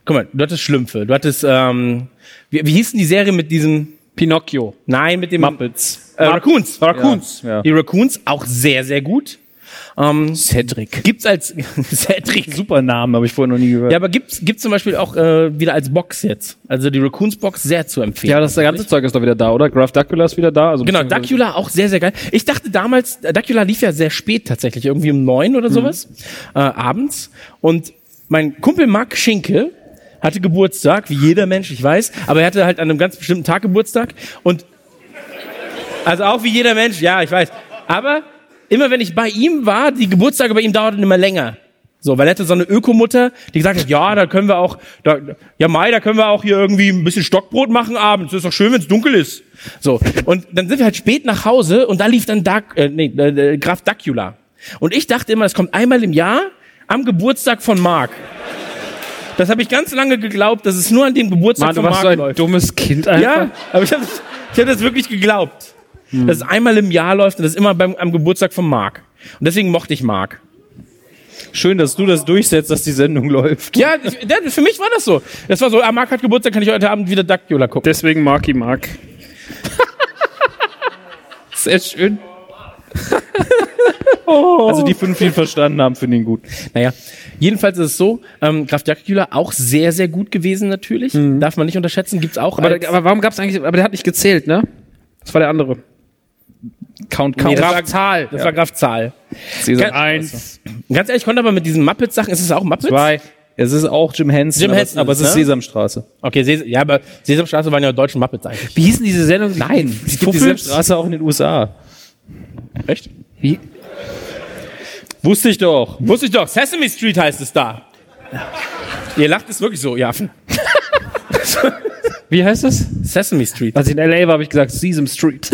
Guck mal, du hattest Schlümpfe, du hattest, ähm, wie, wie hieß denn die Serie mit diesem, Pinocchio. nein, mit dem, Muppets. äh, Raccoons. Raccoons. Ja. Die Raccoons, auch sehr, sehr gut. Ähm, Cedric. Gibt's als, Cedric, super. Super Namen, habe ich vorher noch nie gehört. Ja, aber gibt's, gibt's zum Beispiel auch, äh, wieder als Box jetzt. Also die Raccoons-Box sehr zu empfehlen. das ganze Zeug ist doch wieder da, oder? Graf Dacula ist wieder da. Also Genau, beziehungsweise- Dracula auch sehr, sehr geil. Ich dachte damals, äh, Dracula lief ja sehr spät tatsächlich, irgendwie um neun oder sowas, äh, abends. Und mein Kumpel Marc Schinke hatte Geburtstag, wie jeder Mensch, ich weiß, aber er hatte halt an einem ganz bestimmten Tag Geburtstag und also auch wie jeder Mensch, ja, ich weiß. Aber immer wenn ich bei ihm war, die Geburtstage bei ihm dauerten immer länger. So, weil er hatte so eine Ökomutter, die gesagt hat, ja, da können wir auch, da, ja, Mai, da können wir auch hier irgendwie ein bisschen Stockbrot machen abends. Ist doch schön, wenn es dunkel ist. So, und dann sind wir halt spät nach Hause und da lief dann Dark, äh, nee, äh, äh, Graf Dacula. Und ich dachte immer, das kommt einmal im Jahr am Geburtstag von Mark. Das habe ich ganz lange geglaubt, dass es nur an dem Geburtstag Mann, du von warst Mark so ein läuft. dummes Kind einfach. Ja, aber ich habe ich hab das wirklich geglaubt. Dass es einmal im Jahr läuft und das ist immer beim, am Geburtstag von Marc. Und deswegen mochte ich Marc. Schön, dass du das durchsetzt, dass die Sendung läuft. Ja, ich, der, für mich war das so. Das war so, ah, Marc hat Geburtstag, kann ich heute Abend wieder Dactiola gucken. Deswegen Marky Mark. sehr schön. Also die fünf, die ihn verstanden haben, finden ihn gut. Naja, jedenfalls ist es so, ähm, Graf Dactiola auch sehr, sehr gut gewesen natürlich. Darf man nicht unterschätzen, gibt's auch. Aber, als- aber warum gab's eigentlich, aber der hat nicht gezählt, ne? Das war der andere. Count Nee, Count. das war Zahl. Das war Graf Zahl. Caesar. Eins. Ganz ehrlich, ich konnte aber mit diesen Muppets-Sachen, ist es auch Muppets? Zwei. Es ist auch Jim Henson, Jim aber- Henson aber es ist, ist ne? Sesamstraße. Okay, Ses ja, aber Sesamstraße waren ja deutschen Muppets eigentlich. Wie hießen diese Sendung? Nein, es gibt die Fuffels? Sesamstraße auch in den USA. Echt? Wie? Wusste ich doch. Wusste ich doch, Sesame Street heißt es da. Ihr lacht es wirklich so, ihr Affen. Wie heißt das? Sesame Street. Als ich in L.A. war, habe ich gesagt Sesame Street.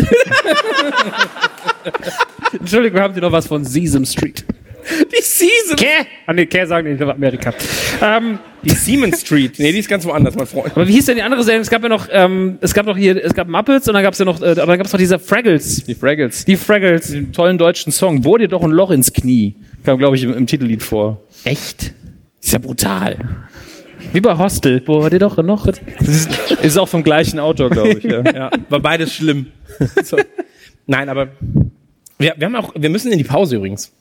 Entschuldigung, haben Sie noch was von Sesame Street? Die Siemens. Kä? Ah, nee, Kä sagen die in Amerika. Ähm, die Siemens Street. Nee, die ist ganz woanders, mein Freund. Aber wie hieß denn die andere Serie? Es gab ja noch, ähm, es gab noch hier, es gab Muppets und dann gab es ja noch, äh, aber dann gab es noch diese Fraggles. Die Fraggles. Die Fraggles. Den tollen deutschen Song. Bohr dir doch ein Loch ins Knie. Kam, glaube ich, im, im Titellied vor. Echt? Ist ja brutal. Wie bei Hostel. Boah, dir doch noch. Ist auch vom gleichen Autor, glaube ich. Ja. Ja, war beides schlimm. So. Nein, aber wir, wir haben auch, wir müssen in die Pause übrigens.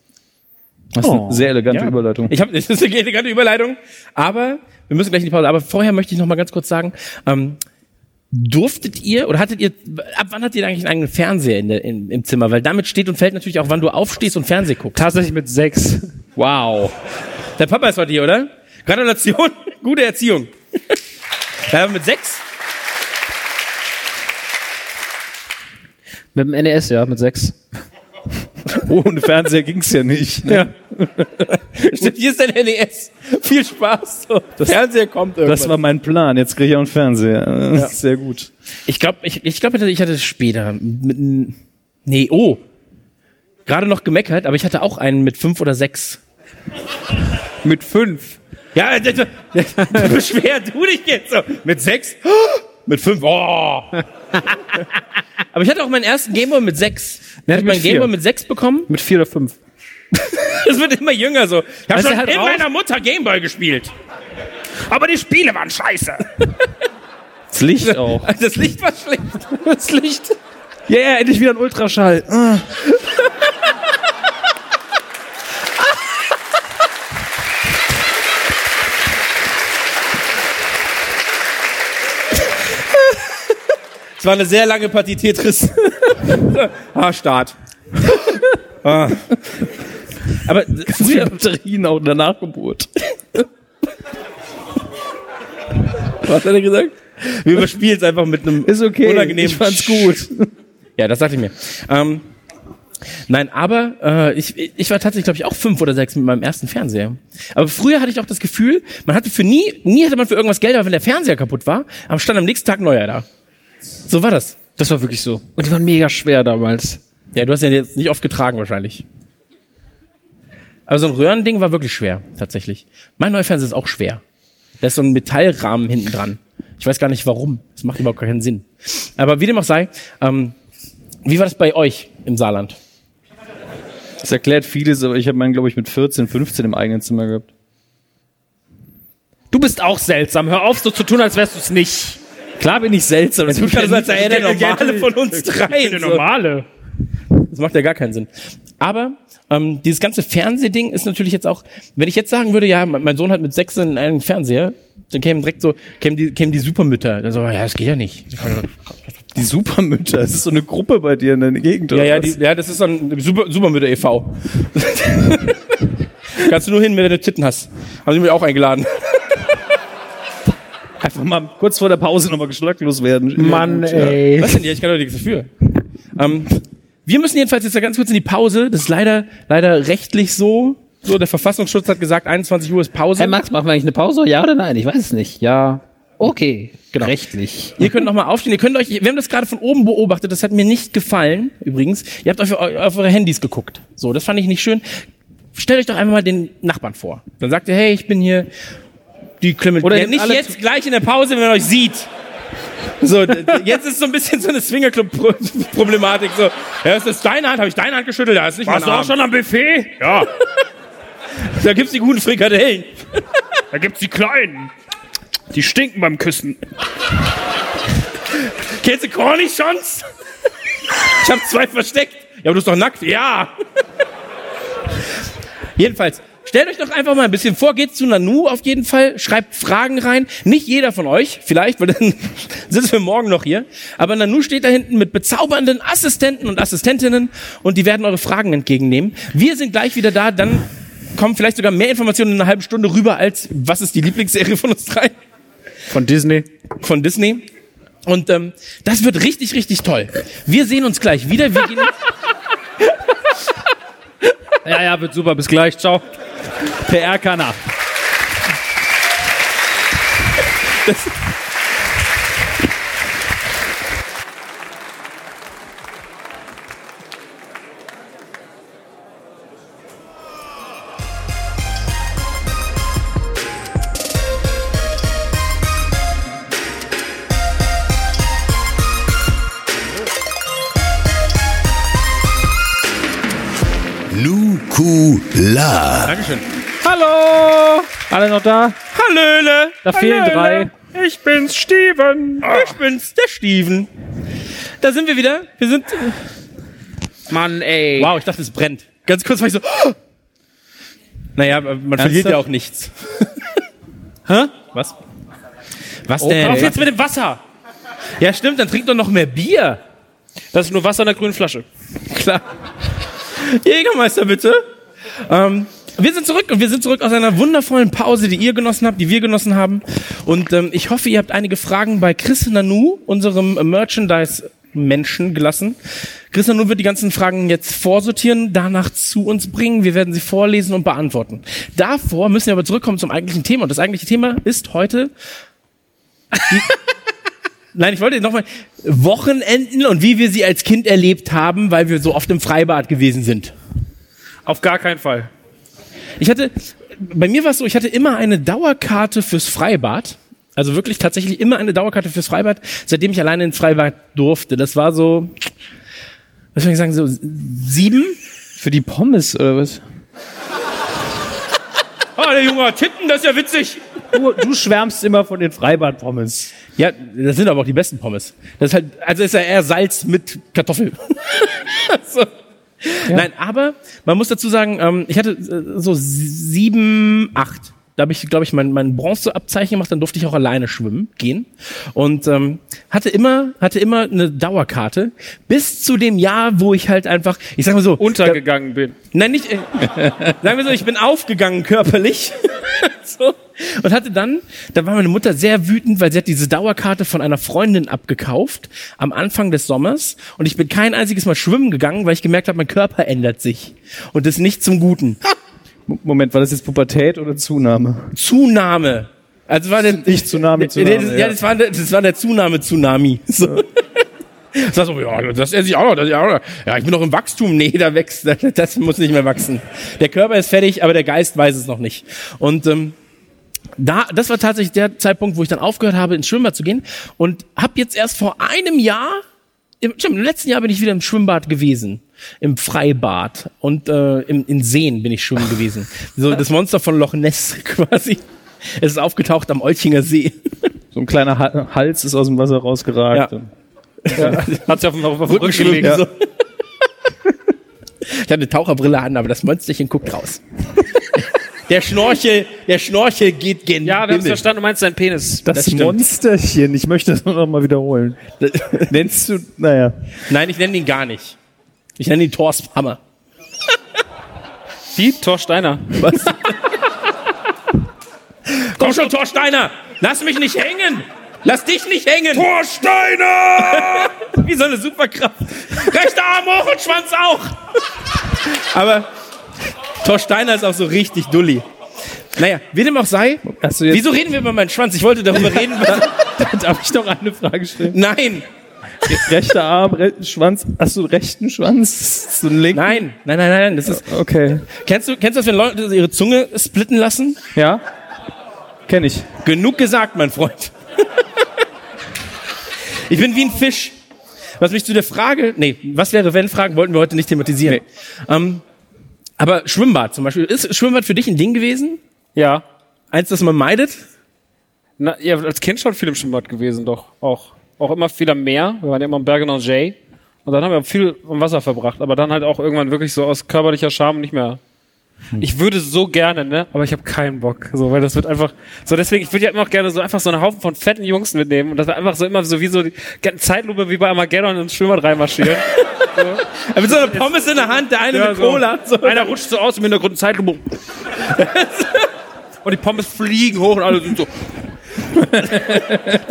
Das ist Oh. eine sehr elegante Ja. Überleitung. Ich habe das ist eine elegante Überleitung, aber wir müssen gleich in die Pause. Aber vorher möchte ich noch mal ganz kurz sagen: ähm, Durftet ihr oder hattet ihr ab wann hattet ihr eigentlich einen eigenen Fernseher in der, in, im Zimmer? Weil damit steht und fällt natürlich auch, wann du aufstehst und Fernseh guckst. Tatsächlich mit sechs. Wow. Dein Papa ist heute hier, oder? Gratulation, gute Erziehung. Ja, mit sechs. Mit dem NES, ja, mit sechs. Ohne Fernseher ging's ja nicht. Ne? Ja. Stimmt, hier ist dein NES. Viel Spaß. So. Fernseher kommt irgendwann. Das war mein Plan. Jetzt kriege ich auch einen Fernseher. Das ist Sehr gut. Ich glaube, ich, ich glaube, ich hatte es später. Mit, n- nee, oh. Gerade noch gemeckert, aber ich hatte auch einen mit fünf oder sechs. Mit fünf. Ja, d- d- beschwer du dich jetzt so. Mit sechs? Mit fünf? Oh. aber ich hatte auch meinen ersten Gameboy mit sechs. Ich Nee, habe mit meinen vier. Gameboy mit sechs bekommen. Mit vier oder fünf. Es wird immer jünger so. Ich habe Weißt du, schon halt in raus- meiner Mutter Gameboy gespielt. Aber die Spiele waren scheiße. Das Licht auch. also Das Licht war schlecht. Das Licht. Ja, yeah, endlich wieder ein Ultraschall. Ah. Es war eine sehr lange Partie Tetris. Haarstart. Aber früher, Batterien auch in der Nachgeburt. was hat er gesagt? Wir überspielen es einfach mit einem Ist okay. unangenehmen Ich fand's gut. Ja, das dachte ich mir. Ähm, nein, aber äh, ich, ich war tatsächlich, glaube ich, auch fünf oder sechs mit meinem ersten Fernseher. Aber früher hatte ich auch das Gefühl, man hatte für nie, nie hatte man für irgendwas Geld, aber wenn der Fernseher kaputt war, am stand am nächsten Tag ein neuer da. So war das. Das war wirklich so. Und die waren mega schwer damals. Ja, du hast ja jetzt nicht oft getragen wahrscheinlich. Aber so ein Röhrending war wirklich schwer, tatsächlich. Mein neuer Fernseher ist auch schwer. Da ist so ein Metallrahmen hinten dran. Ich weiß gar nicht warum. Das macht überhaupt keinen Sinn. Aber wie dem auch sei, ähm, wie war das bei euch im Saarland? Das erklärt vieles, aber ich habe meinen, glaube ich, mit 14, 15 im eigenen Zimmer gehabt. Du bist auch seltsam. Hör auf, so zu tun, als wärst du es nicht. Klar bin ich seltsam. Das tut gerade so, als sei er der Normale von uns dreien, Der so. normale. Das macht ja gar keinen Sinn. Aber ähm, dieses ganze Fernsehding ist natürlich jetzt auch, wenn ich jetzt sagen würde, ja, mein mein Sohn hat mit sechs einen Fernseher, dann kämen direkt so, kämen die, kämen die Supermütter. Dann so, ja, das geht ja nicht. die Supermütter. Das ist so eine Gruppe bei dir in der Gegend. Ja, oder ja, was? die, ja, das ist so ein Super, Supermütter e e.V. Kannst du nur hin, wenn du Titten hast. Haben sie mich auch eingeladen. einfach mal kurz vor der Pause nochmal geschlacklos werden. Mann, Ja, gut, ja. ey. Was denn? Ja, ich kann doch nichts dafür. Ähm, wir müssen jedenfalls jetzt ganz kurz in die Pause. Das ist leider, leider rechtlich so. So, der Verfassungsschutz hat gesagt, 21 Uhr ist Pause. Hey Max, machen wir eigentlich eine Pause? Ja oder nein? Ich weiß es nicht. Ja. Okay. Genau. Rechtlich. Ihr könnt nochmal aufstehen. Ihr könnt euch, wir haben das gerade von oben beobachtet. Das hat mir nicht gefallen, übrigens. Ihr habt auf, auf eure Handys geguckt. So, das fand ich nicht schön. Stellt euch doch einfach mal den Nachbarn vor. Dann sagt ihr, hey, ich bin hier. Die klümmelt. Oder Ja, nehmt nicht alle jetzt gleich in der Pause, wenn man euch sieht. So, d- d- jetzt ist so ein bisschen so eine Swingerclub-Problematik. So, ja, ist das deine Hand? Habe ich deine Hand geschüttelt? Ja, ist nicht mein Arm. am Buffet? Da gibt's die guten Frikadellen. Da gibt's die Kleinen. Die stinken beim Küssen. Kennst du Cornichons? Ich habe zwei versteckt. Ja, aber du bist doch nackt. Ja. Jedenfalls, stellt euch doch einfach mal ein bisschen vor. Geht zu Nanu auf jeden Fall. Schreibt Fragen rein. Nicht jeder von euch, vielleicht, weil dann sitzen wir morgen noch hier. Aber Nanu steht da hinten mit bezaubernden Assistenten und Assistentinnen und die werden eure Fragen entgegennehmen. Wir sind gleich wieder da. Dann kommen vielleicht sogar mehr Informationen in einer halben Stunde rüber als, was ist die Lieblingsserie von uns drei? Von Disney. von Disney. Und ähm, das wird richtig, richtig toll. Wir sehen uns gleich wieder. Wir gehen Ja, ja, wird super. Bis gleich. Ciao. PR-Kanal. Bla. Dankeschön. Hallo! Alle noch da? Hallöle! Da fehlen Hallöle. Ich bin's, Steven. Ah. Ich bin's, der Steven. Da sind wir wieder. Wir sind. Mann, ey. Wow, ich dachte, es brennt. Ganz kurz war ich so. "Oh!" Naja, man verliert ja auch nichts. Hä? Was? Was Oh, denn? Auf jetzt mit dem Wasser! Ja, stimmt, dann trink doch noch mehr Bier. Das ist nur Wasser in der grünen Flasche. Klar. Jägermeister, bitte. Ähm, wir sind zurück und wir sind zurück aus einer wundervollen Pause, die ihr genossen habt, die wir genossen haben. Und ähm, ich hoffe, ihr habt einige Fragen bei Chris Nanu, unserem Merchandise-Menschen, gelassen. Chris Nanu wird die ganzen Fragen jetzt vorsortieren, danach zu uns bringen. Wir werden sie vorlesen und beantworten. Davor müssen wir aber zurückkommen zum eigentlichen Thema. Und das eigentliche Thema ist heute Nein, ich wollte nochmal Wochenenden und wie wir sie als Kind erlebt haben, weil wir so oft im Freibad gewesen sind. Auf gar keinen Fall. Ich hatte, bei mir war es so, ich hatte immer eine Dauerkarte fürs Freibad. Also wirklich tatsächlich immer eine Dauerkarte fürs Freibad, seitdem ich alleine ins Freibad durfte. Das war so, was soll ich sagen, so sieben? Für die Pommes oder was? Oh, Ah, der Junge hat Titten, das ist ja witzig. Du, du schwärmst immer von den Freibad-Pommes. Ja, das sind aber auch die besten Pommes. Das ist halt, also ist ja eher Salz mit Kartoffel. so. Nein, aber man muss dazu sagen, ähm, ich hatte äh, so sieben, acht. Da habe ich, glaube ich, mein, mein Bronzeabzeichen gemacht, dann durfte ich auch alleine schwimmen gehen. Und ähm, hatte immer, hatte immer eine Dauerkarte, bis zu dem Jahr, wo ich halt einfach, ich sag mal so, Untergegangen bin. Nein, nicht. Äh, sagen wir so, ich bin aufgegangen körperlich. so. Und hatte dann, da war meine Mutter sehr wütend, weil sie hat diese Dauerkarte von einer Freundin abgekauft am Anfang des Sommers. Und ich bin kein einziges Mal schwimmen gegangen, weil ich gemerkt habe, mein Körper ändert sich. Und das nicht zum Guten. M- Moment, war das jetzt Pubertät oder Zunahme? Zunahme. Also war der, Nicht Zunahme, Zunahme. das, ja, das war, der- das war der Zunahme-Tsunami. So. Das war so, ja, das esse ich auch noch, das esse ich auch noch. Ja, ich bin noch im Wachstum. Nee, da wächst, das, das muss nicht mehr wachsen. Der Körper ist fertig, aber der Geist weiß es noch nicht. Und ähm, da, das war tatsächlich der Zeitpunkt, wo ich dann aufgehört habe, ins Schwimmbad zu gehen und habe jetzt erst vor einem Jahr, im, stimmt, im letzten Jahr bin ich wieder im Schwimmbad gewesen, im Freibad und äh, im, in Seen bin ich schwimmen gewesen. So das Monster von Loch Ness quasi. Es ist aufgetaucht am Olchinger See. So ein kleiner Ha- Hals ist aus dem Wasser rausgeragt. Ja. Und- Hat sie auf dem, auf dem Rücken gelegt. So. Ich hatte eine Taucherbrille an, aber das Monsterchen guckt raus. der Schnorchel, der Schnorchel geht gen Ja, wir haben Himmel. verstanden, du meinst deinen Penis. Das, stimmt. Monsterchen, ich möchte das noch mal wiederholen. Nennst du, naja. Nein, ich nenne ihn gar nicht. Ich nenne ihn Thor's Hammer. Wie? Thor Steiner. Komm schon, Torsteiner! Lass mich nicht hängen! Lass dich nicht hängen! Torsteiner! Wie so eine Superkraft. Rechter Arm hoch und Schwanz auch! Aber Torsteiner ist auch so richtig dulli. Naja, wie dem auch sei, Hast du jetzt, wieso reden wir über meinen Schwanz? Ich wollte darüber reden. darf ich noch eine Frage stellen? Nein, Rechter Arm, rechten Schwanz. Hast du rechten Schwanz? So einen linken? nein, nein, nein, nein. Das ist, Okay. kennst du, kennst du das, wenn Leute ihre Zunge splitten lassen? Ja? Kenn ich. Genug gesagt, mein Freund. ich bin wie ein Fisch. Was mich zu der Frage, nee, was wäre wenn Fragen wollten wir heute nicht thematisieren. Ähm, aber Schwimmbad zum Beispiel, ist Schwimmbad für dich ein Ding gewesen? Ja. Eins, das man meidet? Na, ja, als Kind schon viel im Schwimmbad gewesen, doch. Auch. Auch immer viel am Meer. Wir waren ja immer im Bergen und Jay. Und dann haben wir viel am Wasser verbracht. Aber dann halt auch irgendwann wirklich so aus körperlicher Scham nicht mehr. Ich würde so gerne, ne? Hm. Aber ich habe keinen Bock. So, weil das wird einfach. So, deswegen, ich würde ja immer auch gerne so einfach so einen Haufen von fetten Jungs mitnehmen und das wir einfach so immer so wie so die Zeitlupe wie bei Armageddon ins Schwimmbad reinmarschieren. Mit so einer Pommes in der Hand, der eine mit so. Cola. So. Einer rutscht so aus im Hintergrund eine Zeitlupe. und die Pommes fliegen hoch und alle sind so. Da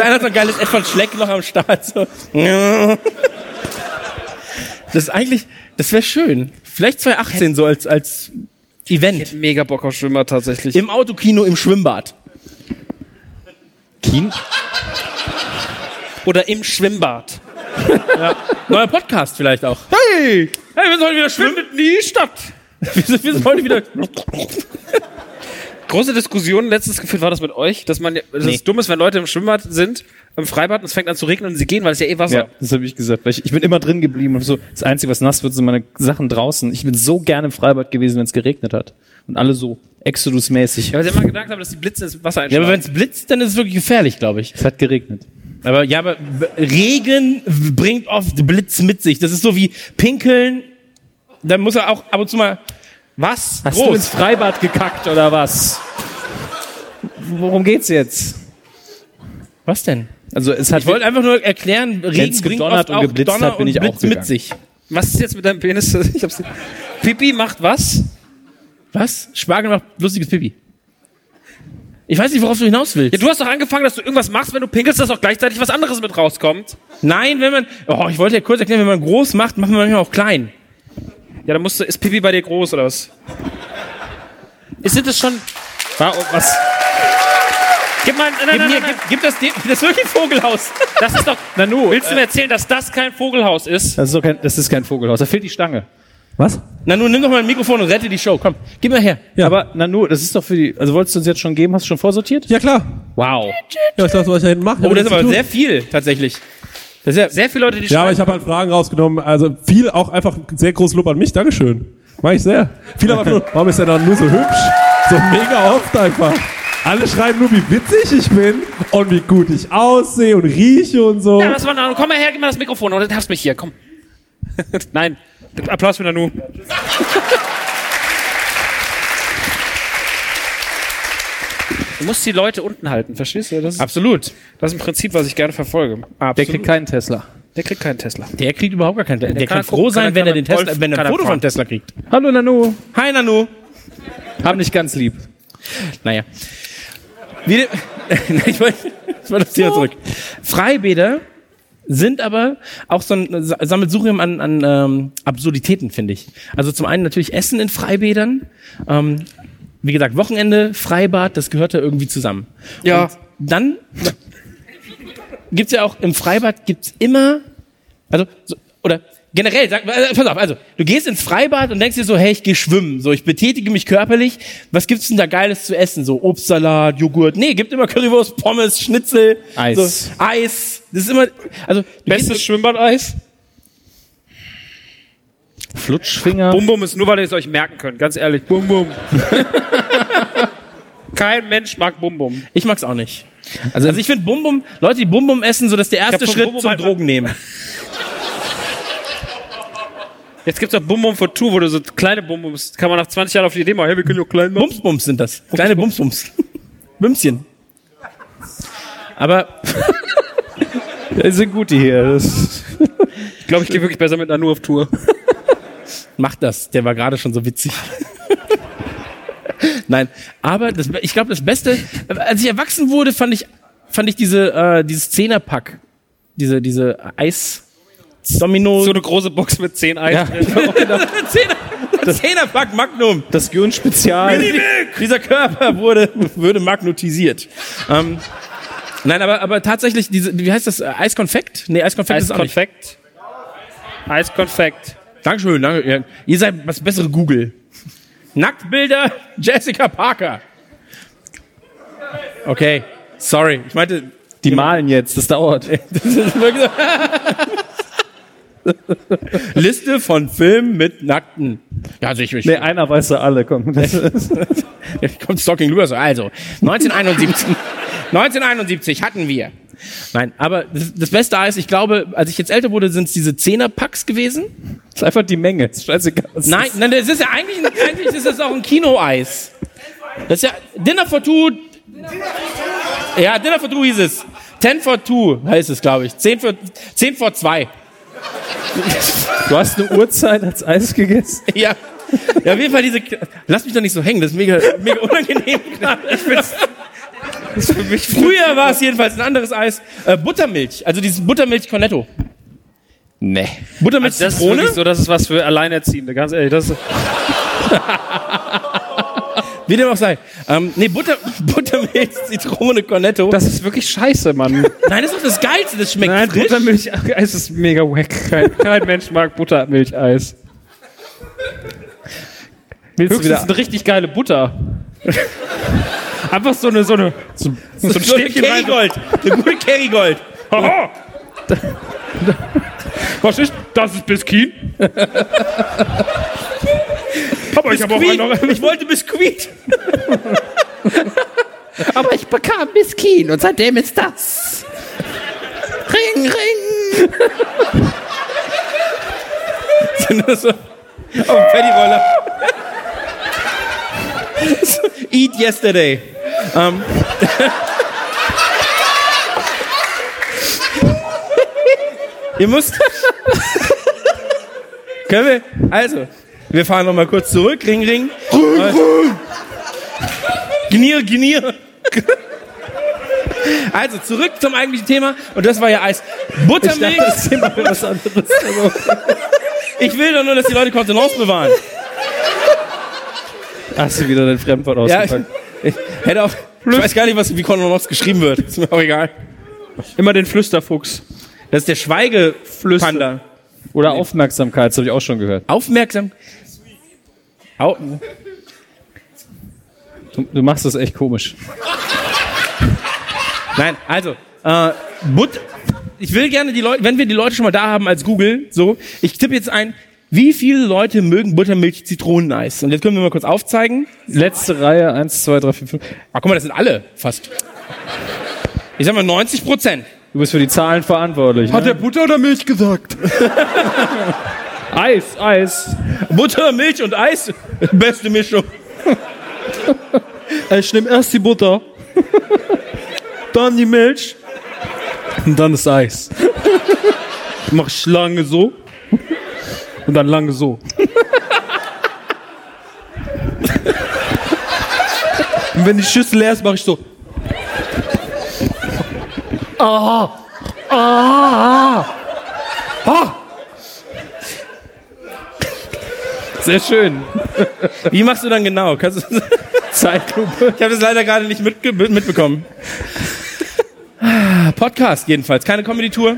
einer hat so ein geiles Ed von Schleck noch am Start. So. Das ist eigentlich, das wäre schön. Vielleicht 2018 so als, als Event. Mega Bock auf Schwimmbad tatsächlich. Im Autokino, im Schwimmbad. Oder im Schwimmbad. Neuer Podcast vielleicht auch. Hey, wir sind heute wieder schwimmen nie statt. Wir sind, wir sind heute wieder. Große Diskussion letztens geführt war das mit euch, dass man, dass es dumm ist, wenn Leute im Schwimmbad sind, im Freibad und es fängt an zu regnen und sie gehen, weil es ja eh Wasser. Ja, das habe ich gesagt. Weil ich, ich bin immer drin geblieben. Und so, das Einzige, was nass wird, sind meine Sachen draußen. Ich bin so gerne im Freibad gewesen, wenn es geregnet hat. Und alle so Exodus-mäßig. Ja, weil sie immer gedacht haben, dass die Blitze das Wasser Ja, aber wenn einschlagen. es blitzt, dann ist es wirklich gefährlich, glaube ich. Es hat geregnet. Aber ja, aber b- Regen w- bringt oft Blitz mit sich. Das ist so wie Pinkeln. Da muss er auch ab und zu mal. Was? Hast du ins Freibad gekackt oder was? Worum geht's jetzt? Was denn? Also es hat Ich wollte einfach nur erklären, Regen Wenn's bringt oft gedonnert und auch geblitzt Donner hat, und bin ich auch Blitz gegangen. mit sich. Was ist jetzt mit deinem Penis? Ich hab's Pipi macht was? Was? Spargel macht lustiges Pipi. Ich weiß nicht, worauf du hinaus willst. Ja, du hast doch angefangen, dass du irgendwas machst, wenn du pinkelst, dass auch gleichzeitig was anderes mit rauskommt. Nein, wenn man. Oh, ich wollte ja kurz erklären, wenn man groß macht, macht man manchmal auch klein. Ja, dann musst du, ist Pipi bei dir groß oder was? Ist sind das schon. War, oh, was? Gib mal, nein, nein, Gib, nein, mir, nein, gib, gib das, dem- das ist wirklich ein Vogelhaus. das ist doch. Nanu, äh, willst du mir erzählen, dass das kein Vogelhaus ist? Das ist, doch kein, das ist kein Vogelhaus, da fehlt die Stange. Was? Na nun, nimm doch mal ein Mikrofon und rette die Show. Komm, gib mal her. Ja. Aber Nanu, das ist doch für die. Also wolltest du uns jetzt schon geben? Hast du schon vorsortiert? Ja, klar. Wow. Ja, ich dachte, was ich da hinten mache. Oh, das ist aber sehr viel, tatsächlich. Das ist ja Sehr viele Leute, die Ja, aber schreiben- ich habe halt Fragen rausgenommen. Also viel auch einfach sehr groß Lob an mich. Dankeschön. Mach ich sehr. Viele haben einfach nur, warum ist der dann nur so hübsch? So mega oft einfach. Alle schreiben nur, wie witzig ich bin und wie gut ich aussehe und rieche und so. Ja, das war Nanu. Komm mal her, gib mir das Mikrofon oder du hast mich hier, komm. Nein. Applaus für Nanu. Du musst die Leute unten halten, verstehst du? Das ist, absolut. das ist ein Prinzip, was ich gerne verfolge. Der kriegt keinen Tesla. Der kriegt keinen Tesla. Der kriegt überhaupt gar keinen. Der, kann kann, er froh gucken, sein, kann er- wenn kann er er den Tesla, golfen, wenn er kann ein er Foto fahren. vom Tesla kriegt. Hallo Nanu. Hi Nanu. Hab nicht ganz lieb. Naja. Wie dem, ich wollte ich wollte das Thema zurück. Freibäder sind aber auch so ein Sa- Sammelsurium an, an ähm, Absurditäten, finde ich. Also zum einen natürlich Essen in Freibädern. Ähm, wie gesagt, Wochenende, Freibad, das gehört da irgendwie zusammen. Ja. Dann gibt's ja auch im Freibad gibt's immer, also so, oder generell, sag, äh, pass auf, also du gehst ins Freibad und denkst dir so, hey, ich gehe schwimmen, so ich betätige mich körperlich. Was gibt's denn da Geiles zu essen? So Obstsalat, Joghurt, nee, gibt immer Currywurst, Pommes, Schnitzel, Eis. so, Eis. Das ist immer, also du Bestes gehst- Schwimmbad-Eis? Flutschfinger. Bum Bum ist nur, weil ihr es euch merken könnt, ganz ehrlich. Bum Bum. Kein Mensch mag Bum Bum. ich mag's auch nicht. Also, ich finde Bum Bum, Leute, die Bum Bum essen, so dass der erste hab von Schritt Bum Bum zum halt- Drogen nehmen. Jetzt gibt's doch Bum Bum for Two, wo du so kleine Bum Bums, kann man nach 20 Jahren auf die Idee machen, hey, wir können ja auch klein machen. Bums Bums sind das. Kleine Bums Bums. Bümschen. Aber Das sind gut die hier. Das Ich glaube, ich gehe wirklich besser mit Nanu auf Tour. Mach das, der war gerade schon so witzig. Nein, aber das, ich glaube, das Beste, als ich erwachsen wurde, fand ich, fand ich diese, äh, dieses Zehnerpack, diese, diese Eis, Domino, Genau. So eine große Box mit 10 Eis. Zehner, Zehnerpack Magnum. das Gürn-Spezial. Dieser Körper wurde, würde magnetisiert. Ähm, nein, aber, aber tatsächlich, diese, wie heißt das, äh, Eiskonfekt? Nee, Eiskonfekt ist auch nicht. Eiskonfekt. Eiskonfekt. Dankeschön, danke. Ja, ihr seid was bessere Google. Nacktbilder Jessica Parker. Okay, sorry. Ich meinte, Die malen jetzt, das dauert. das ist wirklich so. Liste von Filmen mit Nackten. Ja, also ich, ich Nee, einer weiß ja alle, komm. Das kommt Stalking Lures. Also, 1971. 1971 hatten wir. Nein, aber das, das Beste ist, ich glaube, als ich jetzt älter wurde, sind es diese Zehner-Packs gewesen. ist einfach die Menge. Ist scheißegal. was Nein, ist. nein, das ist ja eigentlich, eigentlich ist das auch ein Kinoeis. Das ist ja Dinner for Two. Ja, Dinner for Two hieß es. Ten for Two heißt es, glaube ich. Zehn für, zehn vor zwei. Du hast eine Uhrzeit als Eis gegessen. Ja. Ja, auf jeden Fall diese. Lass mich doch nicht so hängen, das ist mega, mega unangenehm. Ich find's, Früher war es jedenfalls ein anderes Eis. Äh, Buttermilch, also dieses Buttermilch Cornetto. Nee. Also Buttermilch Das ist Zitrone. wirklich so, das ist was für Alleinerziehende, ganz ehrlich. Das ist, Wie dem auch sei. Ähm, nee, Butter, Buttermilch Zitrone Cornetto. das ist wirklich scheiße, Mann. nein, das ist doch das Geilste, das schmeckt Nein, frisch. Buttermilch-Eis ist mega wack. Kein, kein Mensch mag Buttermilch-Eis. Willst du Höchstens wieder eine richtig geile Butter. Einfach so eine, so eine, so, ein So eine Stäbchen rein. so- Kerrygold. Eine gute Kerrygold. Haha. Was ist? Das ist Biskin. Aber ich habe auch Biskuit. einen- Ich wollte Biskuit. Aber ich bekam Miskin und seitdem ist das. Ring, ring. Sind das so auf dem Paddyroller. Eat yesterday. Ähm. Ihr müsst. Können wir? Also, wir fahren noch mal kurz zurück. Ring, ring. Also, Ring, ring. Gnier, gnier. Also, zurück zum eigentlichen Thema. Und das war ja Eis. Buttermilch. Ich dachte, das Thema wäre was anderes. Ich will doch nur, dass die Leute Kontenance bewahren. Hast du wieder dein Fremdwort Ja, ich, ausgepackt? ich, hätte auch, ich weiß gar nicht, was, wie Kontenance geschrieben wird. Ist mir auch egal. Immer den Flüsterfuchs. Das ist der Schweigepanda. Oder Aufmerksamkeit, das habe ich auch schon gehört. Aufmerksam. Au Du, du machst das echt komisch. Nein, also, äh, But ich will gerne die Leute, wenn wir die Leute schon mal da haben als Google, so, ich tippe jetzt ein, wie viele Leute mögen Buttermilch Zitroneneis? Und jetzt können wir mal kurz aufzeigen. Letzte Reihe, 1, 2, 3, 4, 5. Ah, guck mal, das sind alle, fast. Ich sag mal 90 Prozent. Du bist für die Zahlen verantwortlich. Ne? Butter oder Milch gesagt? Eis, Eis. Butter, Milch und Eis, beste Mischung. Ich nehme erst die Butter, dann die Milch und dann das Eis. Mach ich lange so und dann lange so. Und wenn die Schüssel leer ist, mache ich so. Ah, ah, ah, ah. Sehr schön. Wie machst du dann genau? Kannst du Zeitlupe. Ich habe das leider gerade nicht mitge- mitbekommen. Ah, Podcast jedenfalls, keine Comedy-Tour.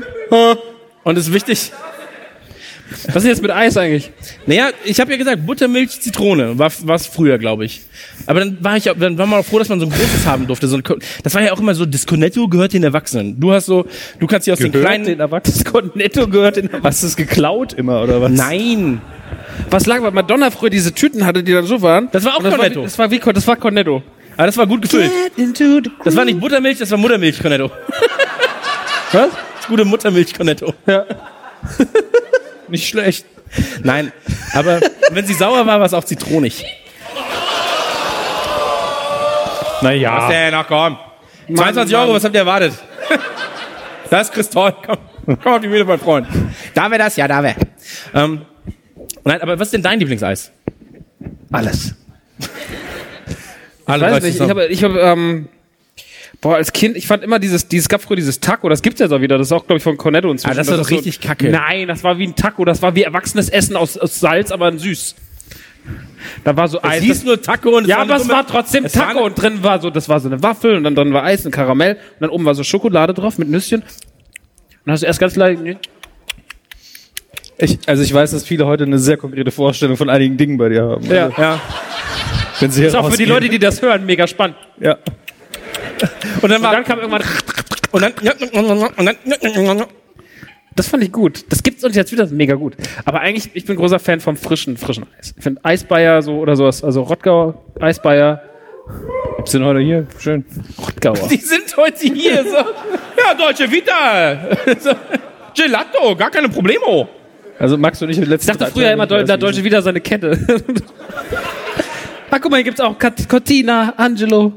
Und das ist wichtig. Was ist jetzt mit Eis eigentlich? Naja, ich habe ja gesagt, Buttermilch, Zitrone war es früher, glaube ich. Aber dann war ich, auch- dann war man auch froh, dass man so ein großes haben durfte. So ein, Ko- das war ja auch immer so, Disconetto gehört den Erwachsenen. Du hast so, du kannst dir aus den Gehört kleinen den Erwachsenen. Disconetto gehört den Erwachsenen. Hast du es geklaut immer, oder was? Nein. Was lag, weil Madonna früher diese Tüten hatte, die dann so waren? Das war auch Und das Cornetto. War, das war wie das war Cornetto. Aber das war gut gefüllt. Das war nicht Buttermilch, das war Muttermilch Cornetto. Was? Das gute Muttermilch Cornetto. Ja. nicht schlecht. Nein, aber wenn sie sauer war, war es auch zitronig. Naja. Was denn? Ach komm. 22 Euro, was habt ihr erwartet? Das ist Kristall. Komm, komm auf die Mühle, mein Freund. Da wäre das, ja, da wäre. Ähm, nein, aber was ist denn dein Lieblingseis? Alles. Ich Alle weiß 30 nicht, ich zusammen. habe, ich habe, ähm, boah, als Kind, ich fand immer dieses, dieses gab früher dieses Taco, das gibt's ja so wieder, das ist auch, glaube ich, von Cornetto inzwischen. Ah, das war doch ist so- richtig kacke. Nein, das war wie ein Taco, das war wie erwachsenes Essen aus, aus Salz, aber in süß. Da war so Es Eis. hieß nur Taco und ja, war aber eine es dumme- war trotzdem Es war Taco eine- und drin war so, das war so eine Waffel und dann drin war Eis und Karamell und dann oben war so Schokolade drauf mit Nüsschen. Und dann hast du erst ganz leicht, Ich, also ich weiß, dass viele heute eine sehr konkrete Vorstellung von einigen Dingen bei dir haben. Also, Ja. ja. Wenn sie ist also, auch für die Leute, die das hören, mega spannend. Ja. Und dann war, Und dann kam irgendwann, und dann, und dann, Das fand ich gut. Das gibt's uns jetzt wieder das ist mega gut. Aber eigentlich, ich bin großer Fan vom frischen, frischen Eis. Ich finde Eisbayer so oder sowas, also Rottgauer, Eisbayer, sind heute hier. Schön. Rottgauer. Die sind heute hier. So. Ja, Deutsche Vita. So. Gelato, gar keine Problemo. Also Max und ich haben Ich dachte früher immer, Deu da Deutsche wieder seine Kette. Ah, guck mal, hier gibt's auch Cat Cortina, Angelo.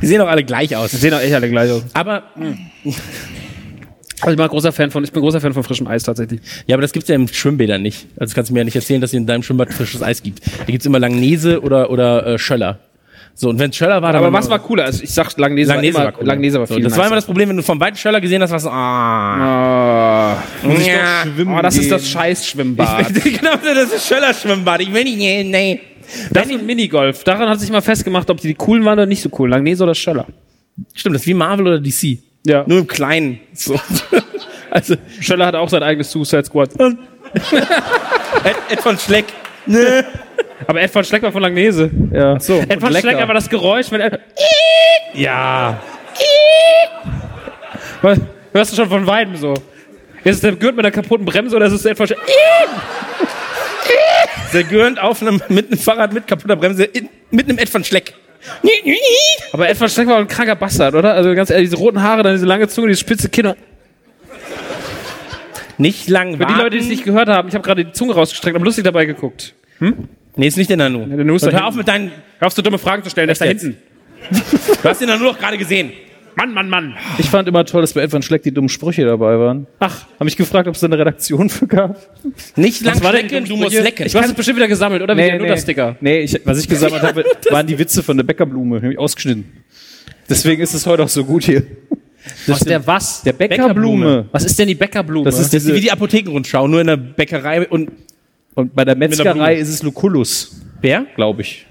Die sehen doch alle gleich aus. Die sehen auch echt alle gleich aus. Aber, Also ich bin ein großer Fan von, ich bin großer Fan von frischem Eis tatsächlich. ja, aber das gibt's ja im Schwimmbädern nicht. Also das kannst du mir ja nicht erzählen, dass es in deinem Schwimmbad frisches Eis gibt. Da gibt's immer Langnese oder, oder äh, Schöller. So, und wenn Schöller war, dann Aber war was war cooler? Also ich sag Langnese Langnese war, war immer, cool. Langnese war so, viel Das war immer das nicer. Problem, wenn du vom weiten Schöller gesehen hast, warst du, ah. Ja. Oh, das ist das Scheiß-Schwimmbad. genau, das ist Schöller-Schwimmbad. Ich will nicht, nee, nee. Das und Minigolf. Daran hat sich mal festgemacht, ob die, die coolen waren oder nicht so cool. Langnese oder Schöller. Stimmt, das ist wie Marvel oder DC. Ja. Nur im Kleinen. So. Also, Schöller hat auch sein eigenes Suicide Squad. Ed, Ed von Schleck. Aber Ed von Schleck war von Langnese. Ja. So. Ed von Schleck war das Geräusch, wenn Ed. Ja. Was- Hörst du schon von Weitem so? Ist es der Gürtel mit einer kaputten Bremse oder ist es Ed von Schleck? Der gehört auf einem, mit einem Fahrrad mit kaputter Bremse, in, mit einem Ed von Schleck. Aber Edward Schleck war ein kranker Bastard, oder? Also ganz ehrlich, diese roten Haare, dann diese lange Zunge, diese spitze Kinder. Nicht lang Für die Leute, die es nicht gehört haben, ich habe gerade die Zunge rausgestreckt, habe lustig dabei geguckt. Hm? Nee, ist nicht der Nanu. der Nanu ist Und da hör auf hinten. mit deinen. Hör auf, so dumme Fragen zu stellen, der ist da hinten. Du hast den Nanu doch gerade gesehen. Mann, Mann, Mann. Ich fand immer toll, dass bei Edwin Schleck die dummen Sprüche dabei waren. Ach. Hab mich gefragt, ob es da eine Redaktion für gab. Nicht lang Was war denn schlecken, die du dumme musst Sprüche? lecken. Ich weiß- Hast du bestimmt wieder gesammelt, oder? Wie der Nutter-Sticker. Nee, ich, was ich gesammelt habe, waren die Witze von der Bäckerblume, nämlich ausgeschnitten. Deswegen ist es heute auch so gut hier. Aus der was? Der Bäckerblume. Was ist denn die Bäckerblume? Das ist Das ist diese, wie die Apothekenrundschau, nur in der Bäckerei und. und bei der Mit der Metzgerei Blume. ist es Lucullus, Wer? glaube ich.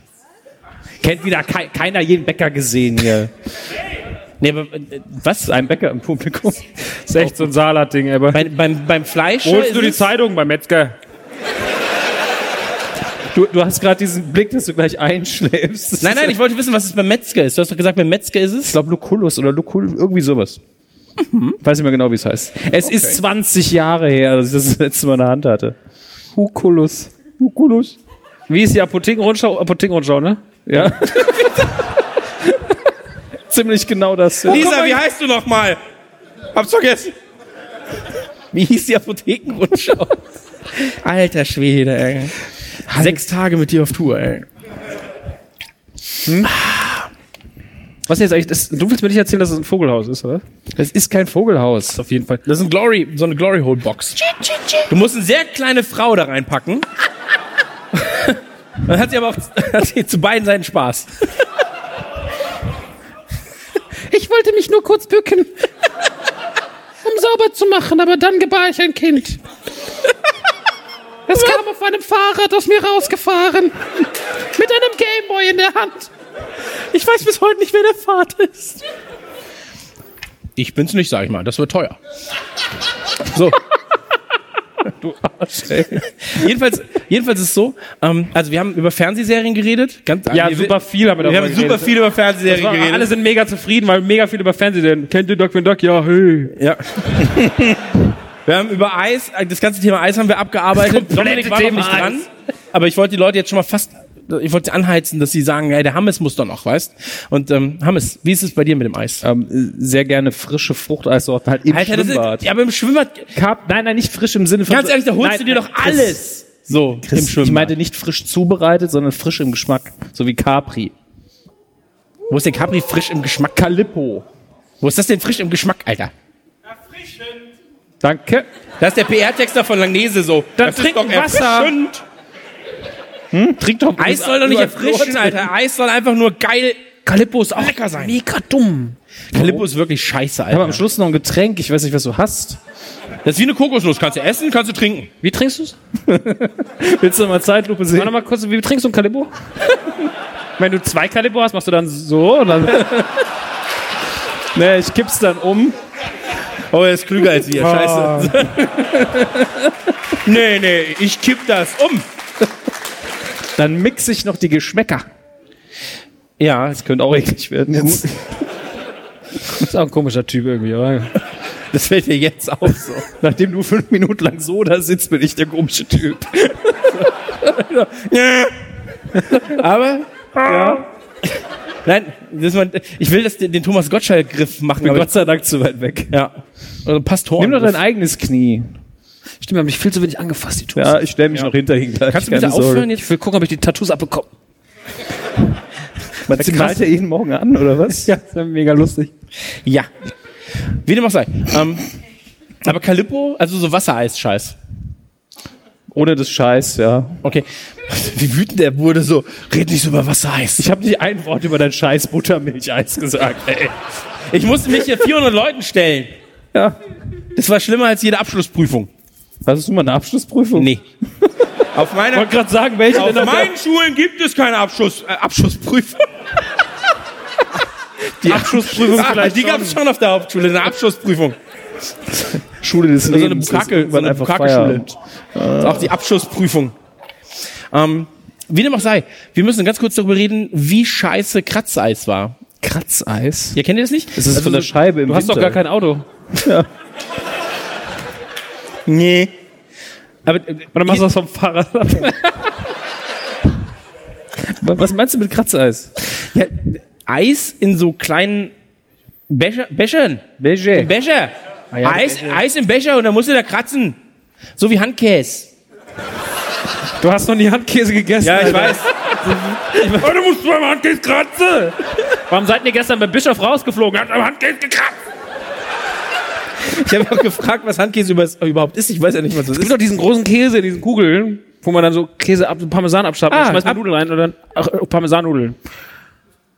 Kennt wieder kei- keiner jeden Bäcker gesehen hier. Nee, aber äh, was? Ein Bäcker im Publikum. ist echt so ein Salat-Ding, aber. Bei, beim, beim Fleisch. Holst ist du die es- Zeitung beim Metzger? Du, du hast gerade diesen Blick, dass du gleich einschläfst. Das Nein, ist- nein, ich wollte wissen, was es beim Metzger ist. Du hast doch gesagt, beim Metzger ist Ich es. glaube Lucullus oder Lucul, irgendwie sowas. Mhm. Weiß nicht mehr genau, wie es heißt. Es ist 20 Jahre her, dass ich das, das letzte Mal in der Hand hatte. Hukulus. Lucullus. Wie ist die Apothekenrundschau? Apothekenrundschau, ne? Ja. Ziemlich genau das. Lisa, wie heißt du nochmal? Hab's vergessen. Wie hieß die Apothekenrundschau? Alter Schwede, ey. Sechs Tage mit dir auf Tour, ey. Hm? Was jetzt eigentlich, das, du willst mir nicht erzählen, dass es ein Vogelhaus ist, oder? Es ist kein Vogelhaus. Auf jeden Fall. Das ist ein Glory, so eine Glory Hole Box. Du musst eine sehr kleine Frau da reinpacken. Dann hat sie aber auch hat sie zu beiden Seiten Spaß. Ich wollte mich nur kurz bücken, um sauber zu machen, aber dann gebar ich ein Kind. Es kam auf einem Fahrrad aus mir rausgefahren. Mit einem Gameboy in der Hand. Ich weiß bis heute nicht, wer der Vater ist. Ich bin's nicht, sag ich mal. Das wird teuer. So. jedenfalls, jedenfalls ist es so, ähm, also wir haben über Fernsehserien geredet. Ganz, Ja, wir, super viel haben wir Wir darüber haben super geredet. viel über Fernsehserien Das war- geredet. Alle sind mega zufrieden, weil mega viel über Fernsehen. Kennt ihr Doc Van Doc? Ja, hey. Ja. wir haben über Eis, das ganze Thema Eis haben wir abgearbeitet. Dominik war noch Thema nicht Eis. dran. Aber ich wollte die Leute jetzt schon mal fast, ich wollte sie anheizen, dass sie sagen, hey, der Hammes muss doch noch, weißt? Und ähm, Hammes, wie ist es bei dir mit dem Eis? Äh, Ähm, sehr gerne frische Fruchteissorten halt im das ist, Schwimmbad. ja, aber im Schwimmbad, Carb- nein, nein, nicht frisch im Sinne von... ganz ehrlich, da holst Nein, du dir doch Chris, alles. So, im Chris, Schwimmbad. ich meinte nicht frisch zubereitet, sondern frisch im Geschmack. So wie Capri. Wo ist der Capri frisch im Geschmack? Calippo. Wo ist das denn frisch im Geschmack, Alter? Danke. Das ist der PR-Texter von Langnese so. Dann Das ist trink doch Wasser. erfrischend. Trink doch Eis soll doch nicht erfrischen, Alter. Eis soll einfach nur geil. Calippo ist auch lecker sein. Mega dumm. Calippo ist wirklich scheiße, Aber am Alter. Schluss noch ein Getränk. Ich weiß nicht, was du hast. Das ist wie eine Kokosnuss. Kannst du essen, kannst du trinken. Wie trinkst du's? Willst du mal Zeitlupe Warte sehen? mal kurz, wie trinkst du ein Calibur? Wenn du zwei Calibur hast, machst du dann so oder Nee, ich kipp's dann um. Ah. Oh, er ist klüger als wir. Scheiße. nee, nee, ich kipp das um. Dann mix ich noch die Geschmäcker. Ja, Das könnte auch eklig werden jetzt. ist auch ein komischer Typ irgendwie, oder? das fällt dir jetzt auf so. Nachdem du fünf Minuten lang so da sitzt, bin ich der komische Typ. Aber. Ja. Nein, das man, ich will das, den, den Thomas Gottschalk-Griff machen. Aber Gott sei Dank zu weit weg. ja. Also, Oder Pastoren. Nimm doch dein eigenes Knie. Stimmt, wir haben mich viel zu wenig angefasst, die Tools. Ja, ich stelle mich noch hinter ihn gleich. Kannst du bitte Keine aufhören Sorge. jetzt? Ich will gucken, ob ich die Tattoos abbekomme. Man knallt er ihn morgen an, oder was? ja, das wäre mega lustig. Ja. Wie dem auch sei. Ähm, aber Calippo, also so Wassereis-Scheiß. Ohne das Scheiß, ja. Okay. Wie wütend er wurde, so, red nicht so über Wassereis. Ich habe nicht ein Wort über dein Scheiß Buttermilcheis gesagt. Ey. Ich musste mich hier 400 Leuten stellen. Ja. Das war schlimmer als jede Abschlussprüfung. Hast du mal eine Abschlussprüfung? Nee. Auf meiner, Ich wollte gerade sagen, welche auf denn das- meinen Schulen gibt es keine Abschluss, äh, Abschlussprüfung. Die Abschlussprüfung vielleicht. Die gab es schon auf der Hauptschule, eine Abschlussprüfung. Schule des Also eine Lebens. Bukake, ist so eine einfach Bukake-Schule. Feierabend. Auch die Abschlussprüfung. Ähm, wie dem auch sei, wir müssen ganz kurz darüber reden, wie scheiße Kratzeis war. Kratzeis? Also, Ihr kennt ihr das nicht? Also Das ist von der Scheibe im Du hast doch Winter. gar kein Auto. Nee. äh, Aber, und dann machst du das vom Fahrrad ab. Was meinst du mit Kratzeis? Ja, Eis in so kleinen Becher, Bechern. Becher. Becher. Ah ja, Eis, Becher. Eis im Becher und dann musst du da kratzen. So wie Handkäse. Du hast noch nie Handkäse gegessen. Ja, ich Alter. weiß. Oh, du musst beim Handkäse kratzen. Warum seid ihr gestern beim Bischof rausgeflogen? Hat am Handkäse gekratzt. Ich habe auch gefragt, was Handkäse übers- überhaupt ist. Ich weiß ja nicht, was das Es gibt doch diesen großen Käse in diesen Kugeln, wo man dann so Käse ab, Parmesan abschnappt Ah, und schmeißt ab- mit Nudeln rein und dann ach, äh, Parmesannudeln.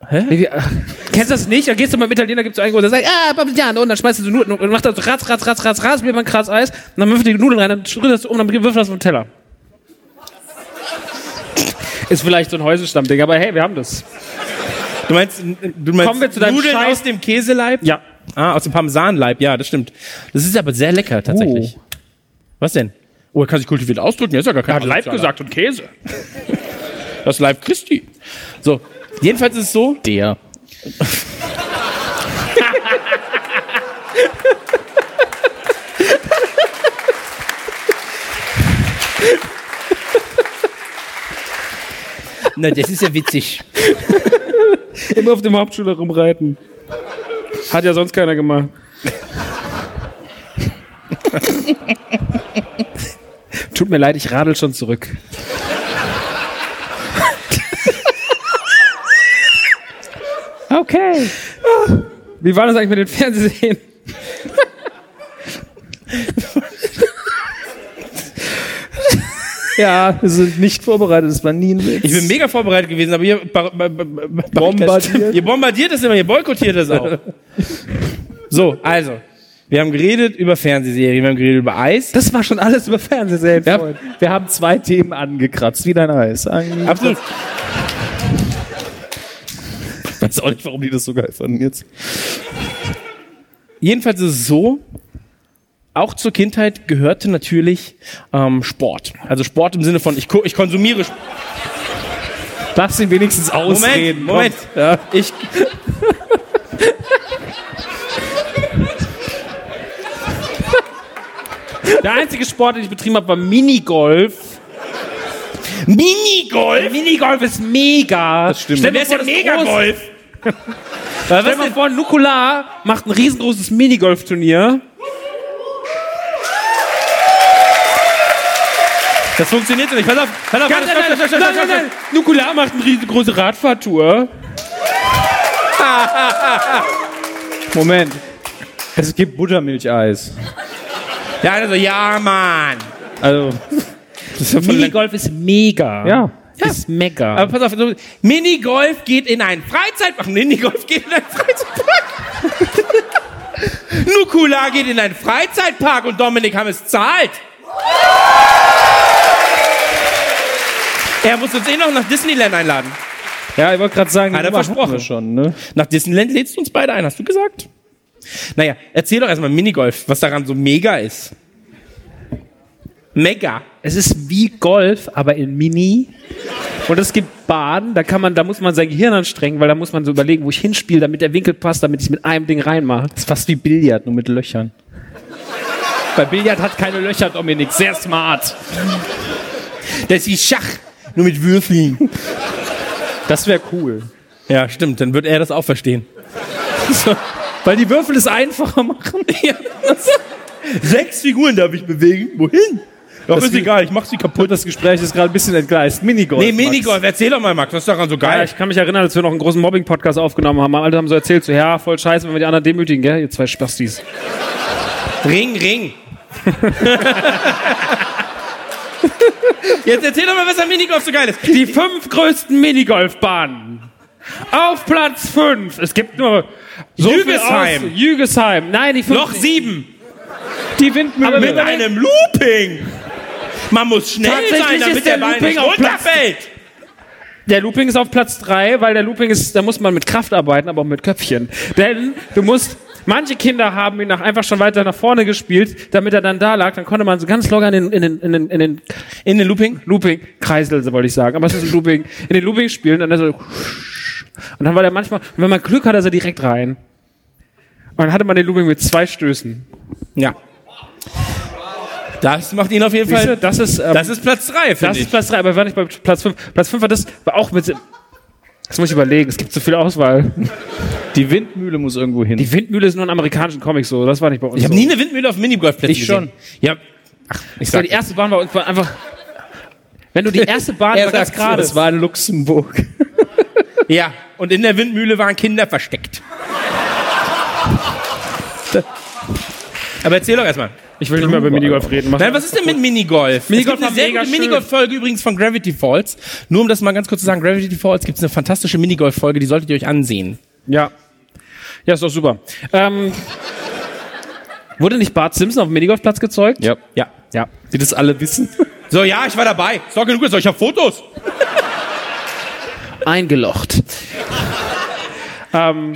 Hä? Nee, wie, ach, kennst du das nicht? Da gehst du beim Italiener, gibt's einen großen, der sagt, ah, Parmesan, und dann schmeißt du so Nudeln und macht das so ratz, ratz, ratz, ratz, ratz, wie man kratz Eis, und dann wirft die Nudeln rein, dann rührst das um, dann wirft das auf den Teller. Ist vielleicht so ein Häuselstammding, aber hey, wir haben das. Du meinst, du meinst Kommen wir zu deinem Nudeln Scheiß- aus dem Käseleib? Ja. Ah, aus dem Parmesanleib, ja, das stimmt. Das ist aber sehr lecker tatsächlich. Was denn? Oh, er kann sich kultiviert ausdrücken, er ist ja gar kein Oh. Er hat Leib Asozialer. gesagt und Käse. Das Leib Christi. So, jedenfalls ist es so. Der. Na, das ist ja witzig. Immer auf dem Hauptschüler rumreiten. Hat ja sonst keiner gemacht. Tut mir leid, ich radel schon zurück. okay. Wie war das eigentlich mit den Fernsehserien? Ja, wir sind nicht vorbereitet, das war nie ein Witz. Ich bin mega vorbereitet gewesen, aber ihr, bar- bar- bar- bar- bombardiert. ihr bombardiert das immer, ihr boykottiert das auch. so, also, wir haben geredet über Fernsehserien, wir haben geredet über Eis. Das war schon alles über Fernsehserien. wir, haben, wir haben zwei Themen angekratzt, wie dein Eis. Ein- Absolut. Ich weiß auch nicht, warum die das so geil fanden jetzt. Jedenfalls ist es so, auch zur Kindheit gehörte natürlich ähm, Sport. Also Sport im Sinne von, ich, ko- ich konsumiere Sport. Lass ihn wenigstens Moment, ausreden. Moment. komm. Ja. Ich. Der einzige Sport, den ich betrieben habe, war Minigolf. Minigolf? Minigolf ist mega. Das stimmt. Stell dir Das vor, ist das ja Megagolf. Stell dir mal vor, Nukular macht ein riesengroßes Minigolf-Turnier. Das funktioniert so nicht. Pass auf, pass auf, Nein, pass auf, nein, pass nein, auf, nein, pass auf, nein, nein. Nukular macht eine riesengroße Radfahrtour. Moment. Es gibt Buttermilcheis. pass auf. Ja, also, ja, Mann. Also, das ist ja voll lang- Minigolf ist mega. Ja. Ist mega. Aber pass auf, so- Minigolf geht in einen Freizeitpark. Minigolf geht in einen Freizeitpark. Nukula geht in einen Freizeitpark und Dominik Hammes zahlt. Er muss uns eh noch nach Disneyland einladen. Ja, ich wollte gerade sagen, Hat er die Nummer hatten versprochen. wir schon, ne? Nach Disneyland lädst du uns beide ein, hast du gesagt? Naja, erzähl doch erstmal Minigolf, was daran so mega ist. Mega. Es ist wie Golf, aber in Mini. Und es gibt Bahnen, da kann man, da muss man sein Gehirn anstrengen, weil da muss man so überlegen, wo ich hinspiele, damit der Winkel passt, damit ich mit einem Ding reinmache. Das ist fast wie Billard, nur mit Löchern. Bei Billard hat keine Löcher, Dominik. Sehr smart. Das ist Schach, nur mit Würfeln. Das wäre cool. Ja, stimmt, dann wird er das auch verstehen. Weil die Würfel es einfacher machen. Ja, das- Sechs Figuren darf ich bewegen. Wohin? Doch, ist egal, ich mach sie kaputt. Das Gespräch ist gerade ein bisschen entgleist. Minigolf. Nee, Minigolf, erzähl doch mal, Max, was ist daran so Ja, geil? ich kann mich erinnern, als wir noch einen großen Mobbing-Podcast aufgenommen haben. Alle haben so erzählt, so, ja, voll scheiße, wenn wir die anderen demütigen, gell? Ihr zwei Spastis. Ring, Ring. Jetzt erzähl doch mal, was am Minigolf so geil ist. Die fünf größten Minigolfbahnen. Auf Platz fünf. Es gibt nur so viel Jügesheim. aus- Jügesheim. Nein, die fünf. Noch sieben. die Windmühle. Mit einem Looping. Man muss schnell Tatsächlich sein, damit ist der der Ball Looping nicht auf Platz- runterfällt. Der Looping ist auf Platz 3, weil der Looping ist, da muss man mit Kraft arbeiten, aber auch mit Köpfchen. Denn du musst, manche Kinder haben ihn nach, einfach schon weiter nach vorne gespielt, damit er dann da lag. Dann konnte man so ganz locker in den, in den, in den, in den, in den Looping? Looping, Kreisel, wollte ich sagen. Aber es ist ein Looping. In den Looping spielen, dann ist er so, und dann war der manchmal, und wenn man Glück hat, ist er direkt rein. Und dann hatte man den Looping mit zwei Stößen. Ja. Das macht ihn auf jeden Siehste, Fall. das ist, ähm, das ist Platz 3, Das finde ich. ist Platz 3, aber wir waren nicht bei Platz 5. Platz 5 war das, war auch mit. Das muss ich überlegen, es gibt so viel Auswahl. Die Windmühle muss irgendwo hin. Die Windmühle ist nur in amerikanischen Comics so, das war nicht bei uns. Ich habe so. nie eine Windmühle auf Minigolfplätzen Ich schon. gesehen. Ja. Ach, ich Das war die erste Bahn bei uns war einfach. Wenn du die erste Bahn Er war ganz sagt's, gerade. es war in Luxemburg. Ja, und in der Windmühle waren Kinder versteckt. Aber erzähl doch erstmal. Ich will nicht mehr über Minigolf reden. mach Nein, was ist denn mit Minigolf? Minigolf es war gibt eine sehr mega gute schön. Minigolf-Folge übrigens von Gravity Falls. Nur um das mal ganz kurz zu sagen, Gravity Falls gibt es eine fantastische Minigolf-Folge, die solltet ihr euch ansehen. Ja. Ja, ist doch super. Ähm, wurde nicht Bart Simpson auf dem Minigolfplatz gezeugt? Ja. Ja. Ja. Die das alle wissen. So, ja, ich war dabei. Ist doch genug, ist doch, ich hab Fotos. Eingelocht. ähm,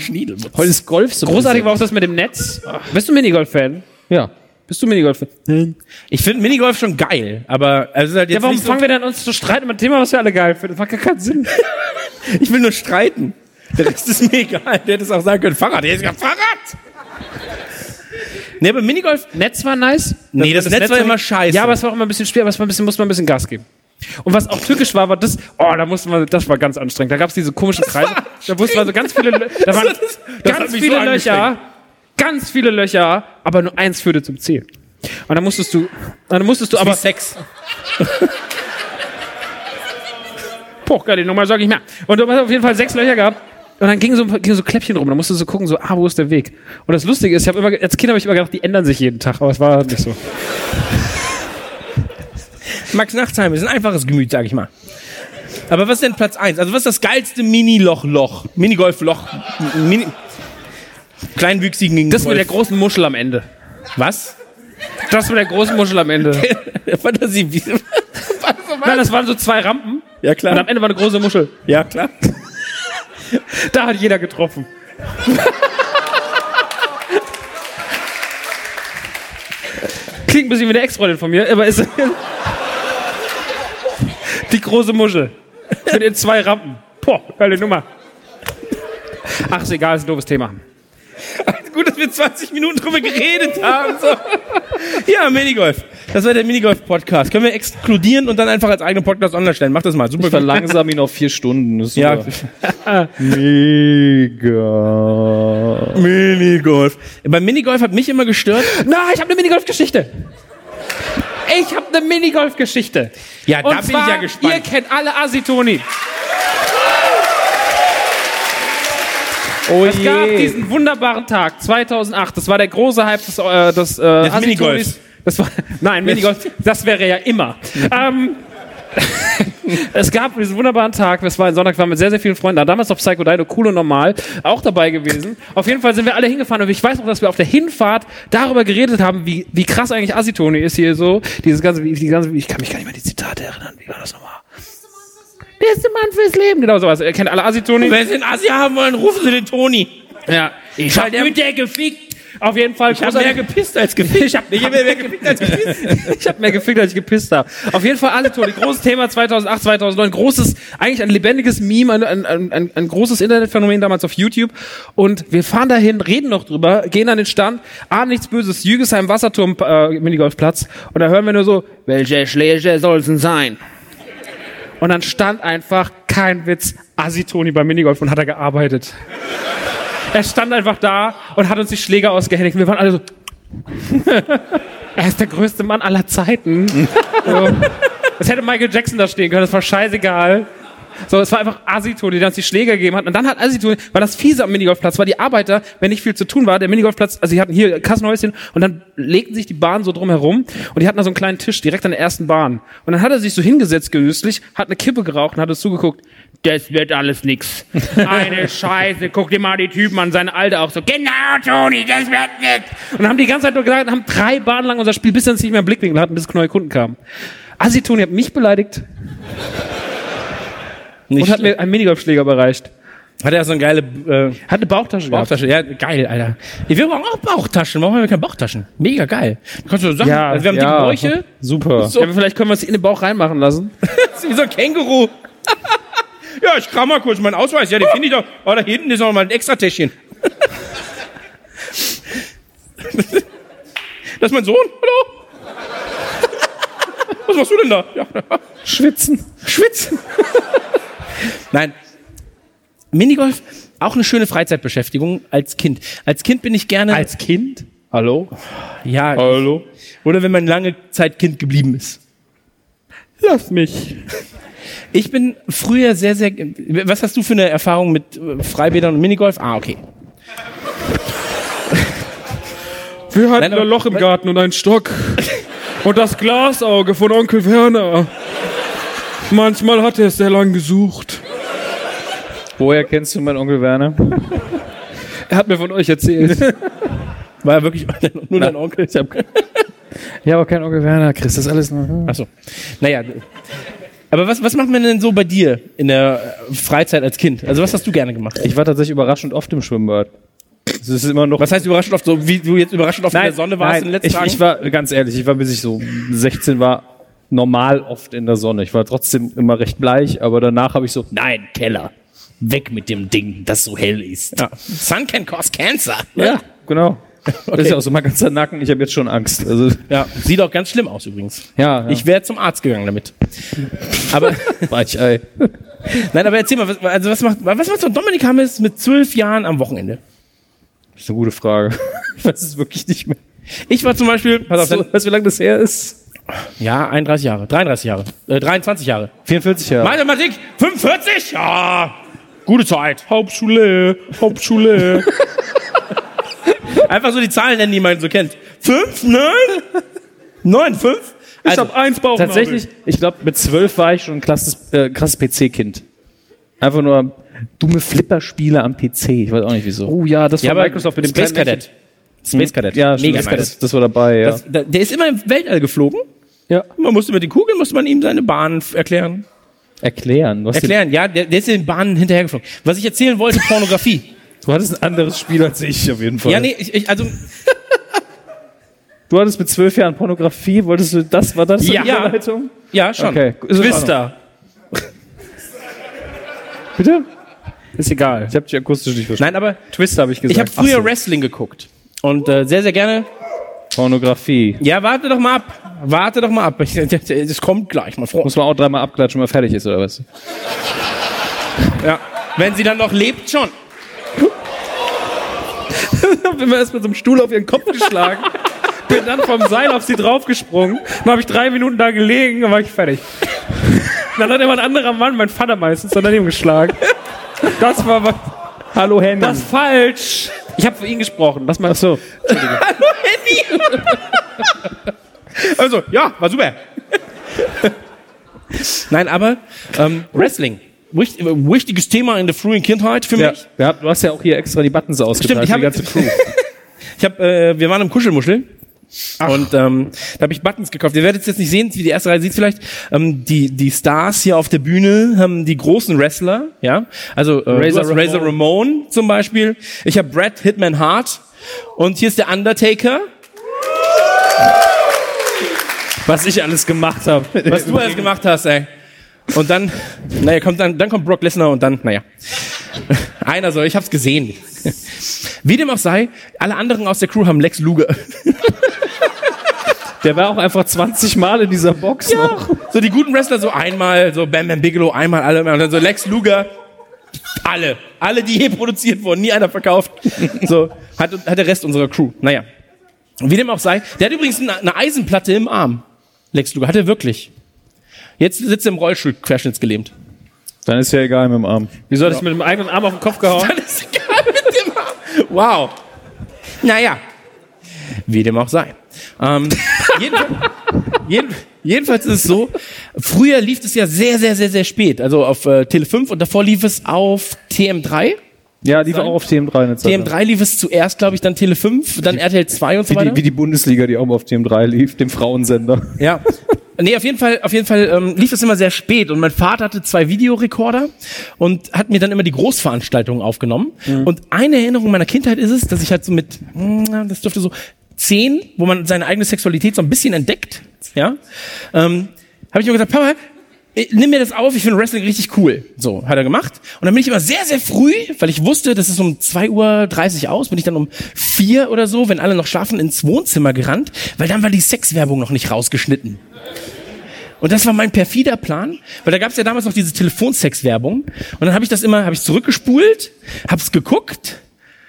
Heute ist Golf so. großartig war auch das mit dem Netz. Bist du Minigolf-Fan? Ja. Bist du Minigolf-Fan? Ich finde Minigolf schon geil, aber also es ist halt jetzt Ja, warum nicht so- fangen wir dann uns zu streiten über ein Thema, was wir alle geil finden? Das macht gar keinen Sinn. Ich will nur streiten. Der Rest ist mir egal. Der hätte es auch sagen können, Fahrrad. Der ist ja Fahrrad. Nee, aber Minigolf, Netz war nice. Nee, das Netz war immer scheiße. Ja, aber es war auch immer ein bisschen schwer, aber es war ein bisschen, musste man ein bisschen Gas geben. Und was auch tückisch war, war das, oh, da mussten wir, das war ganz anstrengend. Da gab es diese komischen Kreise. Da mussten wir so ganz viele, Lö- da waren Das- das hat ganz mich viele so Löcher, ganz viele Löcher, aber nur eins führte zum Ziel. Und dann musstest du, dann musstest du aber aber, Sex. boah, geil, die Nummer sag ich mehr. Und du hast auf jeden Fall sechs Löcher gehabt. Und dann ging so, ging so Kläppchen rum. Da musstest du gucken, so, ah, wo ist der Weg? Und das Lustige ist, ich habe immer, ge- als Kind habe ich immer gedacht, die ändern sich jeden Tag, aber es war nicht so. Max Nachtsheim ist ein einfaches Gemüt, sag ich mal. Aber was ist denn Platz 1? Also was ist das geilste Mini-Loch-Loch? Minigolf-Loch? M- Mini Kleinwüchsigen gegen Das mit der Golf. großen Muschel am Ende. Was? Das mit der großen Muschel am Ende. Fantasie. wie- Nein, das waren so zwei Rampen ja, und am klar. Ende war eine große Muschel. Ja, klar. Da hat jeder getroffen. Klingt ein bisschen wie eine Ex-Freundin von mir, aber ist die große Muschel mit den zwei Rampen. Boah, geile Nummer. Ach, ist egal, ist ein doofes Thema. Gut, dass wir 20 Minuten drüber geredet haben. So. Ja, Minigolf. Das war der Minigolf-Podcast. Können wir exkludieren und dann einfach als eigenen Podcast online stellen. Mach das mal. Super. Ich verlangsam ihn auf vier Stunden. Das ist Ja. super. Mega. Minigolf. Beim Minigolf hat mich immer gestört. Na, ich habe eine Minigolf-Geschichte. Ich habe eine Minigolf-Geschichte. Ja, da Und bin ich zwar, ja gespannt. Ihr kennt alle Asitoni. Oh Es gab diesen wunderbaren Tag 2008. Das war der große Hype des, äh, des, äh, Asitonis. Minigolfs. Das war, nein, Minigolf. Das wäre ja immer. ähm, es gab diesen wunderbaren Tag. Es war ein Sonntag. Wir waren mit sehr, sehr vielen Freunden da. Damals noch Psycho Dino, cool und normal, auch dabei gewesen. Auf jeden Fall sind wir alle hingefahren. Und ich weiß noch, dass wir auf der Hinfahrt darüber geredet haben, wie, wie krass eigentlich Asitoni ist hier so. Dieses ganze, wie- die ganze, ich kann mich gar nicht mehr an die Zitate erinnern. Wie war das nochmal? Beste Mann fürs Leben. Genau sowas. Ihr kennt alle Asitoni. Wenn Sie einen Assi haben wollen, rufen Sie den Toni. Ja. Ich hab mit der gefickt. auf jeden Fall. Ich habe mehr gepisst als gefickt. Ich habe mehr, mehr gefickt als gepisst. Ich habe mehr gefickt, als ich gepisst habe. Auf jeden Fall alle Toni. Großes Thema 2008, 2009. Großes, eigentlich ein lebendiges Meme, ein, ein, ein, ein, ein großes Internetphänomen damals auf YouTube. Und wir fahren dahin, reden noch drüber, gehen an den Stand. Ah, nichts Böses. Jügesheim Wasserturm äh, Minigolfplatz. Und da hören wir nur so, welche Schläge soll's denn sein? Und dann stand einfach, kein Witz, Asitoni beim Minigolf und hat er gearbeitet. Er stand einfach da und hat uns die Schläger ausgehändigt. Und wir waren alle so, er ist der größte Mann aller Zeiten. so. Das hätte Michael Jackson da stehen können, das war scheißegal. So, es war einfach Asitoni, der uns die Schläger gegeben hat. Und dann hat Asitoni, weil das fiese am Minigolfplatz war, die Arbeiter, wenn nicht viel zu tun war, der Minigolfplatz, also die hatten hier Kassenhäuschen und dann legten sich die Bahnen so drumherum und die hatten da so einen kleinen Tisch direkt an der ersten Bahn. Und dann hat er sich so hingesetzt genüsslich, hat eine Kippe geraucht und hat uns zugeguckt. Das wird alles nix. Eine Scheiße, guck dir mal die Typen an, seine Alte auch so. Genau, Toni, das wird nix. Und dann haben die ganze Zeit nur gesagt, haben drei Bahnen lang unser Spiel, bis sie uns nicht mehr im Blickwinkel hatten, bis neue Kunden kamen. Asitoni hat mich beleidigt, und hat mir einen Minigolfschläger überreicht. Hat er so eine geile äh, Hat eine Bauchtasche gehabt. Bauchtasche? Ja, geil, Alter. Wir brauchen auch Bauchtaschen. Warum haben wir keine Bauchtaschen? Mega geil. Da kannst du Sachen, Ja, also wir haben ja. die Bräuche. Super. Ja, aber vielleicht können wir es in den Bauch reinmachen lassen. Das ist wie so ein Känguru. ja, ich kram mal kurz meinen Ausweis. Ja, den finde ich doch. Oh, da hinten ist noch mal ein extra Täschchen. das ist mein Sohn. Hallo? was machst du denn da? Ja. Schwitzen. Schwitzen. Nein. Minigolf, auch eine schöne Freizeitbeschäftigung als Kind. Als Kind bin ich gerne. Als Kind? Hallo? Ja. Hallo? Oder wenn man lange Zeit Kind geblieben ist. Lass mich. Ich bin früher sehr, sehr. Was hast du für eine Erfahrung mit äh, Freibädern und Minigolf? Ah, okay. Wir hatten ein Loch im Garten und einen Stock. Und das Glasauge von Onkel Werner. Manchmal hat er es sehr lang gesucht. Woher kennst du meinen Onkel Werner? Er hat mir von euch erzählt. War ja wirklich nur dein Onkel. Ich habe Ja, aber kein Onkel Werner, Chris, das ist alles nur. Achso. Naja. Aber was, was macht man denn so bei dir in der äh, Freizeit als Kind? Also was hast du gerne gemacht? Ich war tatsächlich überraschend oft im Schwimmbad. Das ist immer noch. Was heißt überraschend oft so, wie du jetzt überraschend oft in der Sonne warst nein, in den letzten ich, Tagen? ich war, ganz ehrlich, ich war, bis ich so 16 war, normal oft in der Sonne. Ich war trotzdem immer recht bleich, aber danach habe ich so, nein, Keller. Weg mit dem Ding, das so hell ist. Ja, Sun can cause cancer. ja genau. Das ist ja auch so mein ganzer Nacken, ich habe jetzt schon Angst. Also, Ja, sieht auch ganz schlimm aus übrigens. ja, ja. Ich wäre zum Arzt gegangen damit. Aber Weichei. nein, aber erzähl mal, was, also was macht was macht so Dominik Hammes mit zwölf Jahren am Wochenende? Das ist eine gute Frage. Ich weiß es wirklich nicht mehr. Ich war zum Beispiel, pass auf, dann, Weißt du, wie lange das her ist? ja, 31 Jahre, 33 Jahre, äh, 23 Jahre. 44 Jahre. Mathematik, 45? Ja, gute Zeit. Hauptschule, Hauptschule. Einfach so die Zahlen nennen, die man so kennt. 5, 9, 9, 5. Ich Also, hab eins Bauchnabel. Tatsächlich, ich glaube, mit zwölf war ich schon ein klasses, äh, krasses PC-Kind. Einfach nur dumme Flipperspiele am PC. Ich weiß auch nicht wieso. Oh ja, das ja, aber Space kleinen Cadet. Space Cadet. Ja, Mega Mega nice. das, das war dabei, ja. Das, da, der ist immer im Weltall geflogen. Ja. Man musste mit den Kugeln, musste man ihm seine Bahnen f- erklären. Erklären. Du, hast Erklären, ja, der, der ist in den Bahnen hinterhergeflogen. Was ich erzählen wollte, Pornografie. Den, du hattest ein anderes Spiel als ich auf jeden Fall. ja, nee, ich, ich, also, Du hattest mit zwölf Jahren Pornografie, wolltest du das, war das Ja. die Überleitung? ja, schon. Okay, ist in Twister. Bitte? Ist egal. Ich habe dich akustisch nicht verstanden. Nein, aber Twist habe ich gesagt. ich habe früher Ach so. Wrestling geguckt. Und äh, sehr, sehr gerne. Pornografie. Ja, warte doch mal ab. Warte doch mal ab. Ich- Es kommt gleich, mein Freund. Muss man auch dreimal abklatschen, wenn man fertig ist, oder was? Ja. Wenn sie dann noch lebt, schon. bin mir erst mit so einem Stuhl auf ihren Kopf geschlagen. Bin dann vom Seil auf sie draufgesprungen. Dann habe ich drei Minuten da gelegen, dann war ich fertig. Dann hat immer ein anderer Mann, mein Vater meistens, dann daneben geschlagen. Das war was. Hallo Henny. Das ist falsch. Ich habe für ihn gesprochen. Das mal so. Also, ja, war super. Nein, aber ähm, Wrestling. Wicht- äh, Wichtiges Thema in der frühen Kindheit für mich. Ja, ja, du hast ja auch hier extra die Buttons ausgeteilt, ich hab- die ganze Crew. Ich hab, äh, wir waren im Kuschelmuschel. Und ähm, da habe ich Buttons gekauft. Ihr werdet es jetzt nicht sehen, wie die erste Reihe sieht vielleicht. Ähm, die, die Stars hier auf der Bühne haben die großen Wrestler, ja. Also äh, Razor, Ramon. Razor Ramon zum Beispiel. Ich habe Brad Hitman Hart und hier ist der Undertaker. Was ich alles gemacht habe. Was du alles gemacht hast, ey. Und dann, naja, kommt dann, dann kommt Brock Lesnar und dann, naja. Einer soll, ich hab's gesehen. Wie dem auch sei, alle anderen aus der Crew haben Lex Luger. Der war auch einfach 20 Mal in dieser Box noch. So die guten Wrestler so einmal, so Bam Bam Bigelow einmal, alle, und dann so Lex Luger, alle. Alle, die je produziert wurden, nie einer verkauft. So, hat, hat der Rest unserer Crew. Naja. Wie dem auch sei, der hat übrigens eine, eine Eisenplatte im Arm. Lex Luger, hat er wirklich. Jetzt sitzt er im Rollstuhl querschnittsgelähmt. Dann ist ja egal mit dem Arm. Wieso hat es mit dem eigenen Arm auf den Kopf gehauen? Alles egal mit dem Arm. Wow. Naja. Wie dem auch sei. Ähm, jedenfalls, jeden, jedenfalls ist es so, früher lief es ja sehr, sehr, sehr, sehr spät. Also auf äh, Tele 5 und davor lief es auf TM3. Ja, die war auch auf TM3 eine Zeit. lang. TM3 lief es zuerst, glaube ich, dann Tele 5, dann RTL 2 und so Wie weiter. die, wie die Bundesliga, die auch mal auf TM3 lief, dem Frauensender. Ja. Nee, auf jeden Fall, auf jeden Fall ähm, lief es immer sehr spät und mein Vater hatte zwei Videorekorder und hat mir dann immer die Großveranstaltungen aufgenommen. Und eine Erinnerung meiner Kindheit ist es, dass ich halt so mit, hm, das dürfte so zehn, wo man seine eigene Sexualität so ein bisschen entdeckt, ja, ähm, habe ich immer gesagt, Papa, äh, nimm mir das auf, ich finde Wrestling richtig cool. So, hat er gemacht. Und dann bin ich immer sehr, sehr früh, weil ich wusste, das ist um 2.30 Uhr aus, bin ich dann um 4 oder so, wenn alle noch schlafen, ins Wohnzimmer gerannt, weil dann war die Sexwerbung noch nicht rausgeschnitten. Und das war mein perfider Plan, weil da gab es ja damals noch diese Telefonsex-Werbung. Und dann habe ich das immer, habe ich zurückgespult, hab's geguckt,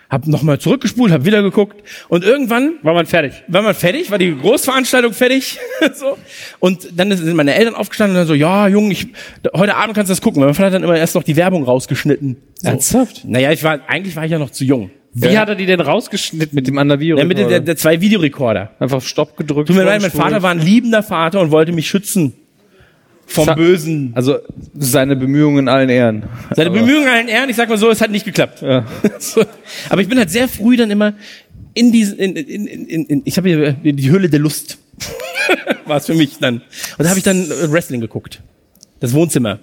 hab nochmal zurückgespult, hab wieder geguckt und irgendwann war man fertig. War man fertig, war die Großveranstaltung fertig. so. Und dann sind meine Eltern aufgestanden und dann so, ja, Junge, ich, heute Abend kannst du das gucken. Weil mein Vater hat dann immer erst noch die Werbung rausgeschnitten. So. Ernsthaft? Naja, ich war, eigentlich war ich ja noch zu jung. Wie hat er die denn rausgeschnitten? Mit dem anderen Video. Ja, mit der, der zwei Videorekorder. Einfach Stopp gedrückt. Tut mir leid, mein Vater war ein liebender Vater und wollte mich schützen. Vom Sa- Bösen. Also seine Bemühungen in allen Ehren. Seine Aber- Bemühungen allen Ehren, ich sag mal so, es hat nicht geklappt. So. Aber ich bin halt sehr früh dann immer in diese, in, in, in, in, ich habe hier äh, die Höhle der Lust. War es für mich dann. Und da habe ich dann äh, Wrestling geguckt. Das Wohnzimmer.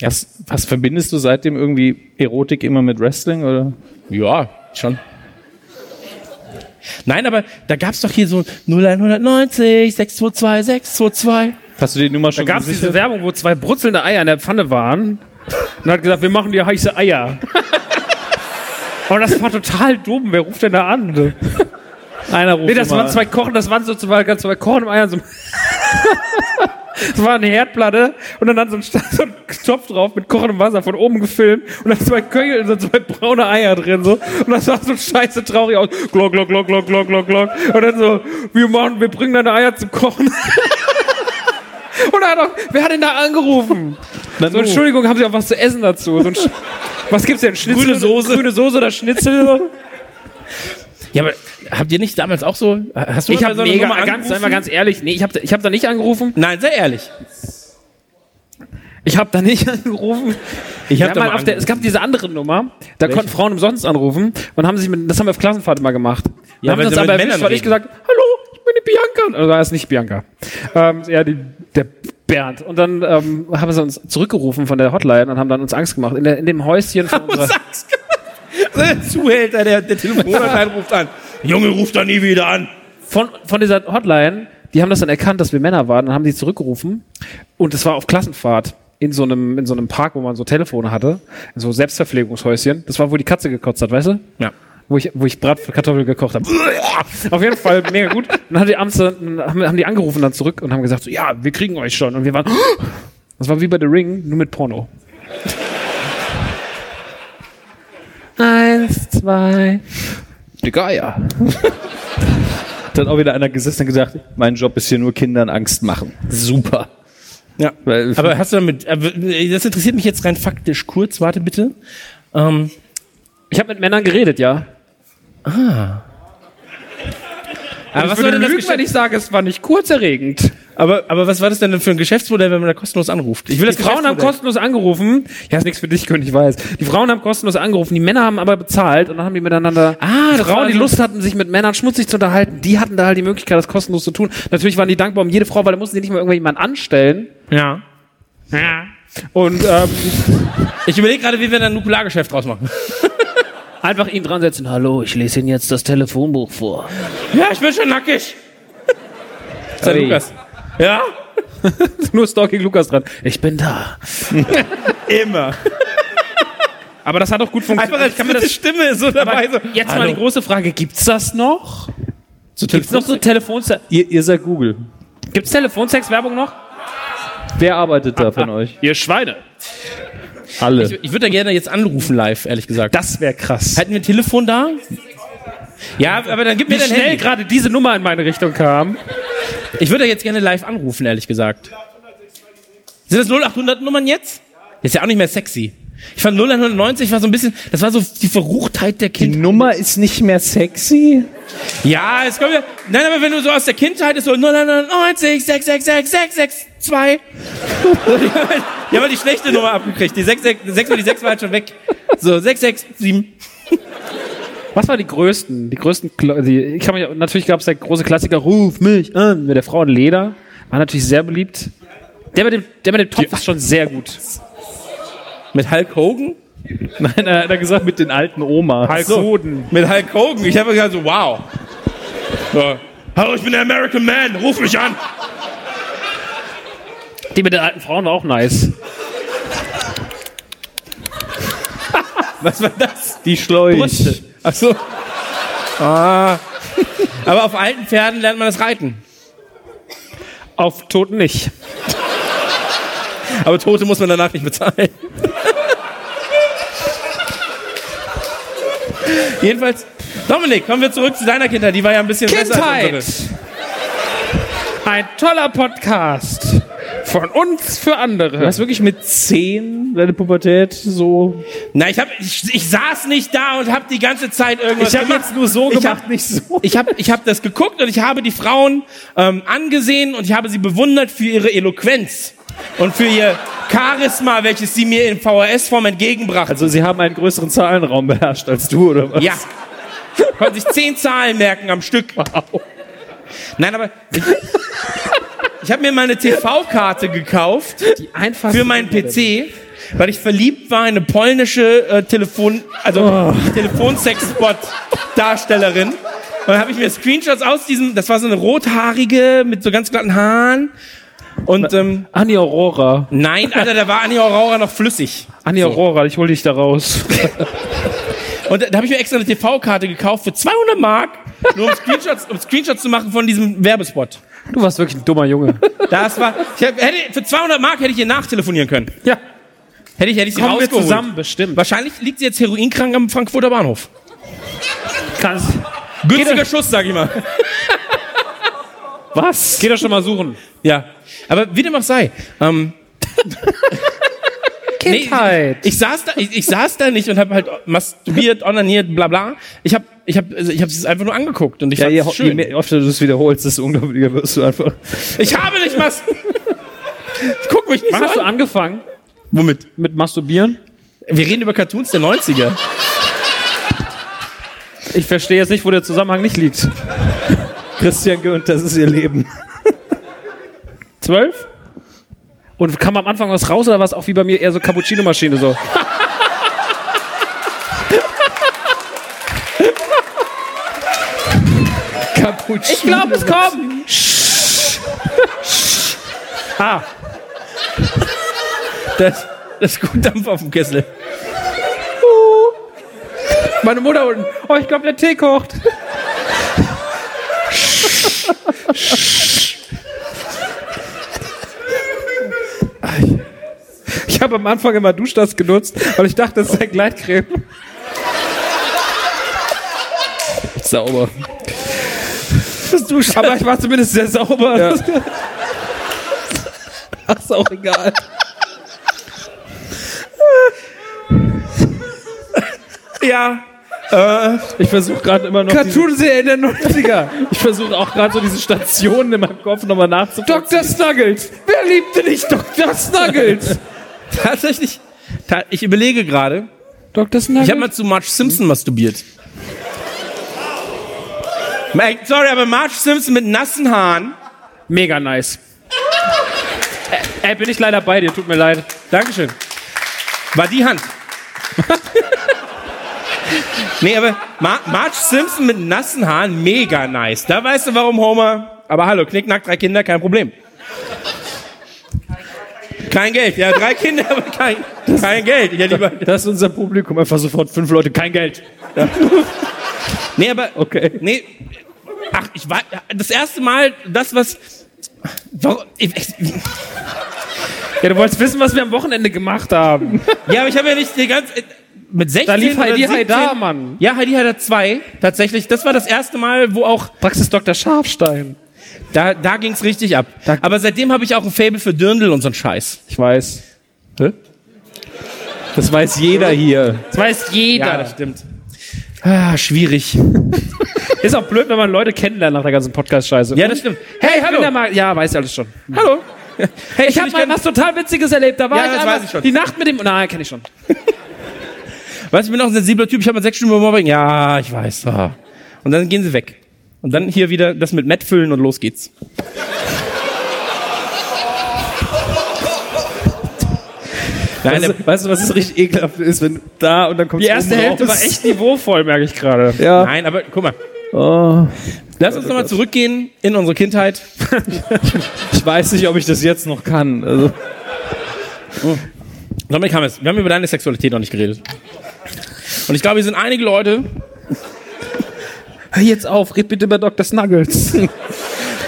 Was, was verbindest du seitdem irgendwie Erotik immer mit Wrestling oder? Ja, schon. Nein, aber da gab's doch hier so 0190, 622, 622. Hast du die Nummer Da schon gab es diese gesichert? Werbung, wo zwei brutzelnde Eier in der Pfanne waren und hat gesagt, wir machen dir heiße Eier. Und das war total dumm. Wer ruft denn da an? Einer ruft Nee, das mal waren an. zwei Kochen, das waren so zwei, ganz zwei Kochen im Eier. So das war eine Herdplatte und dann hat so ein, Sta- so ein Topf drauf mit kochendem Wasser von oben gefilmt und dann zwei Köchel, so zwei braune Eier drin so und das sah so scheiße traurig aus. Glock, glock, glock, glock, glock, glock, glock. Und dann so, wir machen, wir bringen deine Eier zum Kochen. Und er hat auch, wer hat denn da angerufen? so, Entschuldigung, haben Sie auch was zu essen dazu? So ein Sch- was gibt's denn? Schnitzel? Grüne Soße. Grüne Soße oder Schnitzel? Ja, aber habt ihr nicht damals auch so, äh, hast du ich mal habe so eine mega, Nummer ganz, sei mal angerufen? ganz ehrlich, nee, ich habe ich hab da nicht angerufen. Nein, sehr ehrlich. Ich habe da nicht angerufen. Ich hab Wir da haben mal mal auf der, angerufen. es gab diese andere Nummer, da konnten Frauen umsonst anrufen und haben sich mit, das haben wir auf Klassenfahrt mal gemacht. Ja, haben wenn uns sie mit aber erwischt, Männern weil ich reden. gesagt, hallo, ich bin die Bianca. Also war es nicht Bianca. Ähm, ja, die, der Bernd. Und dann ähm, haben sie uns zurückgerufen von der Hotline und haben dann uns Angst gemacht. In, der, in dem Häuschen von unserer, Der Äh, Zuhälter, der, der Telefonanteil ruft an. Junge, ruft da nie wieder an. von, von dieser Hotline, die haben das dann erkannt, dass wir Männer waren, dann haben die zurückgerufen und es war auf Klassenfahrt in so einem in so einem Park, wo man so Telefone hatte, in so Selbstverpflegungshäuschen. Das war, wo die Katze gekotzt hat, weißt du? Ja. Wo ich, wo ich Bratkartoffeln gekocht habe. Auf jeden Fall mega gut. Und Dann haben die, abends, dann haben, haben die angerufen dann zurück und haben gesagt, so, ja, wir kriegen euch schon. Und wir waren, das war wie bei The Ring, nur mit Porno. Eins, zwei. Die Geier. Dann auch wieder einer gesessen und gesagt, mein Job ist hier nur Kindern Angst machen. Super. Ja. Weil, Aber hast du damit, aber das interessiert mich jetzt rein faktisch kurz, warte bitte. Ähm, Ich habe mit Männern geredet, ja. aber, was war denn das lügen, wenn Geschäft, ich sage, es war nicht kurzerregend. aber, aber was war das denn für ein Geschäftsmodell, wenn man da kostenlos anruft? Ich will das die Frauen haben Geschäftsmodell. kostenlos angerufen. Ja, ist nichts für dich, König, ich weiß. Die Frauen haben kostenlos angerufen, die Männer haben aber bezahlt und dann haben die miteinander. Ah, das war Frauen, die so- Lust hatten, sich mit Männern schmutzig zu unterhalten, die hatten da halt die Möglichkeit, das kostenlos zu tun. Natürlich waren die dankbar um jede Frau, weil da mussten die nicht mal irgendjemanden anstellen. Ja. Und ähm, Ich überlege gerade, wie wir da ein Nukulargeschäft draus machen. einfach ihn dran setzen. Hallo, ich lese Ihnen jetzt das Telefonbuch vor. Ja, ich bin schon nackig. Sei Lukas. Ja? Nur Stalking Lukas dran. Ich bin da. Immer. Aber das hat auch gut funktioniert. Einfach als kann mir dritte Stimme ist so dabei. So. Jetzt mal die große Frage, gibt's das noch? zu Gibt's noch so Telefonsex? ihr, ihr seid Google. Gibt's Telefonsex-Werbung noch? Wer arbeitet da von euch? Ihr Schweine. Alle. Also, Ich würde da gerne jetzt anrufen live, ehrlich gesagt. Das wäre krass. Hätten wir ein Telefon da? Ja, aber dann gib mir Wie dein schnell Handy. gerade diese Nummer in meine Richtung kam. Ich würde da jetzt gerne live anrufen, ehrlich gesagt. Sind das 0800 Nummern jetzt? Ist ja auch nicht mehr sexy. Ich fand 0190 war so ein bisschen, das war so die Verruchtheit der die Kindheit. Nummer ist nicht mehr sexy? Ja, es kommt ja, nein, aber wenn du so aus der Kindheit ist so 0190 6666662. ja, aber die schlechte Nummer abgekriegt. Die 6, 6, 6 mal die 6 war halt schon weg. So 667. Was waren die größten? Die größten, Kla- die, ich kann mich, natürlich gab es der große Klassiker, ruf mich an, mit der Frau in Leder. War natürlich sehr beliebt. Der mit dem, der mit dem Topf ist schon sehr gut. Mit Hulk Hogan? Nein, er hat er gesagt, mit den alten Omas. Hoden. Mit Hulk Hogan. Ich habe gesagt so, wow. So. Hallo, ich bin der American Man. Ruf mich an. Die mit den alten Frauen war auch nice. Was war das? Die Schläuche. Brüste. Ach so. Ah. Aber auf alten Pferden lernt man das Reiten. Auf Toten nicht. Aber Tote muss man danach nicht bezahlen. Jedenfalls, Dominik, kommen wir zurück zu deiner Kindheit. Die war ja ein bisschen besser als unsere. Ein toller Podcast. Von uns für andere. Du hast wirklich mit zehn deine Pubertät so. Na, ich, hab, ich, ich saß nicht da und habe die ganze Zeit irgendwas Ich hab gemacht. jetzt nur so Ich gemacht, hab- nicht so. Ich habe ich hab das geguckt und ich habe die Frauen ähm, angesehen und ich habe sie bewundert für ihre Eloquenz und für ihr Charisma, welches sie mir in VHS-Form entgegenbrachten. Also sie haben einen größeren Zahlenraum beherrscht als du, oder was? Ja. Konnte sich zehn Zahlen merken am Stück. Nein, aber ich, ich habe mir mal eine TV-Karte gekauft für meinen PC, weil ich verliebt war in eine polnische äh, Telefon, also Telefonsex-Spot-Darstellerin. Und dann habe ich mir Screenshots aus diesem, das war so eine rothaarige mit so ganz glatten Haaren. Und ähm, Annie Aurora. nein, Alter, da war Annie Aurora noch flüssig. Anni Aurora, ich hol dich da raus. Und da, da habe ich mir extra eine TV-Karte gekauft für 200 Mark, nur um Screenshots, um Screenshots zu machen von diesem Werbespot. Du warst wirklich ein dummer Junge. Das war, ich hab, hätte, für 200 Mark hätte ich ihr nachtelefonieren können. Ja. Hätte ich, hätte ich sie Kommen wir rausgeholt. zusammen, bestimmt. Wahrscheinlich liegt sie jetzt heroinkrank am Frankfurter Bahnhof. Kannst, Günstiger Schuss, sag ich mal. was? Geh doch schon mal suchen. Ja. Aber wie dem auch sei. Ähm, halt. Kindheit. ich saß da, ich, ich saß da nicht und habe halt masturbiert, onaniert, bla bla. Ich habe ich hab, also ich hab es einfach nur angeguckt und ich Ja, fand je, es je schön. mehr, je öfter du es wiederholst, desto unglaublicher wirst du einfach. Ich habe nicht was. Guck mich nicht Wann so hast du an. angefangen Womit? mit Masturbieren? Wir reden über Cartoons der 90er. Ich verstehe jetzt nicht, wo der Zusammenhang nicht liegt. Christian Günd, das ist ihr Leben. Zwölf? Und kam am Anfang was raus oder war es auch wie bei mir eher so Cappuccino-Maschine so? Ich glaube, es kommt. Das, das ist gut Dampf auf dem Kessel. Meine Mutter unten. Oh, ich glaube, der Tee kocht. Ich habe am Anfang immer Duschdas genutzt, weil ich dachte, das ist ein Gleitcreme. Sauber. Aber ich war zumindest sehr sauber. Ja. Ach, ist auch egal. Ja. Ich versuche gerade immer noch. Cartoonserie in der 90er. diese- ich versuche auch gerade so diese Stationen in meinem Kopf nochmal nachzuvollziehen. Dr. Snuggles. Wer liebte dich, Dr. Snuggles? Tatsächlich. Ta ich überlege gerade. Dr. Ich habe Snuggles. mal zu Marge Simpson masturbiert. Mike, Sorry, aber Marge Simpson mit nassen Haaren. Mega nice. Ä- Ey, bin ich leider bei dir, tut mir leid. Dankeschön. War die Hand. nee, aber Mar Marge Simpson mit nassen Haaren, mega nice. Da weißt du, warum Homer. Aber hallo, Knicknack, drei Kinder, kein Problem. Kein Geld, ja, drei Kinder, aber kein, kein Geld. Ich hätte lieber. Das ist unser Publikum. Einfach sofort fünf Leute, kein Geld. Nee, aber. Okay. Nee. Ach, ich war. Das erste Mal, das, was. Warum, ich, ich, Ja, du wolltest wissen, was wir am Wochenende gemacht haben. ja, aber ich habe ja nicht die ganze. Mit 16 Da lief oder Heidi 17 Haidar, Mann. Ja, Heidi Heider 2, tatsächlich. Das war das erste Mal, wo auch. Praxis Dr. Scharfstein. Da, da ging's richtig ab. Aber seitdem habe ich auch ein Fable für Dirndl und so'n Scheiß. Ich weiß. Hä? Das weiß jeder hier. Das weiß jeder. stimmt. Ah, schwierig. Ist auch blöd, wenn man Leute kennenlernt nach der ganzen Podcast-Scheiße. Ja, das stimmt. Hey, hallo. hallo. ja, weiß ich alles schon. Hallo. Hey, Ich habe mal was total Witziges erlebt. Da war Ja, ich das einmal- weiß ich schon. die Nacht mit dem. Nein, kenne ich schon. Weißt du, ich bin auch ein sensibler Typ, ich habe mal sechs Stunden über Mobbing. Ja, ich weiß. Ah. Und dann gehen sie weg. Und dann hier wieder das mit Matt füllen und los geht's. Nein, Weißt du, weißt du, was es richtig ekelhaft ist, wenn du da und dann kommt Die erste Hälfte war echt niveauvoll, merke ich gerade. der, nein, aber guck mal. Lass uns nochmal zurückgehen in unsere Kindheit. Ich weiß nicht, ob ich das jetzt noch kann. Also, Dominik Hammes, wir haben über deine Sexualität noch nicht geredet. Und ich glaube, hier sind einige Leute, Hör jetzt auf, red bitte über Dr. Snuggles.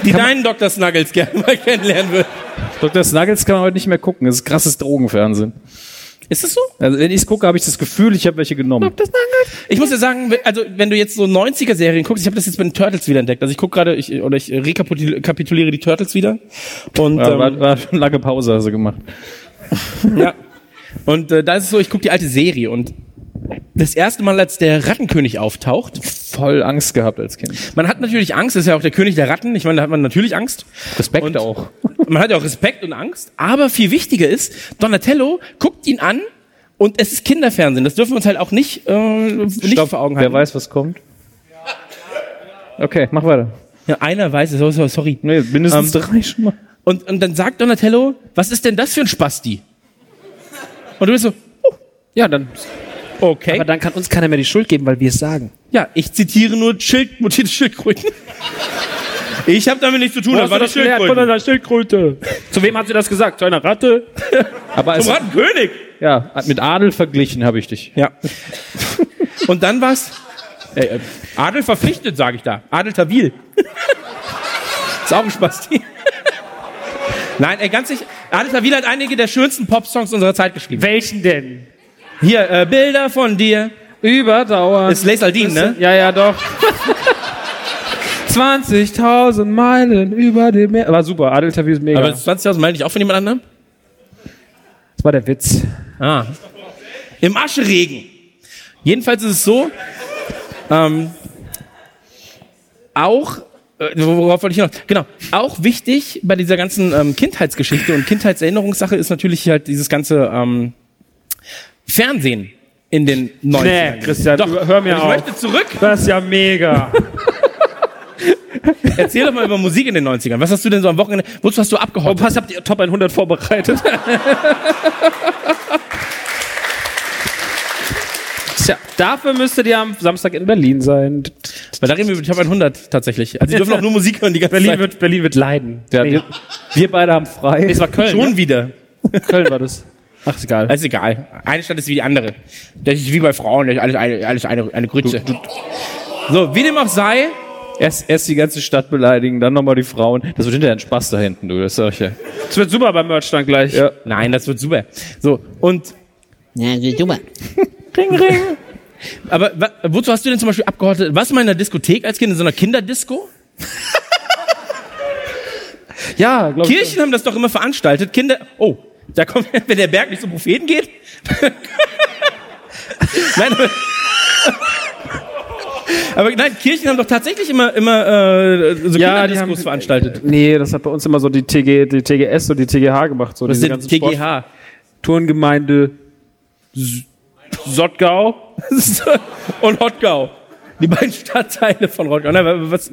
die deinen Dr. Snuggles gerne mal kennenlernen würden. Dr. Snuggles kann man heute nicht mehr gucken. Das ist krasses Drogenfernsehen. Ist das so? Also wenn ich es gucke, habe ich das Gefühl, ich habe welche genommen. Ich muss ja sagen, we- also wenn du jetzt so 90er-Serien guckst, ich habe das jetzt bei den Turtles wieder entdeckt. Also ich gucke gerade, ich, oder ich rekapituliere die Turtles wieder. Und, ähm, Ja, war- schon lange Pause also hast du gemacht. ja. Und äh, da ist es so, ich gucke die alte Serie und das erste Mal, als der Rattenkönig auftaucht. Voll Angst gehabt als Kind. Man hat natürlich Angst, das ist ja auch der König der Ratten. Ich meine, da hat man natürlich Angst. Respekt auch. Man hat ja auch Respekt und Angst. Aber viel wichtiger ist, Donatello guckt ihn an und es ist Kinderfernsehen. Das dürfen wir uns halt auch nicht, äh, nicht vor Augen halten. Wer weiß, was kommt. Okay, mach weiter. Ja, einer weiß es, oh, sorry. Nee, mindestens drei schon mal. Und, und dann sagt Donatello, was ist denn das für ein Spasti? Und du bist so, oh, ja, dann, okay. Aber dann kann uns keiner mehr die Schuld geben, weil wir es sagen. Ja, ich zitiere nur Schild, mutierte Schildkröten. Ich habe damit nichts zu tun, Wo das hast war du eine das gelernt? Schildkröte. Von einer Schildkröte. Zu wem hat sie das gesagt? Zu einer Ratte? Aber Zum es- Rattenkönig. Ja, mit Adel verglichen habe ich dich. Ja. Und dann war's. Äh, äh, Adel verpflichtet, sage ich da. Adel Tawil. ist auch ein Spasti. Nein, ey, ganz sicher. Adel Tawil hat einige der schönsten Pop-Songs unserer Zeit geschrieben. Welchen denn? Hier, äh, Bilder von dir. Überdauern. Ist Les Aldin, ne? Ja, ja, doch. 20.000 Meilen über dem Meer. War super, Adel-Interview ist mega. Aber 20.000 meine ich auch von jemand anderem? das war der Witz. Ah. Im Ascheregen. Jedenfalls ist es so, ähm, auch, äh, worauf wollte ich noch? Genau, auch wichtig bei dieser ganzen ähm, Kindheitsgeschichte und Kindheitserinnerungssache ist natürlich halt dieses ganze ähm, Fernsehen in den 90ern. Nee, Christian, Doch, hör mir ich auf. möchte zurück. Das ist ja mega. Erzähl doch mal über Musik in den 90ern. Was hast du denn so am Wochenende, wozu hast du abgehoppt? Oh, was habt ihr Top 100 vorbereitet? Tja, dafür müsstet ihr am Samstag in Berlin sein. Weil da reden wir über die Top 100 tatsächlich. Also die dürfen auch nur Musik hören die ganze Berlin Zeit. Wird, Berlin wird leiden. Ja, wir- wir beide haben frei. Nee, es war Köln. Äh, Schon ne? wieder. Köln war das. Ach, ist egal. Ist egal. Eine Stadt ist wie die andere. Das ist wie bei Frauen, das ist alles eine, alles eine, eine Grütze. So, wie dem auch sei. Erst, erst die ganze Stadt beleidigen, dann nochmal die Frauen. Das wird hinterher ein Spaß da hinten, du. Das sag ich ja. Es wird super beim Merch dann gleich. Nein, das wird super. So, und. Ja, das wird super. Ring, ring. Aber wa, wozu hast du denn zum Beispiel abgehortet? Warst du mal in der Diskothek als Kind, in so einer Kinderdisco? Ja, glaube Kirchen haben das doch immer veranstaltet. Kinder. Oh, da kommt, wenn der Berg nicht zum Propheten geht. nein, aber, aber nein, Kirchen haben doch tatsächlich immer, immer äh, so Ja, die Kinderdiscos haben- veranstaltet. Nee, das hat bei uns immer so die, TG, die TGS und die TGH gemacht. So Was diese ist denn ganzen TGH? Sport- Turngemeinde S- Sottgau. und Rottgau. Die beiden Stadtteile von Rottgau. Na, wa- was,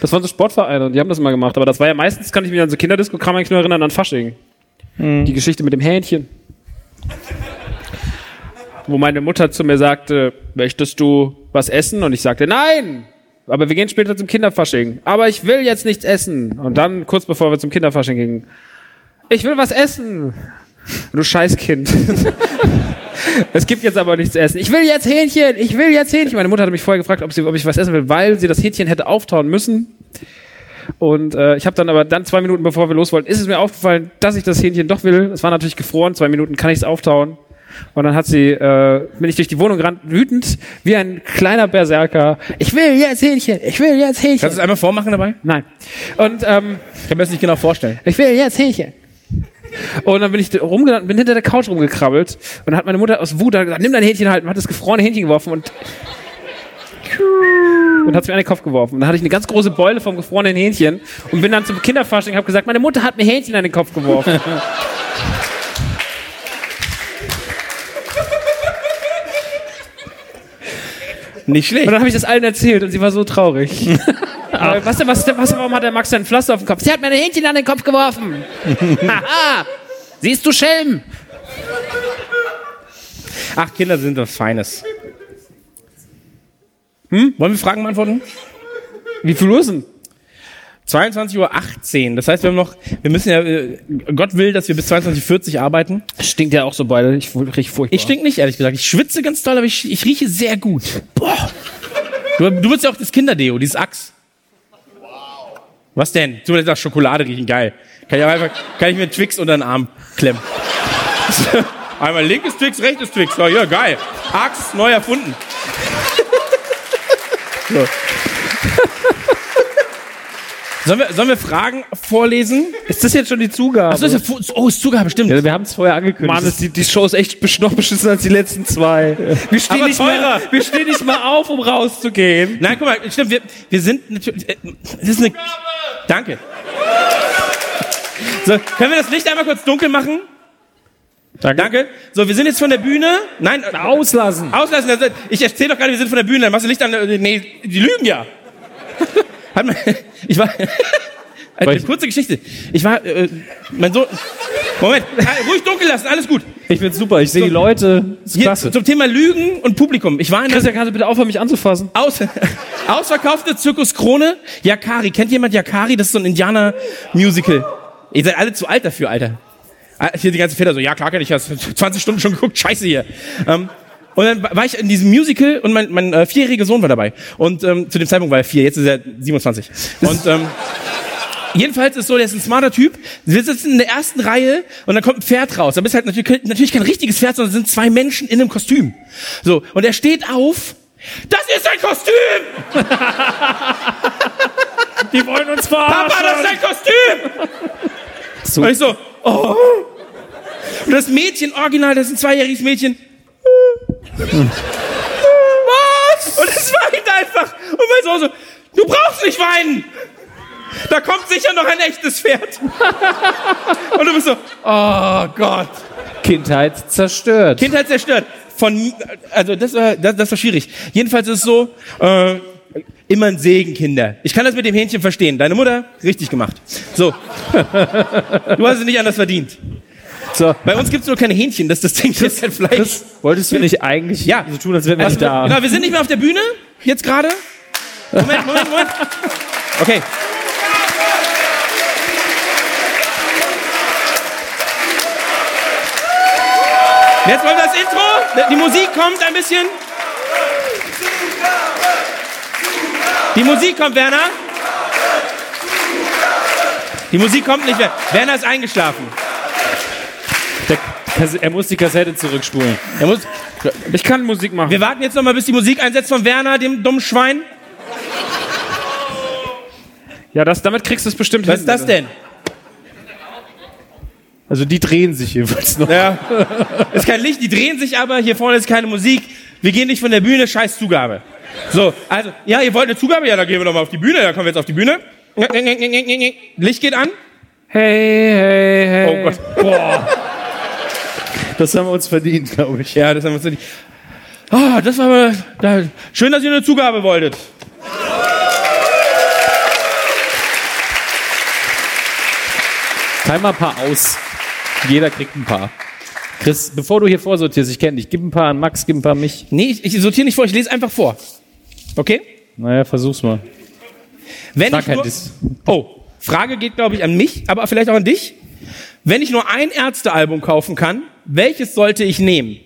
Das waren so Sportvereine und die haben das immer gemacht. Aber das war ja meistens, kann ich mich an so Kinderdiskogramm eigentlich nur erinnern, an Fasching. Die Geschichte mit dem Hähnchen. Wo meine Mutter zu mir sagte, möchtest du was essen? Und ich sagte, nein! Aber wir gehen später zum Kinderfasching. Aber ich will jetzt nichts essen. Und dann, kurz bevor wir zum Kinderfasching gingen, ich will was essen. Du Scheißkind. es gibt jetzt aber nichts zu essen. Ich will jetzt Hähnchen. Ich will jetzt Hähnchen. Meine Mutter hatte mich vorher gefragt, ob, sie, ob ich was essen will, weil sie das Hähnchen hätte auftauen müssen. Und äh, ich habe dann aber dann zwei Minuten bevor wir los wollten, ist es mir aufgefallen, dass ich das Hähnchen doch will. Es war natürlich gefroren. Zwei Minuten kann ich es auftauen. Und dann hat sie, äh, bin ich durch die Wohnung gerannt, wütend, wie ein kleiner Berserker. Ich will jetzt Hähnchen. Ich will jetzt Hähnchen. kannst du es einmal vormachen dabei? Nein. Und ähm, Ich kann mir das nicht genau vorstellen. ich will jetzt Hähnchen. Und dann bin ich rumgerannt, bin hinter der Couch rumgekrabbelt und dann hat meine Mutter aus Wut dann gesagt, nimm dein Hähnchen halt und hat das gefrorene Hähnchen geworfen und und hat es mir an den Kopf geworfen. Und dann hatte ich eine ganz große Beule vom gefrorenen Hähnchen und bin dann zum Kinderfasching und habe gesagt, meine Mutter hat mir Hähnchen an den Kopf geworfen. Nicht Und schlecht. dann habe ich das allen erzählt und sie war so traurig. Aber was, denn, was, denn, was, denn, warum hat der Max denn ein Pflaster auf den Kopf? Sie hat mir ein Hähnchen an den Kopf geworfen. Haha! Siehst du Schelm? Ach, Kinder sind was Feines. Hm? Wollen wir Fragen beantworten? Wie viel Uhr ist denn? 22.18 Uhr. Das heißt, wir haben noch, wir müssen ja, äh, Gott will, dass wir bis 22.40 Uhr arbeiten. Stinkt ja auch so beide. Ich rieche furchtbar. Ich stink nicht, ehrlich gesagt. Ich schwitze ganz doll, aber ich, ich rieche sehr gut. Boah. Du, du willst ja auch das Kinderdeo, dieses Axe. Was denn? Du lässt nach Schokolade riechen, geil. Kann ich, auch einfach, kann ich mir einen Twix unter den Arm klemmen. Einmal linkes Twix, rechtes Twix. Ja, ja geil. Axt, neu erfunden. So. Sollen wir, sollen wir Fragen vorlesen? Ist das jetzt schon die Zugabe? Ach, so, ist ja, fu- oh, ist Zugabe, stimmt. wir haben es vorher angekündigt. Mann, ist die, Show ist echt noch beschissener als die letzten zwei. Wir stehen, Aber nicht mal, teurer. wir stehen nicht mal auf, um rauszugehen. Nein, guck mal, stimmt, wir, wir sind natürlich. äh, Das ist eine. Danke. So, können wir das Licht einmal kurz dunkel machen? Danke. So, wir sind jetzt von der Bühne. Nein. Auslassen. Auslassen. das- Ich erzähle doch gerade, wir sind von der Bühne. Dann machst du Licht an. äh, Nee, die lügen ja. Hat man, ich war. Eine kurze Geschichte. Ich war. Äh, mein Sohn. Moment. halt, Ruhig dunkel lassen, alles gut. Ich bin super, ich sehe die Leute. Ist Hier, klasse. zum Thema Lügen und Publikum. Ich war in Christian, kannst du bitte aufhören, mich anzufassen? Aus, ausverkaufte Zirkuskrone, Yakari. Kennt jemand Yakari? Das ist so ein Indianer-Musical. Ihr seid alle zu alt dafür, Alter. Ah, Hier die ganzen Väter so, ja klar kenn ich das. 20 Stunden schon geguckt, scheiße hier. Ähm, und dann war ich in diesem Musical und mein, mein äh, vierjähriger Sohn war dabei. Und ähm, zu dem Zeitpunkt war er vier, jetzt ist er 27. Und ähm, Jedenfalls ist so, der ist ein smarter Typ. Wir sitzen in der ersten Reihe und dann kommt ein Pferd raus. Da bist halt natürlich, natürlich kein richtiges Pferd, sondern es sind zwei Menschen in einem Kostüm. So. Und er steht auf. Das ist ein Kostüm! Die wollen uns verarschen! Papa, das ist ein Kostüm! So. Und ich so, oh. Und das Mädchen, original, das ist ein zweijähriges Mädchen. Was? Und es weint einfach. Und mein Sohn so, du brauchst nicht weinen! Da kommt sicher noch ein echtes Pferd. Und du bist so, oh Gott. Kindheit zerstört. Kindheit zerstört. Von, also das war, das, das war schwierig. Jedenfalls ist es so, äh, immer ein Segen, Kinder. Ich kann das mit dem Hähnchen verstehen. Deine Mutter, richtig gemacht. So. Du hast es nicht anders verdient. So. Bei uns gibt's nur keine Hähnchen, das ist das Ding, das ist kein Fleisch. Das wolltest du nicht eigentlich ja. so tun, als Äh, wären wir nicht da. Genau, wir sind nicht mehr auf der Bühne, jetzt gerade. Moment, Moment, Moment. Okay. Jetzt kommt das Intro, die Musik kommt ein bisschen. Die Musik kommt, Werner. Die Musik kommt nicht mehr. Werner ist eingeschlafen. Er muss die Kassette zurückspulen. Er muss. Ich kann Musik machen. Wir warten jetzt noch mal, bis die Musik einsetzt von Werner, dem dummen Schwein. Ja, das, damit kriegst du es bestimmt Was ist das denn? Also die drehen sich jeweils noch. Ja. Ist kein Licht, die drehen sich aber, hier vorne ist keine Musik. Wir gehen nicht von der Bühne, scheiß Zugabe. So, also, ja, ihr wollt eine Zugabe? Ja, dann gehen wir doch mal auf die Bühne, da kommen wir jetzt auf die Bühne. Licht geht an. Hey, hey, hey. Oh Gott. Boah. Das haben wir uns verdient, glaube ich. Ja, das haben wir uns verdient. Ah, das war aber, da, schön, dass ihr eine Zugabe wolltet. Teil mal ein paar aus. Jeder kriegt ein paar. Chris, bevor du hier vorsortierst, ich kenne dich, gib ein paar an Max, gib ein paar an mich. Nee, ich, ich sortiere nicht vor, ich lese einfach vor. Okay? Naja, versuch's mal. Wenn Sag halt ich kein nur, Diss. Oh, Frage geht, glaube ich, an mich, aber vielleicht auch an dich. Wenn ich nur ein Ärztealbum kaufen kann, welches sollte ich nehmen?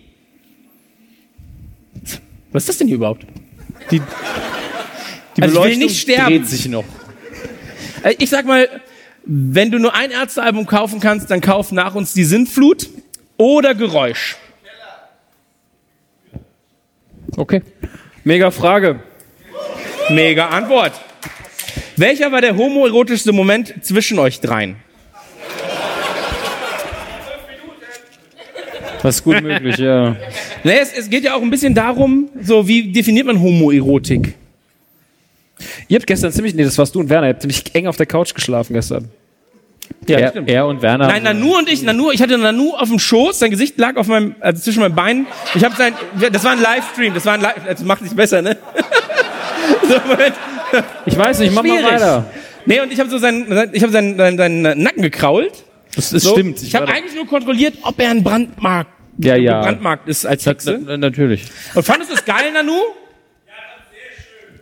Was ist das denn hier überhaupt? Die, Die also ich will Beleuchtung nicht sterben. dreht sich noch. Äh, Ich sag mal, wenn du nur ein Ärztealbum kaufen kannst, dann kauf nach uns die Sintflut oder Geräusch. Okay. Mega Frage. Mega Antwort. Welcher war der homoerotischste Moment zwischen euch dreien? Das ist gut möglich, ja. Naja, Ne, es, es geht ja auch ein bisschen darum, so wie definiert man Homoerotik? Ihr habt gestern ziemlich, nee, das warst du und Werner, ihr habt ziemlich eng auf der Couch geschlafen gestern. Ja, er, stimmt. er und Werner. Nein, Nanu und ich, Nanu, ich hatte Nanu auf dem Schoß, sein Gesicht lag auf meinem, also zwischen meinen Beinen. Ich habe sein, das war ein Livestream, das war ein Live, das macht nicht besser, ne? so, Moment. ich weiß nicht, mach mal weiter. Nee, und ich habe so seinen, sein- ich habe seinen, seinen, seinen Nacken gekrault. Das, das so. stimmt. Ich, hab habe war da- eigentlich nur kontrolliert, ob er ein Brandmarkt, ja, ja. Brandmarkt ist als Hexe. Na- Natürlich. Und fandest du es geil, Nanu? Ja,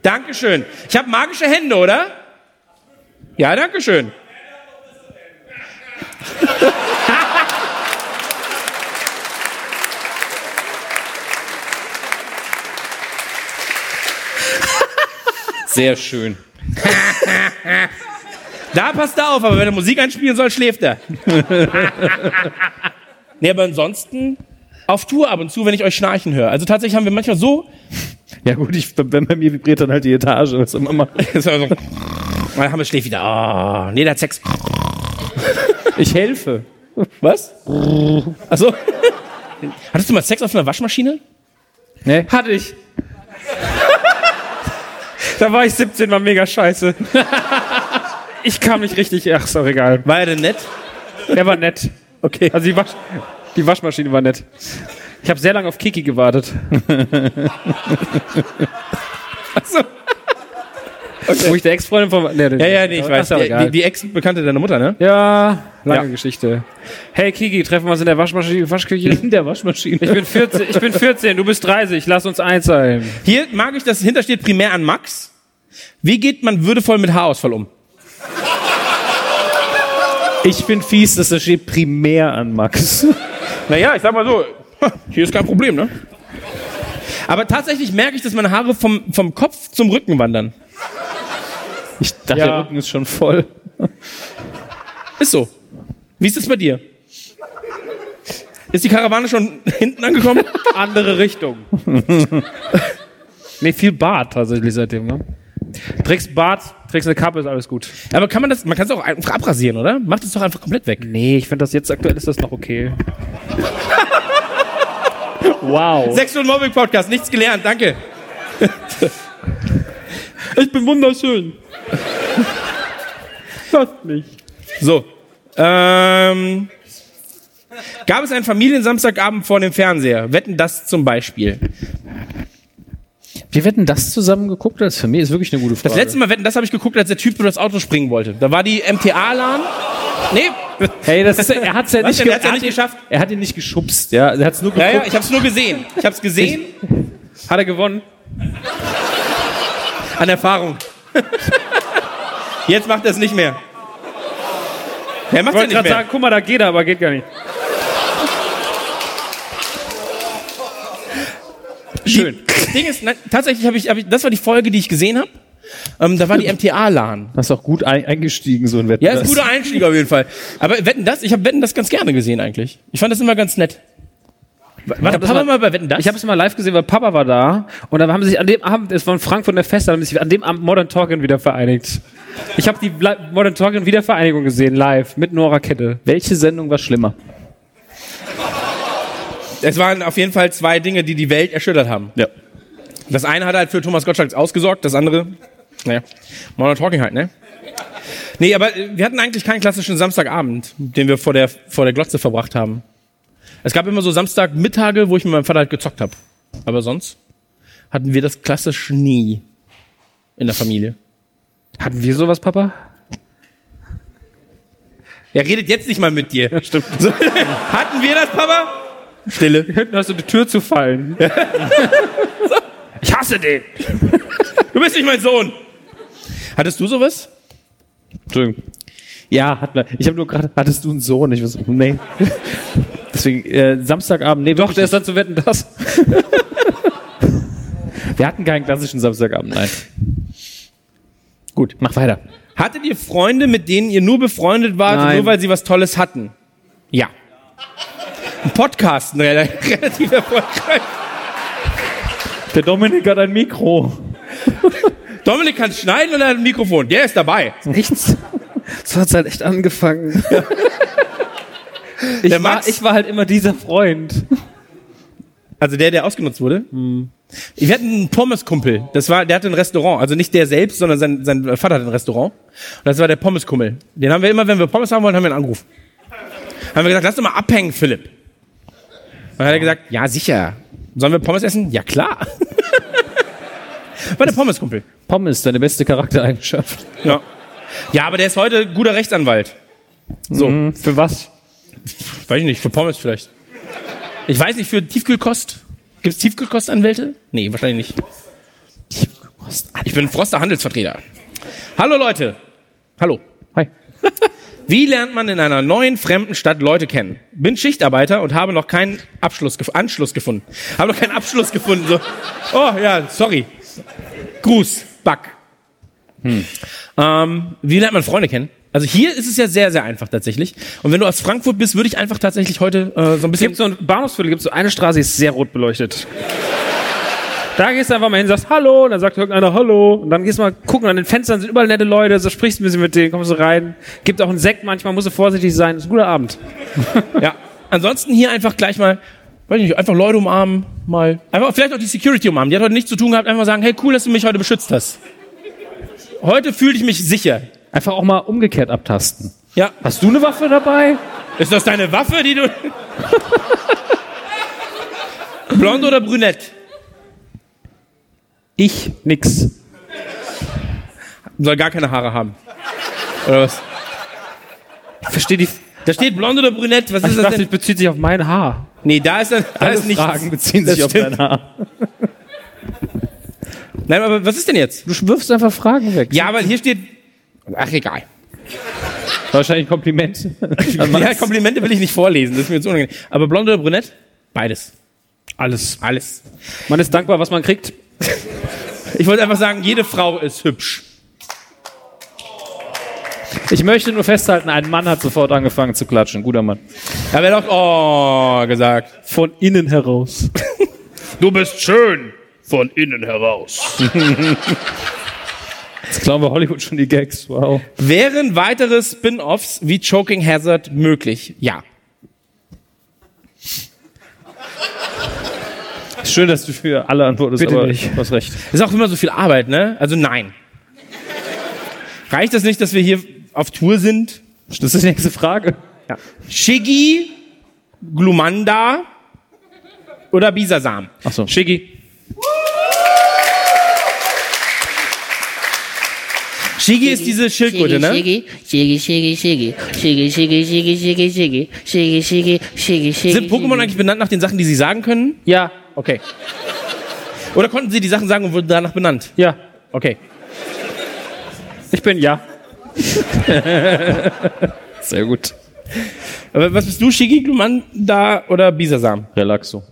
Dankeschön. Ich habe magische Hände, oder? Ja, Dankeschön. Sehr schön. Da passt er auf, aber wenn er Musik einspielen soll, schläft er. nee, aber ansonsten auf Tour ab und zu, wenn ich euch schnarchen höre. Also tatsächlich haben wir manchmal so. Ja gut, ich, wenn bei mir vibriert dann halt die Etage, was soll man machen? so, dann Ah, haben wir schläft wieder. Oh, nee, der hat Sex. ich helfe. Was? Achso. Hattest du mal Sex auf einer Waschmaschine? Nee. Hatte ich. da war ich 17, war mega scheiße. ich kam nicht richtig, ach, ist doch egal. War er denn nett? Der war nett. Okay. Also die, Wasch, die Waschmaschine war nett. Ich habe sehr lange auf Kiki gewartet. Achso. Wo ich der Ex-Freundin von... Nee, Ja, ja, nee, ich weiß. Ist doch Die, egal. die, die Ex-Bekannte deiner Mutter, ne? ja, lange Ja. Geschichte. Hey Kiki, treffen wir uns in der Waschmaschine, Waschküche? In der Waschmaschine. Ich bin 14, ich bin 14 du bist 30, lass uns eins sein. Hier mag ich, dass hinter steht primär an Max. Wie geht man würdevoll mit Haarausfall um? Ich bin fies, dass das steht primär an Max. Naja, ich sag mal so, hier ist kein Problem, ne? Aber tatsächlich merke ich, dass meine Haare vom, vom Kopf zum Rücken wandern. Ich dachte, Ja. der Rücken ist schon voll. Ist so. Wie ist es bei dir? Ist die Karawane schon hinten angekommen? Andere Richtung. nee, viel Bart tatsächlich seitdem, ne? Trägst Bart, trägst eine Kappe, ist alles gut. Aber kann man das, man kann es auch einfach abrasieren, oder? Macht es doch einfach komplett weg. Nee, ich finde das jetzt aktuell ist das noch okay. wow. Sex und Mobbing Podcast, nichts gelernt, danke. Ich bin wunderschön. Lasst mich. So. Ähm, gab es einen Familiensamstagabend vor dem Fernseher? Wetten das zum Beispiel. Wir hätten das zusammen geguckt, das ist für mich ist wirklich eine gute Frage. Das letzte Mal wetten, das habe ich geguckt, als der Typ über das Auto springen wollte. Da war die MTA-Lan. Nee. hey, das ist, er hat's ja Was nicht, denn? ge Er hat's ja er hat nicht ihn- geschafft. Er hat ihn nicht geschubst, ja. Er hat's nur Ja, geguckt. ja, ich habe es nur gesehen. Ich habe es gesehen Hat er gewonnen? an Erfahrung. Jetzt macht er es nicht mehr. Er Ich macht es wollte ja nicht gerade mehr. sagen, guck mal, da geht er, aber geht gar nicht. Schön. Das Ding ist, nein, tatsächlich habe ich, hab ich, das war die Folge, die ich gesehen habe. Ähm, da war die MTA-LAN. Hast auch gut ein, eingestiegen, so ein Wetten. Ja, ist ein guter Einstieg auf jeden Fall. Aber Wetten das, ich habe Wetten das ganz gerne gesehen eigentlich. Ich fand das immer ganz nett. War der das Papa war- mal bei Wetten das? Ich habe es mal live gesehen, weil Papa war da und dann haben sie sich an dem Abend, es war in Frankfurt in der Fest, haben sie sich an dem Abend Modern Talking wieder vereinigt. Ich habe die Li- Modern Talking Wiedervereinigung gesehen, live, mit Nora Kette. Welche Sendung war schlimmer? es waren auf jeden Fall zwei Dinge, die die Welt erschüttert haben. Ja. Das eine hat halt für Thomas Gottschalk ausgesorgt, das andere, naja, Modern Talking halt, ne? Nee, aber äh, wir hatten eigentlich keinen klassischen Samstagabend, den wir vor der, vor der Glotze verbracht haben. Es gab immer so Samstagmittage, wo ich mit meinem Vater halt gezockt habe. Aber sonst hatten wir das klassisch nie in der Familie. Hatten wir sowas, Papa? Er redet jetzt nicht mal mit dir. stimmt. So, hatten wir das, Papa? Stille. Hinten hast du die Tür zu fallen. Ich hasse den. Du bist nicht mein Sohn. Hattest du sowas? Entschuldigung. Ja, hat man. Ich habe nur gerade, hattest du einen Sohn? Ich weiß, nee. Deswegen, äh, Samstagabend, nee, Doch, wirklich der ist dann zu wetten, das. nicht. wir hatten keinen klassischen Samstagabend, nein. Gut, mach weiter. Hattet ihr Freunde, mit denen ihr nur befreundet wart, Nein. nur weil sie was Tolles hatten? Ja. Ein Podcast, ein rel- relativ erfolgreich. Der Dominik hat ein Mikro. Dominik kann schneiden und er hat ein Mikrofon. Der ist dabei. Nichts. So hat's halt echt angefangen. der Max, war halt immer dieser Freund. Hm. also der, der ausgenutzt wurde. Wir hatten einen Pommeskumpel. Das war, der hatte ein Restaurant. Also nicht der selbst, sondern sein, sein Vater hatte ein Restaurant. Und das war der Pommeskumpel. Den haben wir immer, wenn wir Pommes haben wollten, haben wir einen Anruf. Haben wir gesagt, lass doch mal abhängen, Philipp. Und dann hat er gesagt, ja, sicher. Sollen wir Pommes essen? Ja, klar. war der Pommeskumpel. Pommes, deine beste Charaktereigenschaft. Ja. Ja, aber der ist heute guter Rechtsanwalt. So, Für was? weiß ich nicht, für Pommes vielleicht. Ich weiß nicht, für Tiefkühlkost. Gibt's Tiefkühlkostanwälte? Nee, wahrscheinlich nicht. Ich bin Froster Handelsvertreter. Hallo Leute. Hallo. Hi. Wie lernt man in einer neuen fremden Stadt Leute kennen? Bin Schichtarbeiter und habe noch keinen Abschluss gef Anschluss gefunden. Habe noch keinen Abschluss gefunden. So. Oh ja, sorry. Gruß, Back. Ähm, wie lernt man Freunde kennen? Also hier ist es ja sehr, sehr einfach tatsächlich. Und wenn du aus Frankfurt bist, würde ich einfach tatsächlich heute äh, so ein bisschen. Gibt so ein Bahnhofsviertel, gibt so eine Straße, die ist sehr rot beleuchtet. Da gehst du einfach mal hin, sagst Hallo, und dann sagt irgendeiner Hallo, und dann gehst du mal gucken, an den Fenstern sind überall nette Leute, so sprichst ein bisschen mit denen, kommst du rein, gibt auch einen Sekt manchmal, musst du vorsichtig sein, ist ein guter Abend. ja. Ansonsten hier einfach gleich mal, weiß ich nicht, einfach Leute umarmen, mal. Einfach vielleicht auch die Security umarmen. Die hat heute nichts zu tun gehabt, einfach mal sagen, hey cool, dass du mich heute beschützt hast. Heute fühle ich mich sicher. Einfach auch mal umgekehrt abtasten. Ja. Hast du eine Waffe dabei? Ist das deine Waffe, die du. Blond oder brünett? Ich nix. Soll gar keine Haare haben. Oder was? Ich verstehe die. Da steht blond oder brünett, was Ich ist das dachte, denn? das bezieht sich auf mein Haar. Nee, da ist, dann, da ist nichts. Das stimmt. Haar. Nein, aber was ist denn jetzt? Du wirfst einfach Fragen weg. Ja, weil hier steht. Ach, egal. Wahrscheinlich Kompliment. Also Ja, Komplimente will ich nicht vorlesen, das ist mir jetzt unangenehm. Aber blond oder brünett? Beides. Alles. Alles. Man ist dankbar, was man kriegt. Ich wollte einfach sagen, jede Frau ist hübsch. Ich möchte nur festhalten, ein Mann hat sofort angefangen zu klatschen. Guter Mann. Da wäre doch, oh, gesagt. Von innen heraus. Du bist schön. Von innen heraus. Jetzt klauen wir Hollywood schon die Gags. Wow. Wären weitere Spin-offs wie Choking Hazard möglich? Ja. Schön, dass du für alle antwortest, Bitte aber nicht. du hast recht. Ist auch immer so viel Arbeit, ne? Also nein. Reicht das nicht, dass wir hier auf Tour sind? Das ist die nächste Frage. Ja. Shiggy, Glumanda oder Bisasam? Ach so. Shiggy. Shiggy ist diese Schildkröte, ne? Shiggy, Shiggy, Shiggy, Shiggy, Shiggy, Shiggy, Shiggy, Shiggy, Shiggy, Shiggy, Shiggy, Shiggy, Shiggy. Sind Pokémon eigentlich benannt nach den Sachen, die sie sagen können? Ja. Okay. Oder konnten sie die Sachen sagen und wurden danach benannt? Ja. Okay. Ich bin ja. Sehr gut. Aber was bist du, Shiggy, Glumanda oder Bisasam? Relaxo.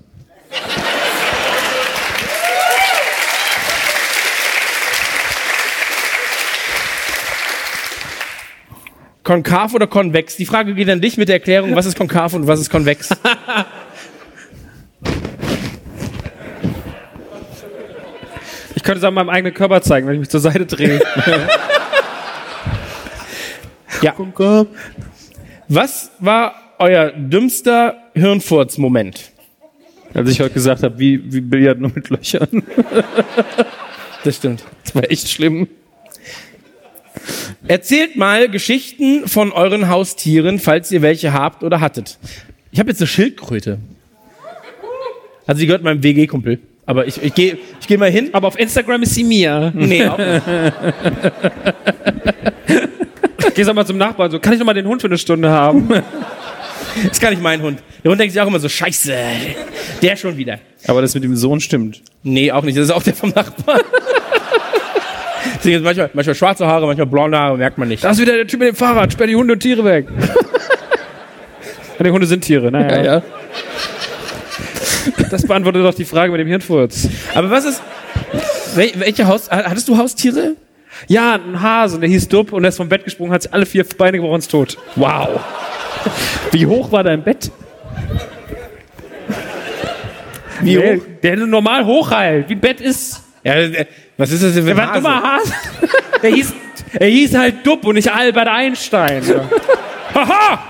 Konkav oder konvex? Die Frage geht an dich mit der Erklärung, was ist konkav und was ist konvex? Ich könnte es an meinem eigenen Körper zeigen, wenn ich mich zur Seite drehe. ja. Was war euer dümmster Hirnfurz-Moment? Als ich heute gesagt habe, wie, wie Billard nur mit Löchern. Das stimmt. Das war echt schlimm. Erzählt mal Geschichten von euren Haustieren, falls ihr welche habt oder hattet. Ich habe jetzt eine Schildkröte. Also die gehört meinem WG-Kumpel. Aber ich, ich gehe ich geh mal hin. Aber auf Instagram ist sie mir. Nee, auch nicht. Gehst auch mal zum Nachbarn so, kann ich noch mal den Hund für eine Stunde haben? ist gar nicht mein Hund. Der Hund denkt sich auch immer so, scheiße, der schon wieder. Aber das mit dem Sohn stimmt. Nee, auch nicht. Das ist auch der vom Nachbarn. Deswegen ist manchmal, manchmal schwarze Haare, manchmal blonde Haare, merkt man nicht. Da ist wieder der Typ mit dem Fahrrad, sperr die Hunde und Tiere weg. Ja, die Hunde sind Tiere, naja. ja. Das beantwortet doch die Frage mit dem Hirnfurz. Aber was ist. Wel, welche Haus. Hattest du Haustiere? Ja, ein Hase, der hieß Dub und er ist vom Bett gesprungen, hat sich alle vier Beine gebrochen und ist tot. Wow. Wie hoch war dein Bett? Wie Nee, hoch? Der hätte normal hochheilt, wie ein Bett ist. Ja, äh, was ist das denn für Der war ein ein dummer Hase? Hase. Der hieß, er hieß halt Dub und nicht Albert Einstein. Haha!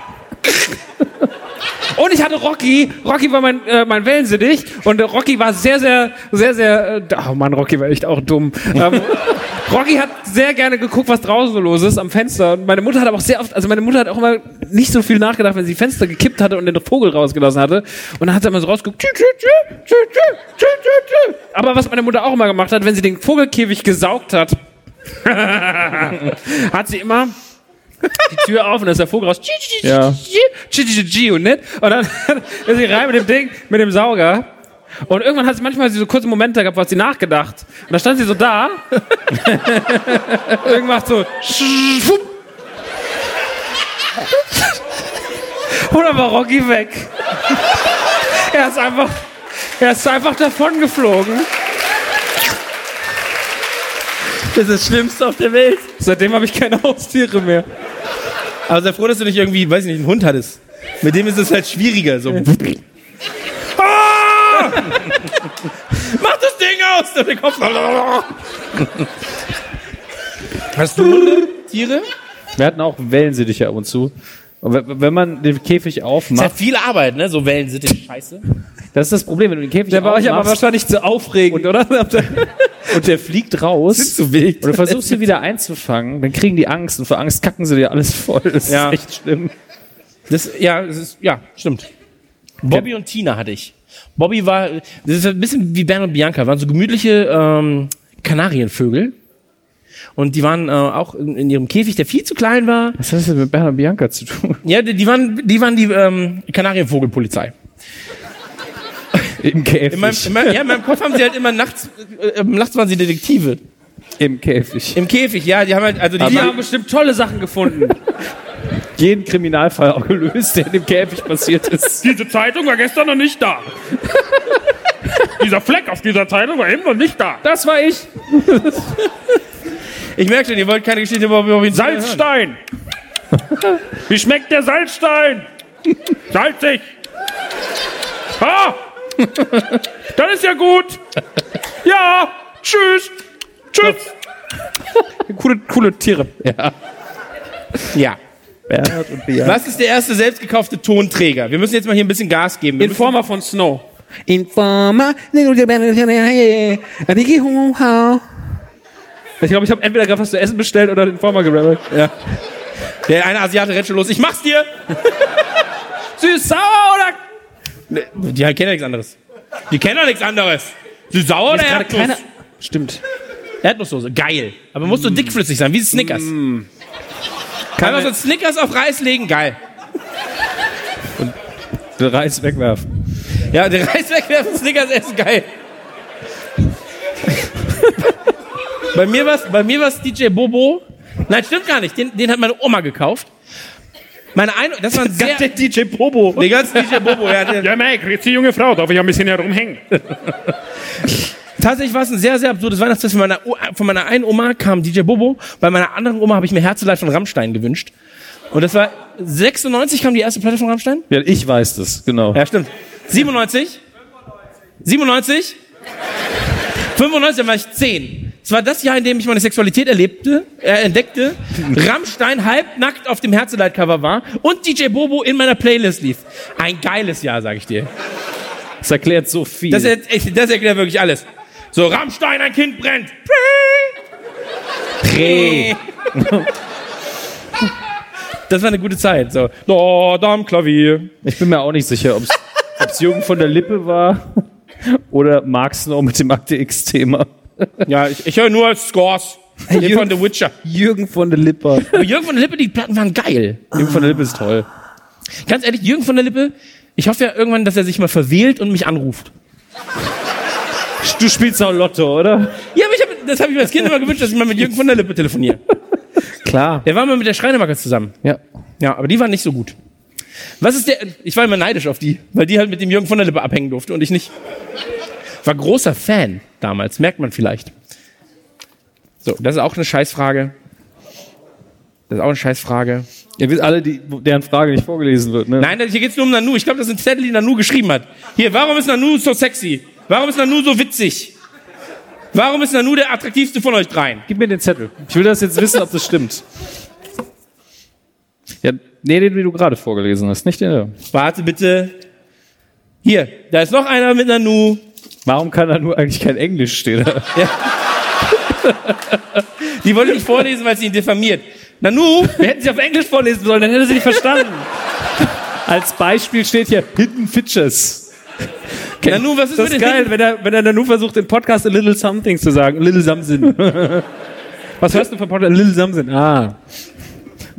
Und ich hatte Rocky. Rocky war mein, äh, mein Wellensittich. Und äh, Rocky war sehr, sehr, sehr, sehr. Äh, oh Mann, Rocky war echt auch dumm. Ähm, Rocky hat sehr gerne geguckt, was draußen so los ist am Fenster. Und meine Mutter hat aber auch sehr oft, also meine Mutter hat auch immer nicht so viel nachgedacht, wenn sie Fenster gekippt hatte und den Vogel rausgelassen hatte. Und dann hat sie immer so rausgeguckt. Tschü, tschü, tschü, tschü, tschü, tschü, tschü, tschü. Aber was meine Mutter auch immer gemacht hat, wenn sie den Vogelkäfig gesaugt hat, hat sie immer die Tür auf und da ist der Vogel raus. Tschü, tschü, tschü, Ja. G und nicht. Und dann ist sie rein mit dem Ding, mit dem Sauger. Und irgendwann hat sie manchmal so kurze Momente gehabt, wo hat sie nachgedacht. Und dann stand sie so da. Irgendwann macht so. schwupp. Und dann war Rocky weg. Er ist einfach, er ist einfach davon geflogen. Das ist das Schlimmste auf der Welt. Seitdem habe ich keine Haustiere mehr. Aber Also sei froh, dass du nicht irgendwie, weiß ich nicht, einen Hund hattest. Mit dem ist es halt schwieriger. So. Ah! Mach das Ding aus! Und der Kopf. Hast du Tiere? Wir hatten auch Wellensittiche ab und zu. Und wenn wenn man den Käfig Ist halt aufmacht, viel Arbeit, ne? So Wellen sind die Scheiße. das ist das Problem, wenn du den Käfig Der war euch aber wahrscheinlich zu aufregend, oder? und der fliegt raus. Sind zu wild. Und du versuchst ihn wieder einzufangen, dann kriegen die Angst und vor Angst kacken sie dir alles voll. Das Ja. ist echt schlimm. Das, ja, das ist, ja, stimmt. Bobby und Tina hatte ich. Bobby war, das ist ein bisschen wie Bern und Bianca, waren so gemütliche ähm, Kanarienvögel. Und die waren äh, auch in, in ihrem Käfig, der viel zu klein war. Was hat das denn mit Bernhard und Bianca zu tun? Ja, die, die waren die, waren die ähm, Kanarienvogelpolizei. Im Käfig. In meinem, in meinem, ja, in meinem Kopf haben sie halt immer nachts, äh, äh, nachts waren sie Detektive. Im Käfig. Im Käfig, ja, die haben halt, also die, Aber- die haben bestimmt tolle Sachen gefunden. Jeden Kriminalfall auch gelöst, der in dem Käfig passiert ist. Diese Zeitung war gestern noch nicht da. dieser Fleck auf dieser Zeitung war eben noch nicht da. Das war ich. Ich merke schon, ihr wollt keine Geschichte über Bobby und Tina hören. Salzstein. Wie schmeckt der Salzstein? Salzig. Ah, das ist ja gut. Ja, tschüss. Tschüss. Coole, coole Tiere. Ja. Ja. Bernhard und Bianca. Was ist der erste selbst gekaufte Tonträger? Wir müssen jetzt mal hier ein bisschen Gas geben. Wir Informer von Snow. Informer. Ich glaube, ich habe entweder gerade was zu essen bestellt oder den Former gerammelt. Ja. Der eine Asiate rennt schon los. Ich mach's dir! Süß, sauer oder. Ne, Die kennen ja nichts anderes. Die kennen ja nichts anderes. Süß, sauer Mir oder ist gerade Erdnuss? keiner- Stimmt. Erdnusssoße, geil. Aber musst du dickflüssig sein, wie Snickers. Mm. Kann man so Snickers auf Reis legen? Geil. Den Reis wegwerfen. Ja, den Reis wegwerfen, Snickers essen, geil. bei mir war's, bei mir war's DJ Bobo. Nein, stimmt gar nicht. Den, den hat meine Oma gekauft. Meine eine, das war ein sehr... Der DJ Bobo. Den ganzen DJ Bobo, ja. Der, Ja, Mike, jetzt die junge Frau, darf ich ein bisschen herumhängen? Tatsächlich war es ein sehr, sehr absurdes Weihnachtsfest. Von meiner, O- von meiner einen Oma kam DJ Bobo, bei meiner anderen Oma habe ich mir Herzeleid von Rammstein gewünscht. Und das war 96 kam die erste Platte von Rammstein? Ja, ich weiß das, genau. Ja, stimmt. 97? 97? 95, dann war ich 10. Es war das Jahr, in dem ich meine Sexualität erlebte, äh, entdeckte, Rammstein halbnackt auf dem Herzeleid-Cover war und DJ Bobo in meiner Playlist lief. Ein geiles Jahr, sag ich dir. Das erklärt so viel. Das, er, das erklärt wirklich alles. So, Rammstein, ein Kind brennt. Prä. Das war eine gute Zeit. So, da, da am Klavier. Ich bin mir auch nicht sicher, ob es Jürgen von der Lippe war oder Mark Snow mit dem Akte X-Thema. Ja, ich, ich höre nur Scores. Jürgen von The Witcher. Jürgen von der Lippe. Aber Jürgen von der Lippe, die Platten waren geil. Jürgen von der Lippe ist toll. Ganz ehrlich, Jürgen von der Lippe, ich hoffe ja irgendwann, dass er sich mal verwählt und mich anruft. Du spielst auch Lotto, oder? Ja, aber ich hab, das habe ich mir als Kind immer gewünscht, dass ich mal mit Jürgen von der Lippe telefoniere. Klar. Der war mal mit der Schreinermacke zusammen. Ja. Ja, aber die waren nicht so gut. Was ist der, ich war immer neidisch auf die, weil die halt mit dem Jürgen von der Lippe abhängen durfte und ich nicht. War großer Fan damals, merkt man vielleicht. So, das ist auch eine Scheißfrage. Das ist auch eine Scheißfrage. Ihr wisst alle, die, deren Frage nicht vorgelesen wird, ne? Nein, hier geht's nur um Nanu. Ich glaube, das sind Zettel, die Nanu geschrieben hat. Hier, warum ist Nanu so sexy? Warum ist Nanu so witzig? Warum ist Nanu der attraktivste von euch dreien? Gib mir den Zettel. Ich will das jetzt wissen, ob das stimmt. Ja, nee, den, den du gerade vorgelesen hast, nicht den. da. Warte bitte. Hier, da ist noch einer mit Nanu. Warum kann da nur eigentlich kein Englisch stehen? Die wollte ich nicht vorlesen, weil sie ihn diffamiert. Nanu, wir hätten sie auf Englisch vorlesen sollen, dann hätte sie nicht verstanden. Als Beispiel steht hier Hidden Fitches. Nanu, was ist Das mit ist den geil, wenn er, wenn er Nanu versucht, im Podcast a little something zu sagen. A little something. Was hörst du von Podcast? A little something. Ah.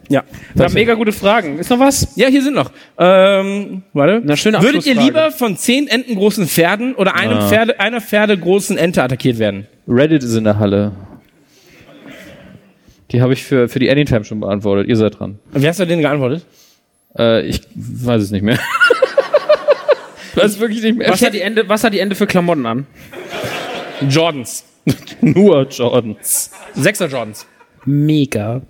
Ja. Wir haben mega gute Fragen. Ist noch was? Ja, hier sind noch. Ähm, warte. Na, schöne Würdet ihr Abschlussfrage. lieber von zehn entengroßen Pferden oder einem Ah. Pferde, einer Pferdegroßen Ente attackiert werden? Reddit ist in der Halle. Die habe ich für, für die Anytime schon beantwortet. Ihr seid dran. Wie hast du denen geantwortet? Äh, ich weiß es nicht mehr. weiß wirklich nicht mehr. Was hat, die Ende, was hat die Ende für Klamotten an? Jordans. Nur Jordans. Sechser Jordans. Mega.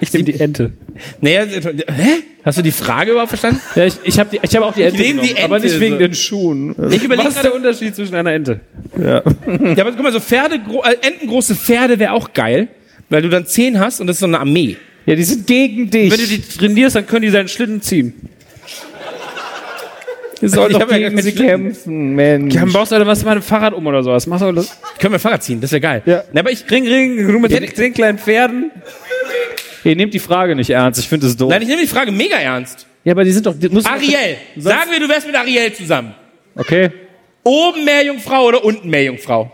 Ich ich nehme die Ente. Naja, äh, hä? Hast du die Frage überhaupt verstanden? Ja, ich, ich habe die, ich habe auch die Ente. Ich nehme die genommen, Aber Ente, nicht wegen so. den Schuhen. Ich überlege Was ist der gerade- Unterschied zwischen einer Ente? Ja. ja, aber guck mal, so Pferde, gro- äh, entengroße Pferde wäre auch geil, weil du dann zehn hast und das ist so eine Armee. Ja, die sind gegen dich. Wenn du die trainierst, dann können die seinen Schlitten ziehen. Ihr sollt Ich doch hab ja gar gegen keinen sie Schlitten. kämpfen, Mensch. Ja, baust du was mit meinem Fahrrad um oder sowas? Machst du das? Können wir Fahrrad ziehen, das wäre geil. Ja. Na, aber ich ring, ring, ring mit den zehn kleinen Pferden. Ihr nehmt die Frage nicht ernst. Ich finde es doof. Nein, ich nehme die Frage mega ernst. ja, aber die sind doch. Die müssen Ariel, sagen wir, du wärst mit Ariel zusammen. Okay. Oben mehr Jungfrau oder unten mehr Jungfrau?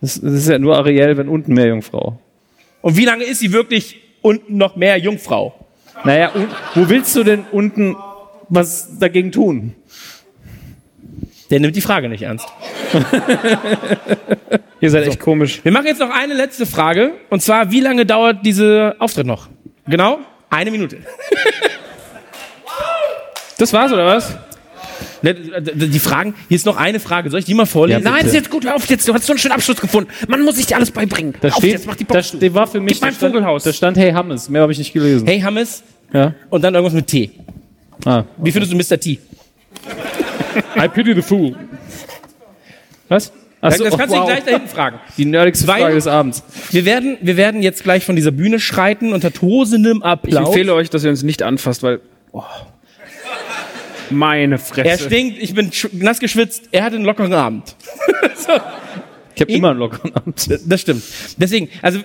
Das, das ist ja nur Ariel, wenn unten mehr Jungfrau. Und wie lange ist sie wirklich unten noch mehr Jungfrau? Naja, un, wo willst du denn unten was dagegen tun? Der nimmt die Frage nicht ernst. Ihr seid echt komisch. Wir machen jetzt noch eine letzte Frage. Und zwar, wie lange dauert dieser Auftritt noch? Genau? Eine Minute. Das war's, oder was? Ne, Die Fragen, hier ist noch eine Frage. Soll ich die mal vorlesen? Ja, Nein, bitte. ist jetzt gut, hör auf jetzt. Du hast so einen schönen Abschluss gefunden. Man muss sich dir alles beibringen. Da auf steht, jetzt, mach die da, Box. steht- war für mich. Gib mein da stand- Vogelhaus. Da stand Hey Hammes. Mehr habe ich nicht gelesen. Hey, Hammes. Ja. Und dann irgendwas mit T. Ah. Wie findest du Mr. T? I pity the fool. Was? Ach Das so, oh, kannst du wow. dich gleich da hinten fragen. Die nerdigste Weil- Frage des Abends. Wir werden, wir werden jetzt gleich von dieser Bühne schreiten unter tosendem Ich Applaus. empfehle euch, dass ihr uns nicht anfasst, weil. Oh. Meine Fresse. er stinkt, ich bin sch- nass geschwitzt, er hatte einen lockeren Abend. so. Ich habe immer einen lockeren Abend. Das stimmt. Deswegen, also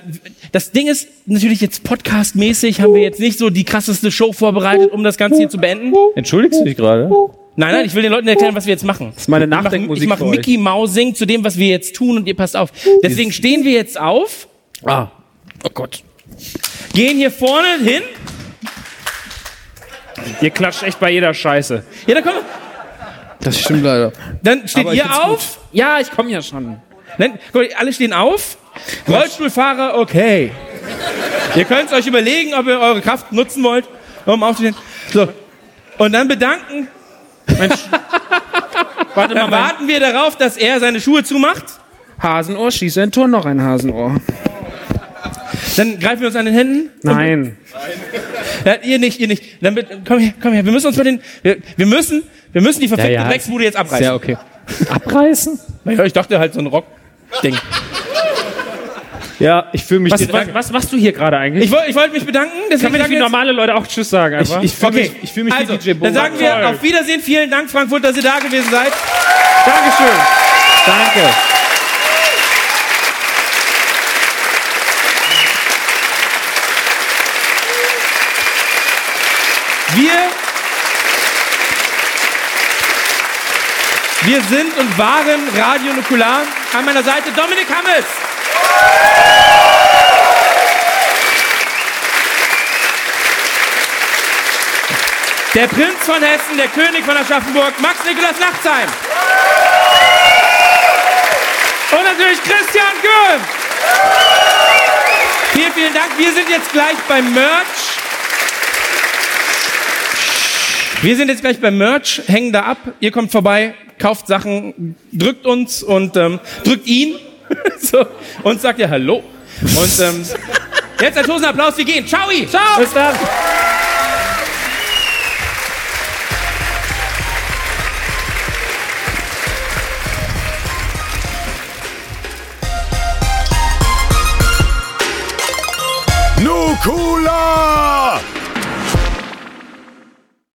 das Ding ist natürlich jetzt podcastmäßig haben wir jetzt nicht so die krasseste Show vorbereitet, um das Ganze hier zu beenden. Entschuldigst du dich gerade? Nein, nein, ich will den Leuten erklären, was wir jetzt machen. Das ist meine Ich Nachdenkmusik mache für euch. Mickey Mousing zu dem, was wir jetzt tun und ihr passt auf. Deswegen stehen wir jetzt auf. Ah. Oh Gott. Gehen hier vorne hin. Ihr klatscht echt bei jeder Scheiße. Ja, dann komm. Das stimmt leider. Dann steht Aber ich find's ihr auf. Ja, ich komme ja schon. Nein, guck, mal, alle stehen auf. Rollstuhlfahrer, okay. ihr könnt euch überlegen, ob ihr eure Kraft nutzen wollt, um aufzustehen. So. Und dann bedanken. Warte mal, warten wir darauf, dass er seine Schuhe zumacht. Hasenohr, schieße ein Tor, noch ein Hasenohr. Dann greifen wir uns an den Händen. Nein. Ja, ihr nicht, ihr nicht. Dann be- komm her, komm her. Wir müssen uns bei den, wir, wir müssen, wir müssen die verfickte Ja, ja. Drecksbude jetzt abreißen. Ja, okay. Abreißen? Naja, ich dachte halt so ein Rock-Ding. Ja, ich fühle mich. Was, Also was, was machst du hier gerade eigentlich? Ich wollte ich wollte mich bedanken. Kann Deswegen man nicht sage wie ich jetzt- normale Leute auch Tschüss sagen einfach? ich fühle Okay, mich, ich fühl mich also, wie DJ Bobo. dann sagen wir auf Wiedersehen. Vielen Dank, Frankfurt, dass ihr da gewesen seid. Dankeschön. Danke. Wir, wir sind und waren Radio Nukular. An meiner Seite Dominik Hammes. Der Prinz von Hessen, der König von Aschaffenburg, Max Nikolaus Nachtsheim. Und natürlich Christian Göhm. Vielen, vielen Dank. Wir sind jetzt gleich beim Merch. Wir sind jetzt gleich beim Merch, hängen da ab. Ihr kommt vorbei, kauft Sachen, drückt uns und ähm, drückt ihn. so, und sagt ja Hallo. Und ähm, jetzt ein Applaus, wir gehen. Ciao! Ciao! Bis dann. Nukula!